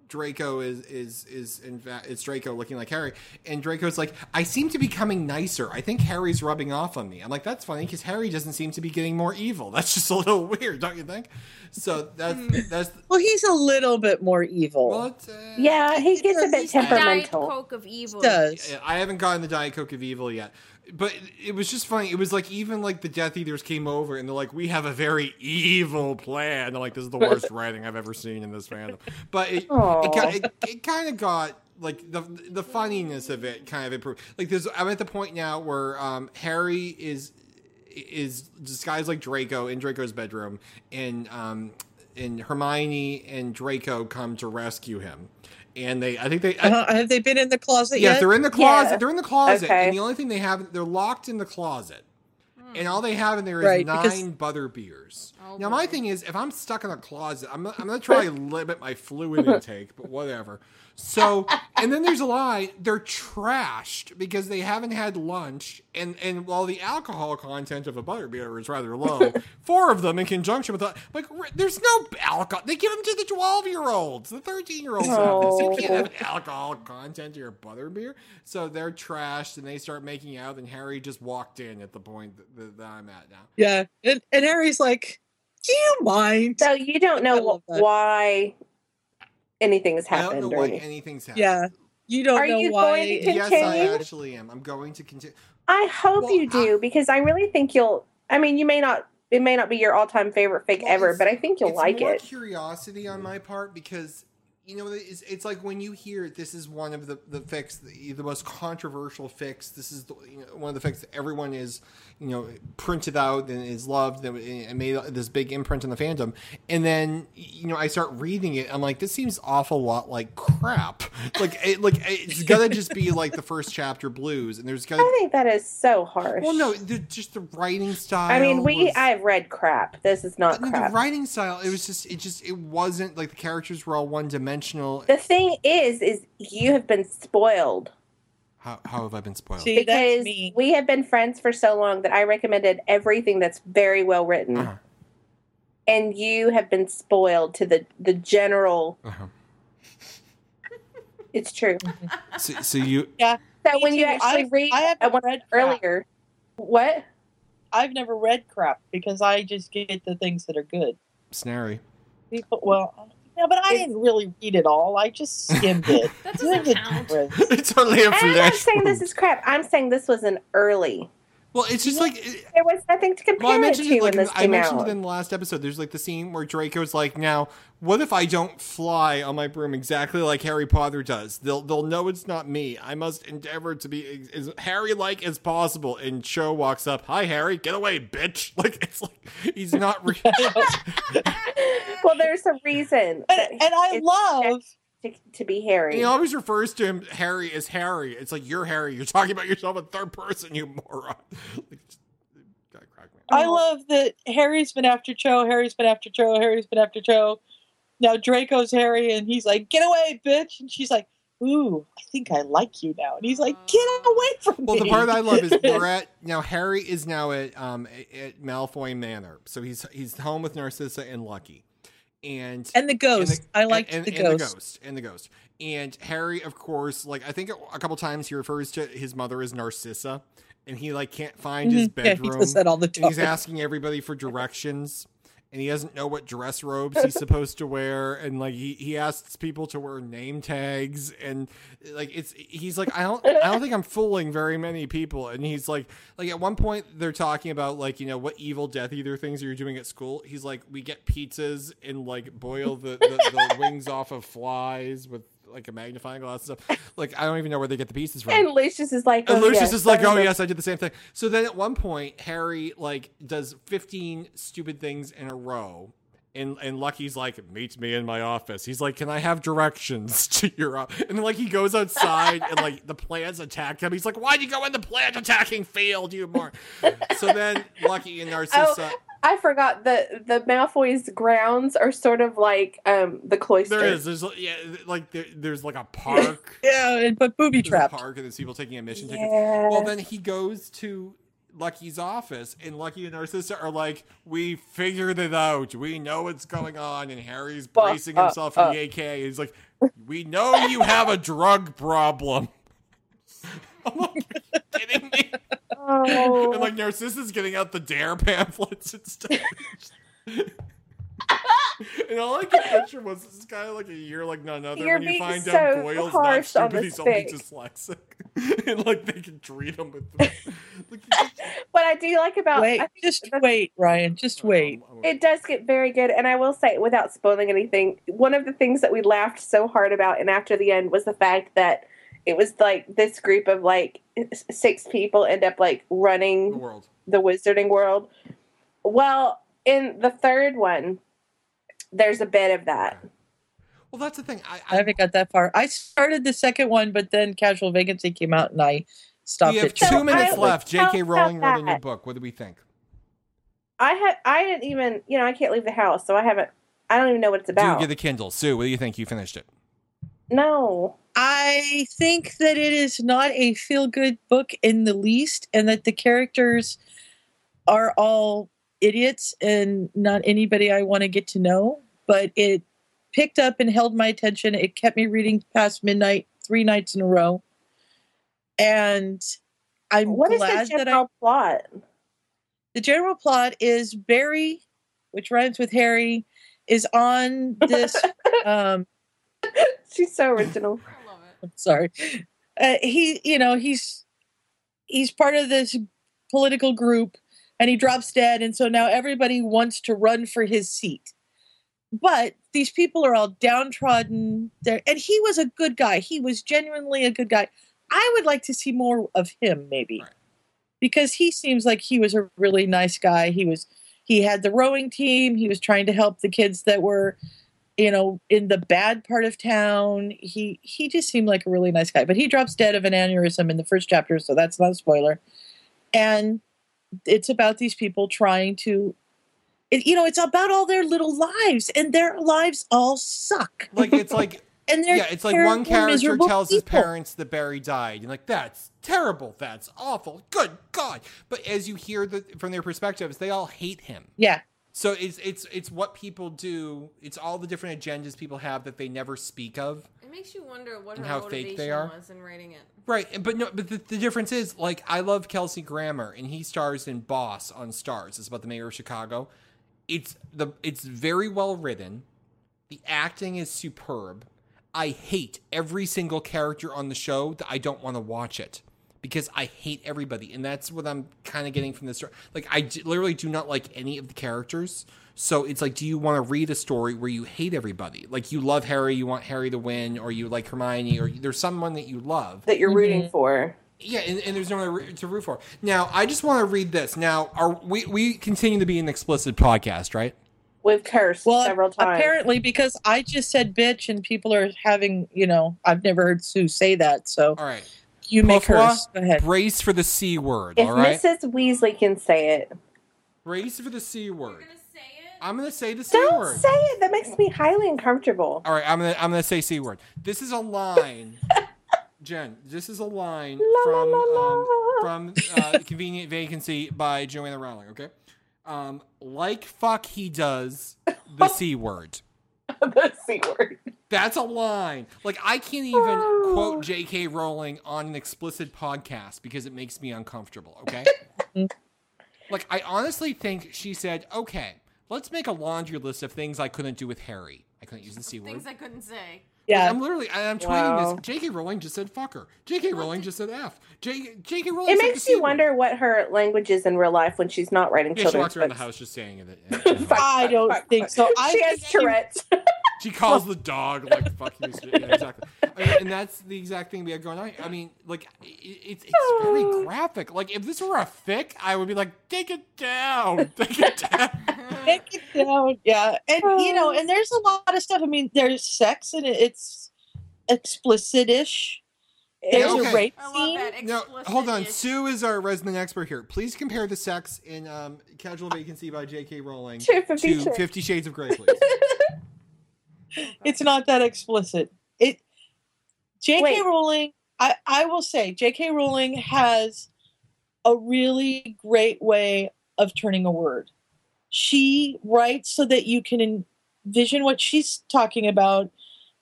S3: Draco is is is in fact it's Draco looking like Harry, and Draco's like, I seem to be coming nicer. I think Harry's rubbing off on me. I'm like, that's funny because Harry doesn't seem to be getting more evil. That's just a little weird, don't you think? So that's that's
S2: Well, he's a little bit more evil.
S3: well, it's, uh,
S1: Yeah, he gets a bit
S4: He's the Diet
S1: temperamental.
S4: Coke of evil.
S2: does.
S3: I haven't gotten the Diet Coke of Evil yet, but it was just funny. It was like even like the Death Eaters came over and they're like, "We have a very evil plan." I'm like, "This is the worst writing I've ever seen in this fandom." But it it,
S1: Aw.
S3: ki- it, it kind of got like the the funniness of it kind of improved. Like there's I'm at the point now where um, Harry is is disguised like Draco in Draco's bedroom, and um, and Hermione and Draco come to rescue him. And they, I think they, I,
S2: Uh,
S7: Uh-huh.
S2: have they been in the closet
S3: Yes,
S2: yet?
S3: they're in the closet.
S1: Yeah.
S3: They're in the closet,
S1: Okay.
S3: and the only thing they have, they're locked in the closet, and all they have in there is
S2: Right,
S3: nine
S2: because-
S3: butter beers.
S4: Hmm. Oh,
S3: now, my
S4: boy.
S3: thing is, if I'm stuck in a closet, I'm, I'm gonna try to limit my fluid intake, but whatever. So, and then there's a lie. They're trashed because they haven't had lunch, and and while the alcohol content of a butter beer is rather low, four of them in conjunction with the, like, r- there's no alcohol. They give them to the twelve year olds, the thirteen year olds. You can't have alcohol content to your butter beer. So they're trashed, and they start making out. And Harry just walked in at the point that, that, that I'm at now.
S2: Yeah, and, and Harry's like, "Do you mind?"
S1: So you don't
S2: I
S1: know
S2: love
S1: wh-
S2: that.
S1: why anything's
S3: I don't
S1: happened.
S3: know
S1: or
S3: why
S1: anything.
S3: anything's happening.
S2: Yeah, you don't
S1: Are
S2: know
S1: you
S2: why.
S1: going to
S3: Yes, I
S1: Continue?
S3: actually am. I'm going to continue.
S1: I hope
S3: Well, I-
S1: you do because I really think you'll. I mean, you may not. It may not be your all-time favorite fake
S3: Well,
S1: ever,
S3: it's-
S1: but I think you'll
S3: it's
S1: like
S3: more
S1: it.
S3: curiosity on my part because you know it's, it's like when you hear this is one of the the fix the, the most controversial fix this is the, you know, one of the fix that everyone is you know printed out and is loved and it made this big imprint in the fandom and then you know I start reading it I'm like this seems awful lot like crap like it, like it's gonna just be like the first chapter blues and there's gonna
S1: I think that is so harsh.
S3: well no the, just the writing style
S1: I mean, we.
S3: was-
S1: I've read crap. This is not
S3: I mean,
S1: Oh, crap.
S3: the writing style, it was just, it just, it wasn't like the characters were all one dimensional.
S1: the thing is, is you have been spoiled
S3: How, how have I been spoiled?
S2: See, that's
S1: because
S2: me.
S1: we have been friends for so long that I recommended everything that's very well written,
S3: Uh-huh.
S1: and you have been spoiled to the the general.
S3: Uh-huh.
S1: It's true.
S3: So, so you,
S1: So
S2: Me
S1: when you
S2: too.
S1: actually
S2: I've-
S1: read,
S2: I
S1: I,
S2: haven't
S1: wanted
S2: read crap.
S1: earlier. What?
S2: I've never read crap because I just get the things that are good.
S3: Snarry.
S2: People, well, yeah, but I didn't really read it all. I just skimmed it.
S4: That doesn't
S2: There's a
S4: count.
S2: difference.
S3: it's only a
S1: I'm not
S3: flash.
S1: saying this
S3: wound.
S1: is crap. I'm saying this was an early.
S3: well, it's just like, it-
S1: There was nothing to compare
S3: well, I
S1: it
S3: mentioned
S1: to
S3: it, like,
S1: when this
S3: I
S1: came
S3: mentioned
S1: out.
S3: it in the last episode. There's like the scene where Draco's like, now, what if I don't fly on my broom exactly like Harry Potter does? They'll, they'll know it's not me. I must endeavor to be as, as Harry-like as possible. And Cho walks up, hi, Harry, get away, bitch. Like, it's like, he's not real.
S1: well, there's a reason that
S2: And, and I
S1: It's-
S2: love
S1: to, to be Harry.
S3: And he always refers to him Harry as Harry. It's like you're Harry. You're talking about yourself in third person, you moron. Like, just- that cracked me up.
S2: I love that Harry's been after Cho, Harry's been after Cho, Harry's been after Cho. Now Draco's Harry, and he's like, "Get away, bitch!" And she's like, "Ooh, I think I like you now." And he's like, "Get away from
S3: Well,
S2: me!"
S3: the part that I love is we're at now. Harry is now at um at Malfoy Manor, so he's he's home with Narcissa and Lucky, and
S2: and the ghost.
S3: And
S2: I liked
S3: and,
S2: the,
S3: and
S2: ghost.
S3: the ghost and the ghost and harry of course like i think a couple times he refers to his mother as narcissa and he like can't find his
S2: Mhm. Yeah,
S3: bedroom
S2: he does that all the
S3: and
S2: time.
S3: he's asking everybody for directions and he doesn't know what dress robes he's supposed to wear and like he, he asks people to wear name tags and like it's he's like i don't i don't think i'm fooling very many people and he's like like at one point they're talking about like you know what evil death eater things you're doing at school he's like we get pizzas and like boil the the, the wings off of flies with like a magnifying glass and stuff like i don't even know where they get the pieces from
S1: and Lucius is like,
S3: and
S1: oh,
S3: Lucius
S1: yes,
S3: is like,
S1: I
S3: "Oh
S1: remember."
S3: yes, I did the same thing." So then, at one point, Harry like does fifteen stupid things in a row, and and Lucky's like, "Meet me in my office." He's like, "Can I have directions to your?" o-" And then, like he goes outside, and like the plants attack him. He's like, "Why'd you go in the plant attacking field, you more?" so then, Lucky and Narcissa.
S1: Oh, I forgot the the Malfoy's grounds are sort of like um the cloister.
S3: There is. There's like- yeah, like there, there's like a park.
S2: Yeah, and but booby
S3: there's a
S2: trapped.
S3: park, and there's people taking admission tickets.
S1: Yeah.
S3: Well, then he goes to Lucky's office, and Lucky and Narcissa are like, "We figured it out. We know what's going on." And Harry's
S1: Fuck
S3: bracing
S1: up,
S3: himself for the AK. He's like, "We know you have a drug problem." I'm like, "Are you kidding me?
S1: oh,
S3: And like Narcissa's getting out the dare pamphlets and stuff. and all I could picture was this guy like a year like none other
S1: You're
S3: when you
S1: being
S3: find
S1: so
S3: out Boyle's not
S1: harsh on
S3: stupid,
S1: this
S3: he's only
S1: fic.
S3: dyslexic. and like they can treat him with like,
S1: what I do like about
S2: Wait,
S1: I-
S2: just
S1: that's-
S2: wait, Ryan. Just wait.
S1: it does get very good, and I will say, without spoiling anything, one of the things that we laughed so hard about, and after the end, was the fact that it was like this group of like s- six people end up like running
S3: the world.
S1: the wizarding world. Well, in the third one, there's a bit of that.
S3: Well that's the thing. I,
S2: I
S3: I
S2: haven't got that far. I started the second one, but then Casual Vacancy came out, and I stopped
S3: we have
S2: it.
S3: two
S1: So I
S3: minutes
S1: was
S3: left.
S1: so
S3: JK Rowling wrote a new
S1: sad.
S3: book. What do we think?
S1: I had I didn't even you know I can't leave the house, so I haven't. I don't even know what it's about.
S3: Do get the Kindle. Sue, what do you think? You finished it.
S1: no,
S2: I think that it is not a feel good book in the least, and that the characters are all idiots and not anybody I want to get to know. But it picked up and held my attention. It kept me reading past midnight three nights in a row. And I'm
S1: what is
S2: glad
S1: the
S2: that I
S1: general plot?
S2: the general plot is
S1: Oh.
S2: Barry, which rhymes with Harry, is on this. um,
S1: She's so original.
S4: I love it.
S2: I'm sorry, uh, he you know he's he's part of this political group, and he drops dead, and so now everybody wants to run for his seat. But these people are all downtrodden. There, and he was a good guy. He was genuinely a good guy. I would like to see more of him, maybe,
S3: Right.
S2: because he seems like he was a really nice guy. He was he had the rowing team he was trying to help the kids that were you know in the bad part of town he he just seemed like a really nice guy but he drops dead of an aneurysm in the first chapter so that's not a spoiler and it's about these people trying to it, you know it's about all their little lives and their lives all suck
S3: Like it's like
S2: and they're
S3: yeah, it's like one
S2: terrible,
S3: character
S2: miserable
S3: tells his
S2: people.
S3: parents that Barry died, and like that's terrible, that's awful, good God! But as you hear the, from their perspectives, they all hate him.
S2: yeah
S3: So it's it's it's what people do. It's all the different agendas people have that they never speak of,
S4: It makes you wonder what
S3: And
S4: her
S3: how fake they
S4: motivation
S3: are.
S4: was in writing it.
S3: right? and- But no, but the, the difference is like I love Kelsey Grammer, and he stars in Boss on Stars. It's about the mayor of Chicago. It's the it's very well written. The acting is superb. I hate every single character on the show that I don't want to watch it because I hate everybody. And that's what I'm kind of getting from this story. Like, I d- literally do not like any of the characters. So it's like, do you want to read a story where you hate everybody? Like, you love Harry, you want Harry to win, or you like Hermione, or there's someone that you love.
S1: that you're
S3: Mm-hmm.
S1: rooting for.
S3: Yeah, and, and there's no one to re- to root for. Now, I just want to read this. Now, are we, we continue to be an explicit podcast, right?
S1: We've cursed
S2: well
S1: several times.
S2: apparently because i just said bitch and people are having you know i've never heard sue say that so
S3: All right.
S2: you may
S3: Parfois,
S2: curse go ahead
S3: Brace for the C word,
S1: if
S3: all right?
S1: Mrs. Weasley can say it,
S3: Brace for the C word.
S4: You're gonna say it?
S3: I'm gonna say the C
S1: don't
S3: word.
S1: say it. That makes me highly uncomfortable.
S3: All right, I'm gonna I'm gonna say c word. This is a line, Jen. This is a line
S1: la,
S3: from
S1: la,
S3: um,
S1: la.
S3: from uh, Convenient Vacancy by Joanna Rowling. Okay, um, like fuck he does the c word.
S1: the c word.
S3: That's a line. Like I can't even quote J.K. Rowling on an explicit podcast because it makes me uncomfortable. Okay. like I honestly think she said, "Okay, let's make a laundry list of things I couldn't do with Harry. I couldn't use the c word."
S4: Things I couldn't say.
S2: yeah
S3: I'm literally, I- I'm tweeting
S1: Wow.
S3: this. J.K. Rowling just said fucker. J.K. Rowling just said f. J. J.K. Rowling.
S1: It
S3: said
S1: makes
S3: the
S1: you
S3: C word.
S1: wonder what her language is in real life when she's not writing
S3: Yeah, she
S1: children's
S3: walks around the
S1: books.
S3: house just saying it.
S1: Fuck,
S2: I
S1: fuck,
S2: don't
S1: fuck,
S2: think
S1: fuck.
S2: so. I
S1: she has
S2: think-
S1: Tourette's.
S3: she calls the dog like fuck you. Mr. Yeah, exactly. I mean, and that's the exact thing we have going on. I mean, like i- it's it's very graphic. Like if this were a fic, I would be like, take it down, take it down.
S2: Take it down. Yeah. And you know, and there's a lot of stuff. I mean, there's sex and it. it's explicit ish.
S1: There's
S3: Yeah,
S1: a
S3: okay.
S1: rape
S4: I love
S1: scene.
S4: that
S3: No,
S4: explicit.
S3: hold on.
S4: is-
S3: Sue is our resident expert here. Please compare the sex in um, Casual Vacancy by J.K. Rowling
S1: Sure,
S3: to
S1: Fifty Shades.
S3: Fifty Shades of Grey, please.
S2: It's not that explicit. It J.K.
S1: Wait.
S2: Rowling. I I will say J.K. Rowling has a really great way of turning a word. She writes so that you can envision what she's talking about.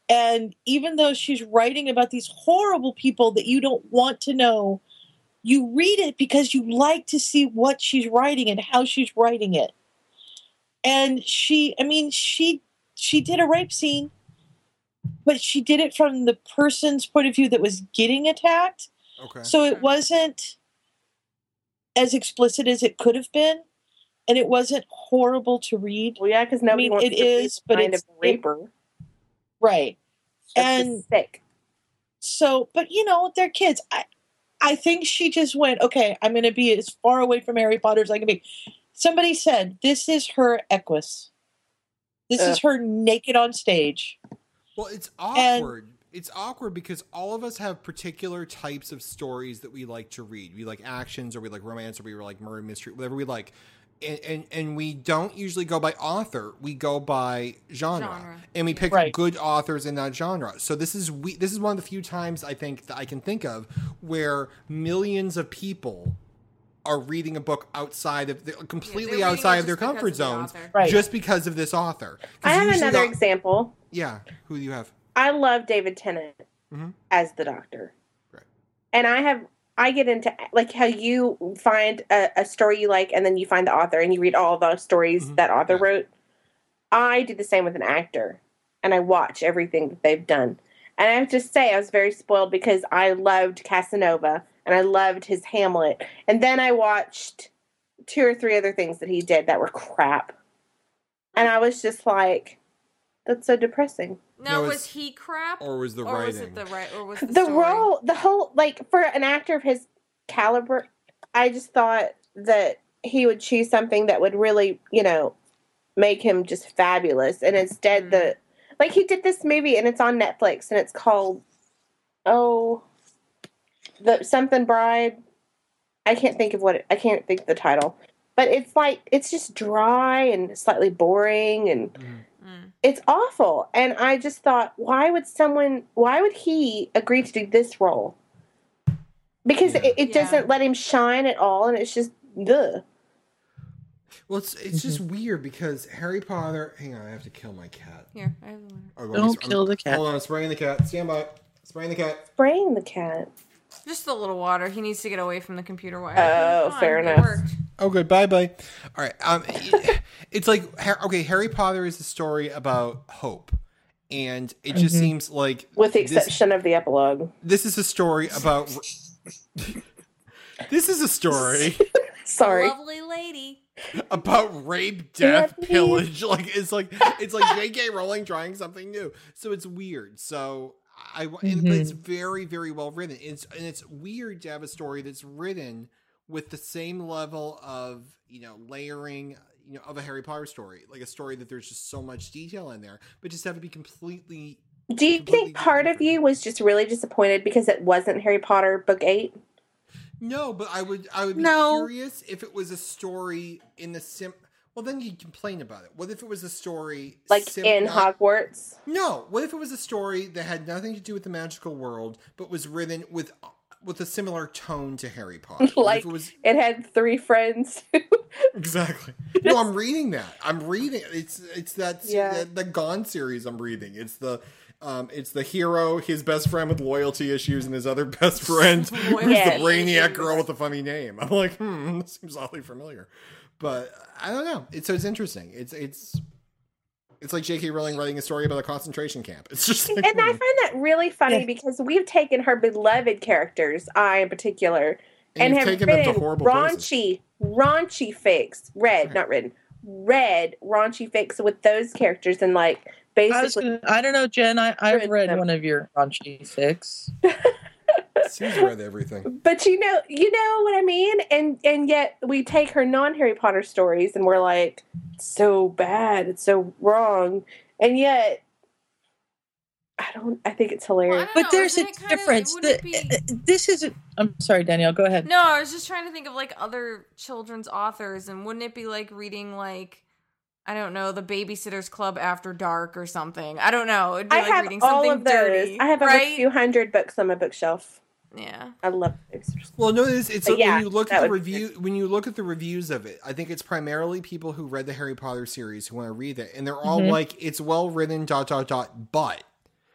S2: And even though she's writing about these horrible people that you don't want to know, you read it because you like to see what she's writing and how she's writing it. And she, I mean, she she did a rape scene, but she did it from the person's point of view that was getting attacked.
S3: Okay.
S2: So it wasn't as explicit as it could have been, and it wasn't horrible to read.
S1: Well, yeah, because nobody
S2: mean,
S1: wants
S2: it
S1: to be
S2: is, but
S1: kind
S2: it's-
S1: of raper.
S2: Right.
S1: That's
S2: And-
S1: just sick.
S2: So, but you know, they're kids. I, I think she just went, okay, I'm going to be as far away from Harry Potter as I can be. Somebody said, this is her equus. This
S7: Uh.
S2: is her naked on stage.
S3: Well, it's
S2: And-
S3: awkward. it's awkward because all of us have particular types of stories that we like to read. We like actions, or we like romance, or we like murder mystery, whatever we like. And, and and we don't usually go by author. We go by genre,
S4: Genre.
S3: and we pick
S2: Right.
S3: good authors in that genre. So this is we. This is one of the few times I think that I can think of where millions of people are reading a book outside of they're
S4: yeah,
S3: completely
S4: they're reading
S3: outside
S4: it
S3: of their
S4: just because
S3: comfort
S4: the
S3: zones
S4: author.
S2: Right.
S3: just because of this author. 'Cause
S1: I have
S3: usually
S1: another
S3: the-
S1: example.
S3: Yeah, who do you have?
S1: I love David Tennant
S3: Mhm.
S1: as the doctor.
S3: Right.
S1: And I have I get into like how you find a, a story you like and then you find the author and you read all the stories
S3: Mhm.
S1: that author
S3: Yeah.
S1: wrote. I do the same with an actor and I watch everything that they've done. And I have to say I was very spoiled because I loved Casanova and I loved his Hamlet. And then I watched two or three other things that he did that were crap. And I was just like, that's so depressing.
S3: No,
S4: Now, was
S3: it's-
S4: he crap? Or,
S3: Or was the writing?
S4: was it the right? Or was the,
S1: the
S4: story?
S1: role the whole like for an actor of his caliber i just thought that he would choose something that would really you know make him just fabulous and instead
S4: Mhm.
S1: the like he did this movie and it's on netflix and it's called oh the something bride i can't think of what it, i can't think of the title but it's like it's just dry and slightly boring and
S4: Mm.
S1: it's awful and i just thought why would someone why would he agree to do this role because
S3: Yeah.
S1: it, it
S4: Yeah.
S1: doesn't let him shine at all and it's just the
S3: Well, it's it's just
S4: Mm-hmm.
S3: weird because Harry Potter. Hang on, I have to kill my cat.
S4: Here, I have the one.
S3: Oh,
S2: Don't
S3: I'm-
S2: kill the cat.
S3: Hold on, I'm spraying the cat. Stand by. Spraying the cat.
S1: spraying the cat
S4: Just a little water. He needs to get away from the computer wire.
S1: Oh,
S4: Come on,
S1: fair
S4: it
S1: enough.
S4: worked.
S3: Oh, good. Bye, bye. All right. Um, it's like Har- okay, Harry Potter is a story about hope, and it just
S2: Mm-hmm.
S3: seems like
S1: with the
S3: this-
S1: exception of the epilogue
S3: This, is a story about. this is a story
S1: sorry
S4: Lovely lady.
S3: about rape, death,
S1: Let me-
S3: pillage. Like it's like it's like J.K. Rowling trying something new. So it's weird. So I and, but it's
S1: Mm-hmm.
S3: very very well written. It's and it's weird to have a story that's written with the same level of you know layering you know of a Harry Potter story, like a story that there's just so much detail in there, but just have it be completely.
S1: do you
S3: completely
S1: think part of
S3: different.
S1: you was just really disappointed because it wasn't harry potter book eight
S3: No, but I would I would be
S2: No.
S3: curious if it was a story in the sim. Well, then you'd complain about it. What if it was a story
S1: like
S3: sim-
S1: in
S3: not-
S1: hogwarts
S3: No. What if it was a story that had nothing to do with the magical world, but was written with with a similar tone to Harry Potter? What
S1: Like-
S3: if it was
S1: it had three friends
S3: exactly. No, I'm reading that. I'm reading. It's it's that
S1: Yeah.
S3: the, the Gone series. I'm reading. It's the. Um, it's the hero, his best friend with loyalty issues, and his other best friend, who's
S1: Yes.
S3: the brainiac girl with the funny name. I'm like, hmm, this seems oddly familiar, but I don't know. It's so it's interesting. It's it's it's like J.K. Rowling writing a story about a concentration camp. It's just like,
S1: and I
S3: hmm.
S1: find that really funny
S2: Yeah.
S1: because we've taken her beloved characters, I in particular, and,
S3: you've
S1: have
S3: taken them
S1: written
S3: to horrible places.
S1: raunchy, raunchy fakes. Red,
S3: Right.
S1: not written, red raunchy fakes with those characters, and like
S2: I, was
S1: basically,
S2: gonna, I don't know, Jen. I, I've
S1: Read
S2: read
S1: them.
S2: one of your raunchy six.
S3: She's read everything.
S1: but you know, you know what I mean. And and yet we take her non Harry Potter stories, and we're like, it's so bad, it's so wrong, and yet I don't. I think it's hilarious.
S2: But there's a difference. The- uh, this is. I'm sorry, Danielle. Go ahead.
S4: No, I was just trying to think of like other children's authors, and wouldn't it be like reading like I don't know, the Babysitters Club After Dark or something? I don't know. It'd be
S1: I
S4: like
S1: have
S4: reading
S1: all
S4: something
S1: of those.
S4: dirty.
S1: I have over
S4: right.
S1: two hundred books on my bookshelf.
S4: Yeah,
S1: I love those.
S3: Well, no, it's, it's
S1: But yeah,
S3: when you look
S1: that
S3: at the
S1: would-
S3: review when you look at the reviews of it. I think it's primarily people who read the Harry Potter series who want to read it, and they're all
S2: Mm-hmm.
S1: Mhm.
S3: like, "It's well written." Dot dot dot. But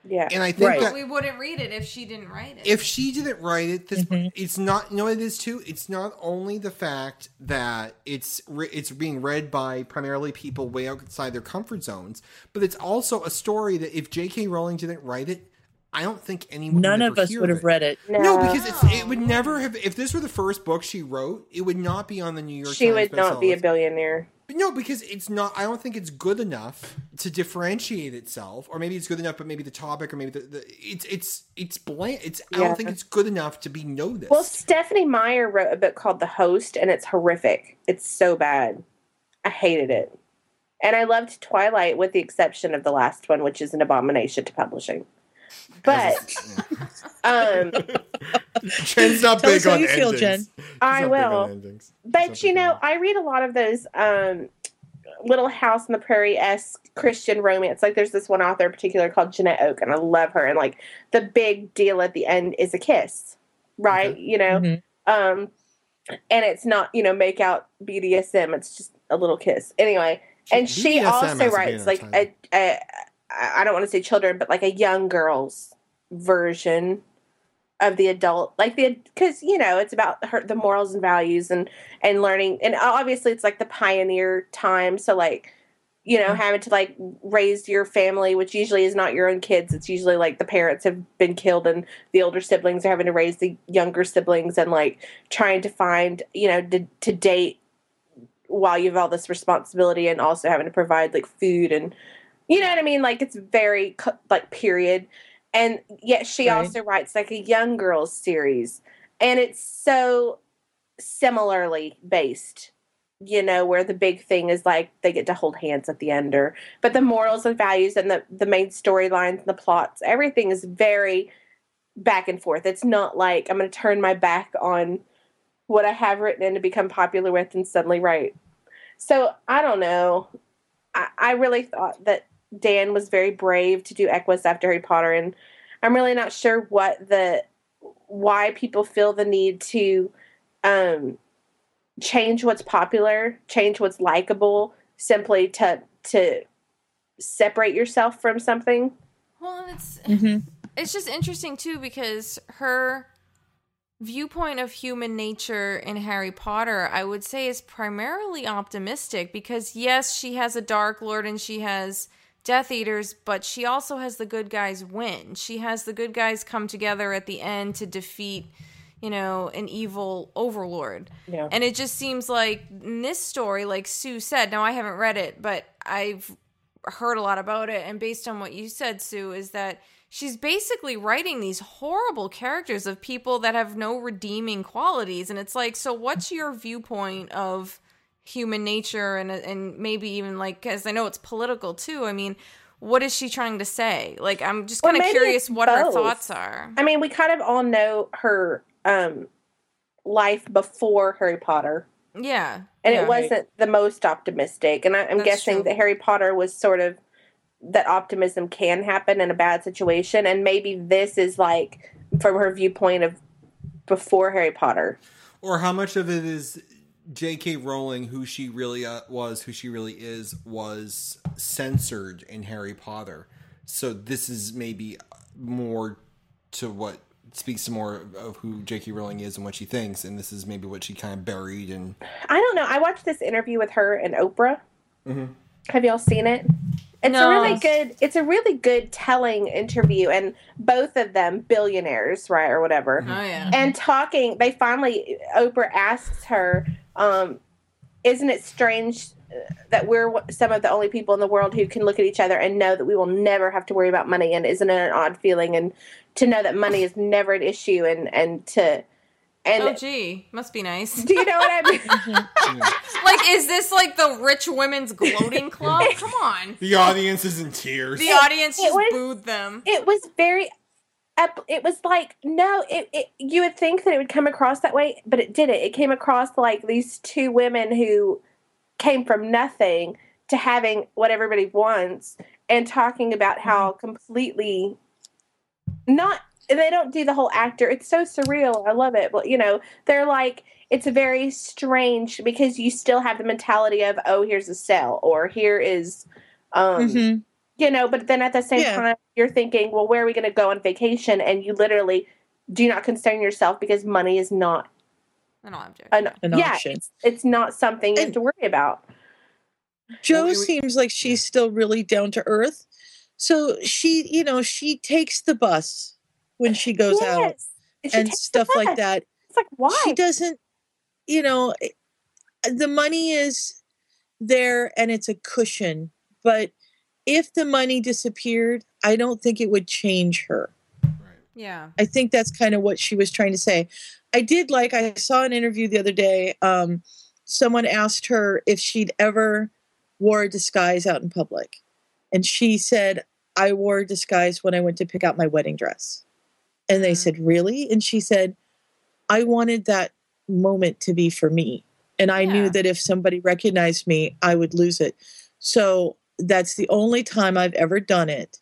S1: Yeah,
S3: and I think
S4: But
S3: that
S4: we wouldn't read it if she didn't write it.
S3: if she didn't write it, this
S2: Mm-hmm.
S3: it's not. You know what it is too. It's not only the fact that it's re- it's being read by primarily people way outside their comfort zones, but it's also a story that if J.K. Rowling didn't write it, I don't think anyone
S2: None
S3: would
S2: of
S3: ever
S2: us
S3: hear
S2: would
S3: of
S2: have read it.
S3: No, because it's, it would never have. If this were the first book she wrote, it would not be on the New York.
S1: She
S3: Times
S1: would not be a
S3: bestsellers.
S1: billionaire.
S3: But no, because it's not. I don't think it's good enough to differentiate itself, or maybe it's good enough, but maybe the topic, or maybe the, the it's it's it's bland. It's I
S1: Yeah.
S3: don't think it's good enough to be noticed.
S1: Well, Stephanie Meyer wrote a book called The Host, and it's horrific. It's so bad. I hated it. And I loved Twilight with the exception of the last one, which is an abomination to publishing. But um,
S3: Jen's not
S1: Tell
S3: big
S1: us how
S3: on
S1: you feel,
S3: endings.
S1: Jen.
S3: She's
S1: I
S3: not big on
S1: will.
S3: endings.
S1: but you know, I read a lot of those um, Little House on the Prairie esque Christian romance. Like there's this one author in particular called Jeanette Oak, and I love her. And like the big deal at the end is a kiss, right? You know, um, and it's not you know make out BDSM. It's just a little kiss anyway. And she
S3: BDSM has to
S1: also
S3: be
S1: writes
S3: in
S1: like
S3: our
S1: a, a I I don't want to say children, but like a young girls version of the adult like the because you know it's about her the morals and values and and learning and obviously it's like the pioneer time so like you
S3: Mm.
S1: know having to like raise your family which usually is not your own kids it's usually like the parents have been killed and the older siblings are having to raise the younger siblings and like trying to find you know to, to date while you have all this responsibility and also having to provide like food and you know what i mean like it's very cu- like period and yet she
S11: Right.
S1: also writes like a young girls series and it's so similarly based you know where the big thing is like they get to hold hands at the end or but the morals and values and the the main storylines and the plots everything is very back and forth it's not like i'm going to turn my back on what i have written and to become popular with and suddenly write so i don't know i, I really thought that dan was very brave to do equus after harry potter and i'm really not sure what the why people feel the need to um change what's popular, change what's likable, simply to to separate yourself from something.
S4: well, and it's
S1: Mhm.
S4: it's just interesting too because her viewpoint of human nature in Harry Potter, I would say, is primarily optimistic because yes, she has a Dark Lord and she has Death Eaters, but she also has the good guys win. She has the good guys come together at the end to defeat, you know, an evil overlord.
S1: Yeah.
S4: And it just seems like in this story, like Sue said, now I haven't read it, but I've heard a lot about it. And based on what you said, Sue, is that she's basically writing these horrible characters of people that have no redeeming qualities. And it's like, so what's your viewpoint of human nature and and maybe even like because I know it's political too. I mean, what is she trying to say? Like, I'm just
S1: Well,
S4: kind of
S1: maybe
S4: curious
S1: it's
S4: what her
S1: both.
S4: thoughts are.
S1: I mean, we kind of all know her um life before Harry Potter.
S4: Yeah,
S1: And
S4: yeah.
S1: it wasn't the most optimistic. And I, I'm
S4: That's
S1: guessing
S4: true.
S1: that Harry Potter was sort of that optimism can happen in a bad situation. And maybe this is like from her viewpoint of before Harry Potter.
S3: or how much of it is J.K. Rowling, who she really uh, was, who she really is, was censored in Harry Potter. So this is maybe more to what speaks to more of who J.K. Rowling is and what she thinks, and this is maybe what she kind of buried and.
S1: I don't know. I watched this interview with her and Oprah. Have y'all seen it? It's
S4: No.
S1: a really good. It's a really good telling interview, and both of them billionaires, right, or whatever.
S4: Oh, yeah.
S1: And talking, they finally Oprah asks her, um, "Isn't it strange uh, that we're w- some of the only people in the world who can look at each other and know that we will never have to worry about money? And isn't it an odd feeling? And to know that money is never an issue, and and to And
S4: oh, gee, must be nice.
S1: do you know what I mean?
S4: like, is this like the rich women's gloating club? Come on,
S3: The audience is in tears.
S4: the audience
S1: it
S4: just
S1: was-
S4: booed them.
S1: it was very up it was like no it, it you would think that it would come across that way but it didn't it came across like these two women who came from nothing to having what everybody wants and talking about how completely not they don't do the whole actor it's so surreal i love it but you know they're like it's very strange because you still have the mentality of oh here's a cell or here is um
S2: Mm-hmm.
S7: Mhm.
S1: you know but then at the same
S7: Yeah.
S1: time you're thinking well where are we going to go on vacation and you literally do not concern yourself because money is not
S4: An object.
S1: an,
S7: An
S1: yeah,
S7: option.
S1: It's, it's not something you have
S7: And-
S1: to worry about
S7: Joe
S3: Well, it was-
S7: seems like she's still really down to earth. So she, you know, she takes the bus when she goes out
S1: yes. She
S7: and
S1: takes the
S7: stuff like
S1: bus.
S7: that.
S1: it's like why
S7: She doesn't, you know, it- the money is there and it's a cushion. But if the money disappeared, I don't think it would change her.
S4: Yeah.
S7: I think that's kind of what she was trying to say. I did like I saw an interview the other day. Um, someone asked her if she'd ever wore a disguise out in public, and she said, "I wore a disguise when I went to pick out my wedding dress." And they
S4: Mhm.
S7: said, "Really?" And she said, "I wanted that moment to be for me, and I
S4: Yeah.
S7: knew that if somebody recognized me, I would lose it. So that's the only time I've ever done it."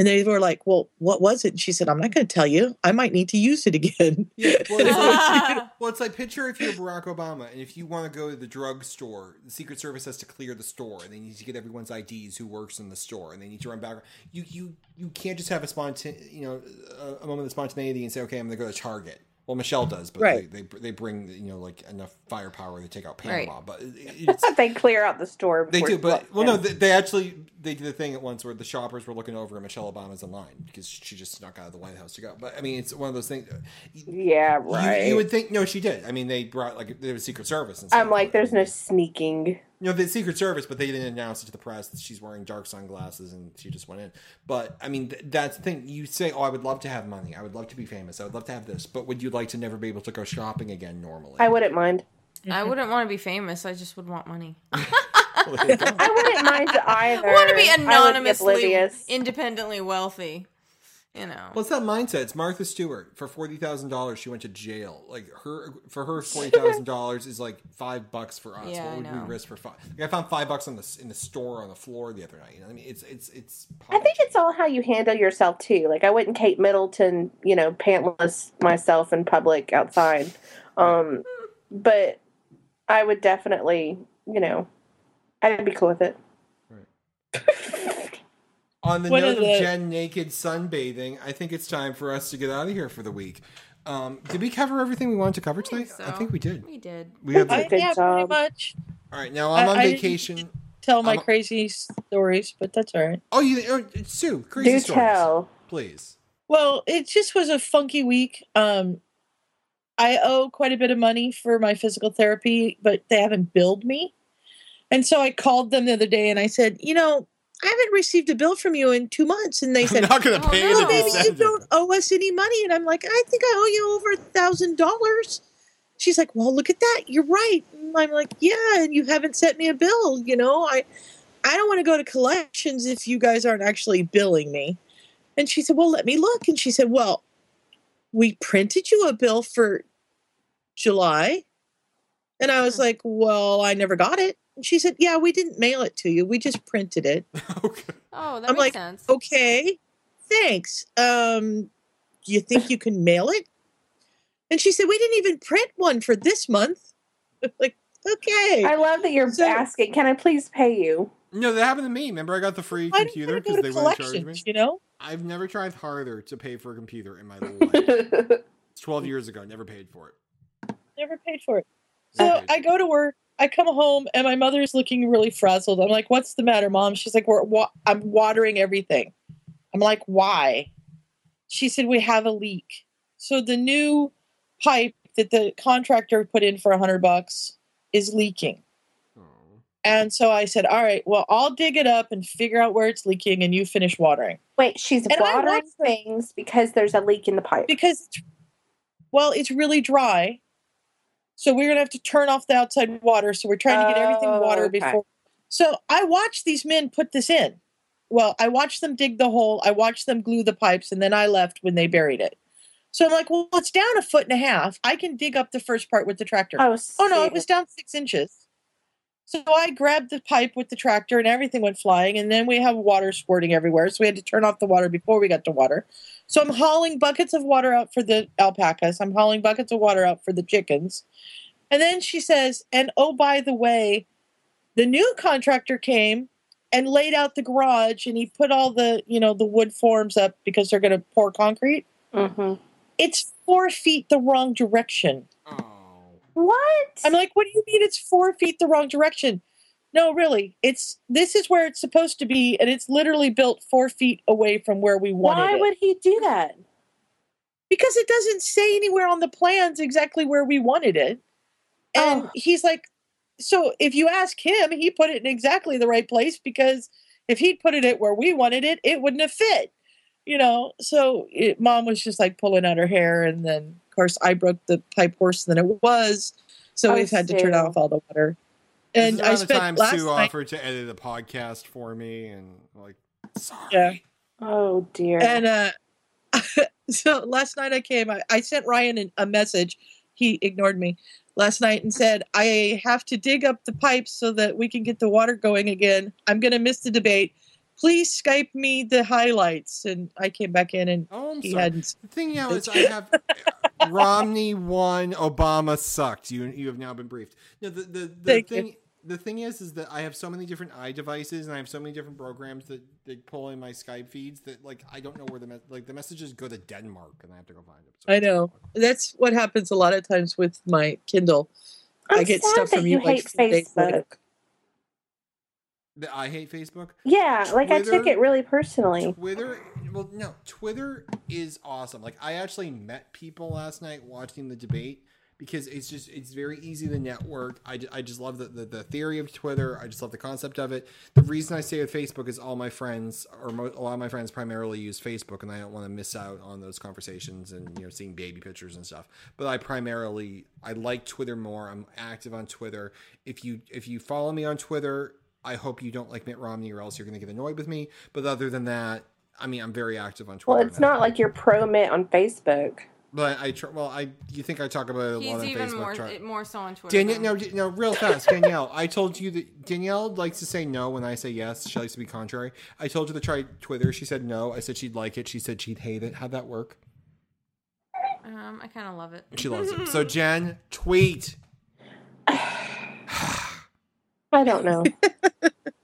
S7: And they were like, "Well, what was it?" And she said, "I'm not going to tell you. I might need to use it again."
S3: Yeah, well, it's like,
S4: Ah.
S3: well, it's like picture if you're Barack Obama, and if you want to go to the drugstore, the Secret Service has to clear the store, and they need to get everyone's IDs who works in the store, and they need to run background. You you you can't just have a spontan, you know, a, a moment of spontaneity and say, okay, I'm going to go to Target. Well, Michelle does, but
S7: Right.
S3: they, they they bring you know like enough firepower to take out Panama,
S4: Right.
S3: but it- it's,
S1: they clear out the store
S3: They
S1: before
S3: do,
S1: she
S3: but
S1: walks
S3: well, no,
S1: in.
S3: they, they actually they did the thing at once where the shoppers were looking over and Michelle Obama's in line because she just snuck out of the White House to go. But I mean, it's one of those things. You,
S1: yeah right
S3: you would think no, she did. I mean, they brought like there was Secret Service. And stuff,
S1: i'm like
S3: but, I
S1: there's no
S3: mean,
S1: sneaking
S3: you know the Secret Service, but they didn't announce it to the press that she's wearing dark sunglasses and she just went in. But I mean, th- that's the thing. You say, oh, I would love to have money. I would love to be famous. I would love to have this. But would you like to never be able to go shopping again normally?
S1: i wouldn't mind
S4: I wouldn't want to be famous. I just would want money.
S3: Well, there you go.
S1: i wouldn't mind either
S4: I want to be
S1: I would
S4: anonymously,
S1: oblivious.
S4: independently wealthy. You know.
S3: Well, it's that mindset. It's Martha Stewart. For forty thousand dollars, she went to jail. Like her, for her, forty thousand dollars is like five bucks for us.
S4: Yeah, I
S3: what would
S4: know.
S3: we risk for five? Like I found five bucks on the in the store on the floor the other night. You know, what I mean, it's it's it's.
S1: I think
S3: poverty.
S1: it's all how you handle yourself too. Like I wouldn't Kate Middleton, you know, pantless myself in public outside. Um but I would definitely, you know, I'd be cool with it.
S3: on the
S7: One
S3: note
S7: of
S3: of
S7: the-
S3: Jen naked sunbathing. I think it's time for us to get out of here for the week. Um, did we cover everything we wanted to cover today?
S4: think
S3: I
S4: so.
S3: think we did.
S4: we did.
S3: We have
S7: I,
S3: the,
S1: Good
S7: yeah,
S1: job.
S7: pretty much.
S3: all right. Now I'm
S7: I-
S3: on
S7: I didn't-
S3: vacation.
S7: Tell my
S3: I'm-
S7: crazy stories, but that's all right.
S3: Oh, you oh, Sue, crazy
S1: Do
S3: stories,
S1: tell.
S3: please.
S7: Well, it just was a funky week. Um, I owe quite a bit of money for my physical therapy, but they haven't billed me. And so I called them the other day and I said, you know, I haven't received a bill from you in two months. And they
S3: I'm
S7: said,
S3: not going to
S4: Oh,
S3: pay
S4: no.
S3: the
S7: "Well, maybe you
S3: percentage.
S7: don't owe us any money. And I'm like, I think I owe you over a thousand dollars. She's like, well, look at that. You're right. And I'm like, yeah, and you haven't sent me a bill. You know, I, I don't want to go to collections if you guys aren't actually billing me. And she said, well, let me look. And she said, well, we printed you a bill for July. And I was like, well, I never got it. And she said, yeah, we didn't mail it to you. We just printed it
S3: Okay.
S4: Oh, that
S7: I'm
S4: makes
S7: like,
S4: sense.
S7: okay thanks um you think you can mail it and she said we didn't even print one for this month like okay
S1: I love that you're
S7: So-
S1: asking, can I please pay you?
S3: No, that happened to me. Remember, I got the free
S7: Why don't you
S3: computer
S7: wanna go
S3: because
S7: to
S3: they wouldn't charge me.
S7: collections, you know
S3: I've never tried harder to pay for a computer in my life. it's twelve years ago. I Never paid for it.
S7: never paid for it
S3: Never
S7: so
S3: paid
S7: i go to work i come home and my mother's looking really frazzled i'm like what's the matter mom she's like We're wa- i'm watering everything i'm like why she said we have a leak so the new pipe that the contractor put in for a hundred bucks is leaking
S3: for it.
S7: And so I said, "All right, well, I'll dig it up and figure out where it's leaking, and you finish watering
S1: Wait, she's
S7: And I
S1: watering
S7: watched-
S1: things because there's a leak in the pipe.
S7: because it's well, it's really dry. So we're going to have to turn off the outside water. So we're trying to get everything
S12: Oh,
S7: water
S12: okay.
S7: before. So I watched these men put this in. Well, I watched them dig the hole. I watched them glue the pipes. And then I left when they buried it. So I'm like, well, it's down a foot and a half. I can dig up the first part with the tractor.
S1: Oh,
S7: no, it was down six inches. So I grabbed the pipe with the tractor and everything went flying. And then we have water squirting everywhere. So we had to turn off the water before we got to water. So I'm hauling buckets of water out for the alpacas. I'm hauling buckets of water out for the chickens. And then she says, and oh, by the way, the new contractor came and laid out the garage and he put all the, you know, the wood forms up because they're going to pour concrete.
S12: Mm-hmm.
S7: It's four feet the wrong direction.
S1: What?
S7: I'm like, what do you mean it's four feet the wrong direction? No, really. It's this is where it's supposed to be, and it's literally built four feet away from where we wanted
S1: Why
S7: it.
S1: would he do that?
S7: because it doesn't say anywhere on the plans exactly where we wanted it. And he's like, so if you ask him, he put it in exactly the right place because if he'd put it at where we wanted it, it wouldn't have fit. You know, so it, mom was just like pulling out her hair, and then of course I broke the pipe worse than it was, so
S1: Oh,
S7: we've had to turn
S1: Sue.
S7: off all the water.
S3: This is
S7: And I
S3: around the
S7: spent
S3: time
S7: last
S3: Sue
S7: night,
S3: offered to uh, edit a podcast for me, and like, sorry.
S7: yeah,
S1: Oh dear.
S7: And uh, so last night I came, I, I sent Ryan an, a message. He ignored me last night and said, I have to dig up the pipes so that we can get the water going again. I'm going to miss the debate. Please Skype me the highlights. And I came back in and
S3: Oh, I'm
S7: he
S3: sorry.
S7: hadn't.
S3: The thing now is, I have eh, Romney won, Obama sucked. You you have now been briefed. No, the the, the
S7: Thank you.
S3: thing the thing is, is that I have so many different eye devices, and I have so many different programs that they pull in my Skype feeds that like I don't know where the me- like the messages go to Denmark, and I have to go find them.
S7: I know. That's what happens a lot of times with my Kindle.
S1: I'm
S7: I get
S1: sad
S7: stuff
S1: that
S7: from
S1: you
S7: you, like,
S1: hate
S7: four days
S1: Facebook.
S7: later.
S3: The I hate Facebook.
S1: Yeah, like I
S3: Twitter-
S1: take it really personally.
S3: Twitter, well, no, Twitter is awesome. Like I actually met people last night watching the debate because it's just it's very easy to network. I, ju- I just love the, the the theory of Twitter. I just love the concept of it. The reason I stay with Facebook is all my friends or mo- a lot of my friends primarily use Facebook, and I don't want to miss out on those conversations and you know seeing baby pictures and stuff. But I primarily I like Twitter more. I'm active on Twitter. If you if you follow me on Twitter. I hope you don't like Mitt Romney, or else you're going to get annoyed with me. But other than that, I mean, I'm very active on Twitter.
S1: Well, it's
S3: now.
S1: not like you're pro Mitt on Facebook.
S3: But I tr- well, I you think I talk about it a lot
S4: He's
S3: on
S4: even
S3: Facebook?
S4: more
S3: try-
S4: more so on Twitter.
S3: Danielle,
S4: than-
S3: no, D- no, real fast, Danielle. I told you that Danielle likes to say no when I say yes. She likes to be contrary. I told her to try Twitter. She said no. I said she'd like it. She said she'd hate it. How'd that work?
S4: Um, I kind of love it.
S3: She loves it. So Jen, tweet.
S1: I don't know.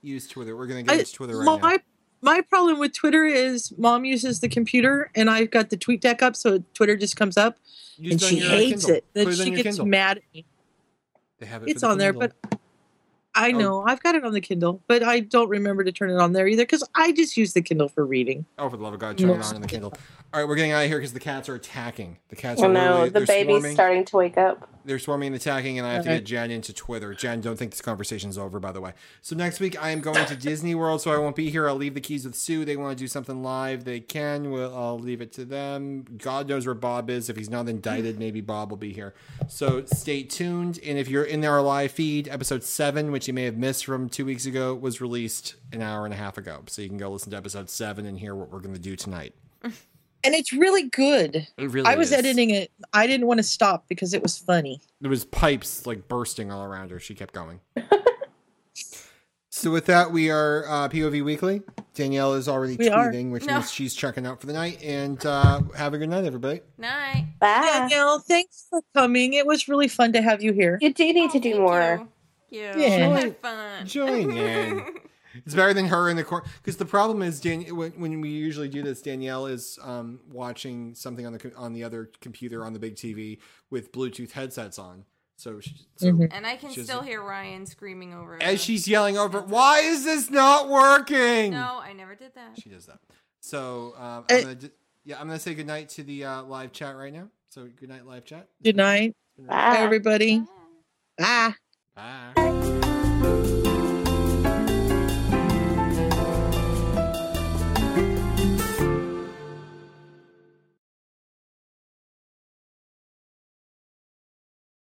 S3: Use Twitter. We're gonna get
S7: I-
S3: into Twitter right
S7: Well,
S3: now.
S7: my my problem with Twitter is mom uses the computer and I've got the tweet deck up, so Twitter just comes up
S3: Use
S7: and
S3: it on
S7: she
S3: your
S7: hates
S3: Kindle.
S7: it. Then
S3: Put it on
S7: she
S3: your
S7: gets
S3: Kindle.
S7: mad at me.
S3: They have it
S7: It's
S3: for the
S7: on there,
S3: Kindle.
S7: but I
S3: Oh.
S7: know I've got it on the Kindle, but I don't remember to turn it on there either because I just use the Kindle for reading.
S3: oh, for the love of God, turn it
S7: No.
S3: on in the Kindle. All right, we're getting out of here because the cats are attacking. The cats
S1: well,
S3: are
S1: no,
S3: literally-
S1: the
S3: they're
S1: baby's
S3: swarming.
S1: starting to wake up.
S3: They're swarming and attacking, and I have to
S7: Okay.
S3: get Jen into Twitter. Jen, don't think this conversation's over, by the way. So next week, I am going to Disney World, so I won't be here. I'll leave the keys with Sue. They want to do something live, they can. We'll, I'll leave it to them. God knows where Bob is. If he's not indicted, maybe Bob will be here. So stay tuned. And if you're in our live feed, episode seven, which you may have missed from two weeks ago, was released an hour and a half ago. So you can go listen to episode seven and hear what we're going to do tonight.
S7: And it's really good.
S3: It really
S7: I was
S3: is.
S7: editing it. I didn't want to stop because it was funny.
S3: there was pipes like bursting all around her. She kept going. so with that, we are uh, POV Weekly. Danielle is already
S7: We are.
S3: tweeting, which
S4: No.
S3: means she's checking out for the night. And uh, have a good night, everybody.
S4: Night.
S1: Bye.
S7: Danielle, thanks for coming. It was really fun to have you here.
S1: You do need
S4: Oh,
S1: to do
S4: thank
S1: more.
S4: You. Thank you.
S7: Yeah.
S4: I had fun.
S3: Join in. It's better than her in the corner because the problem is Dan- when, when we usually do this, Danielle is um, watching something on the co- on the other computer on the big TV with Bluetooth headsets on. So, she, so
S7: Mhm.
S4: and I can
S3: She's-
S4: still hear Ryan screaming over.
S3: as
S4: us.
S3: she's yelling over, "Why is this not working?"
S4: No, I never did that.
S3: She does that. So um, I'm
S7: Eh.
S3: gonna, d- yeah, I'm gonna say goodnight to the uh, live chat right now. So goodnight, live chat.
S7: Good night,
S1: Bye.
S7: everybody. Bye.
S3: Bye.
S13: Bye.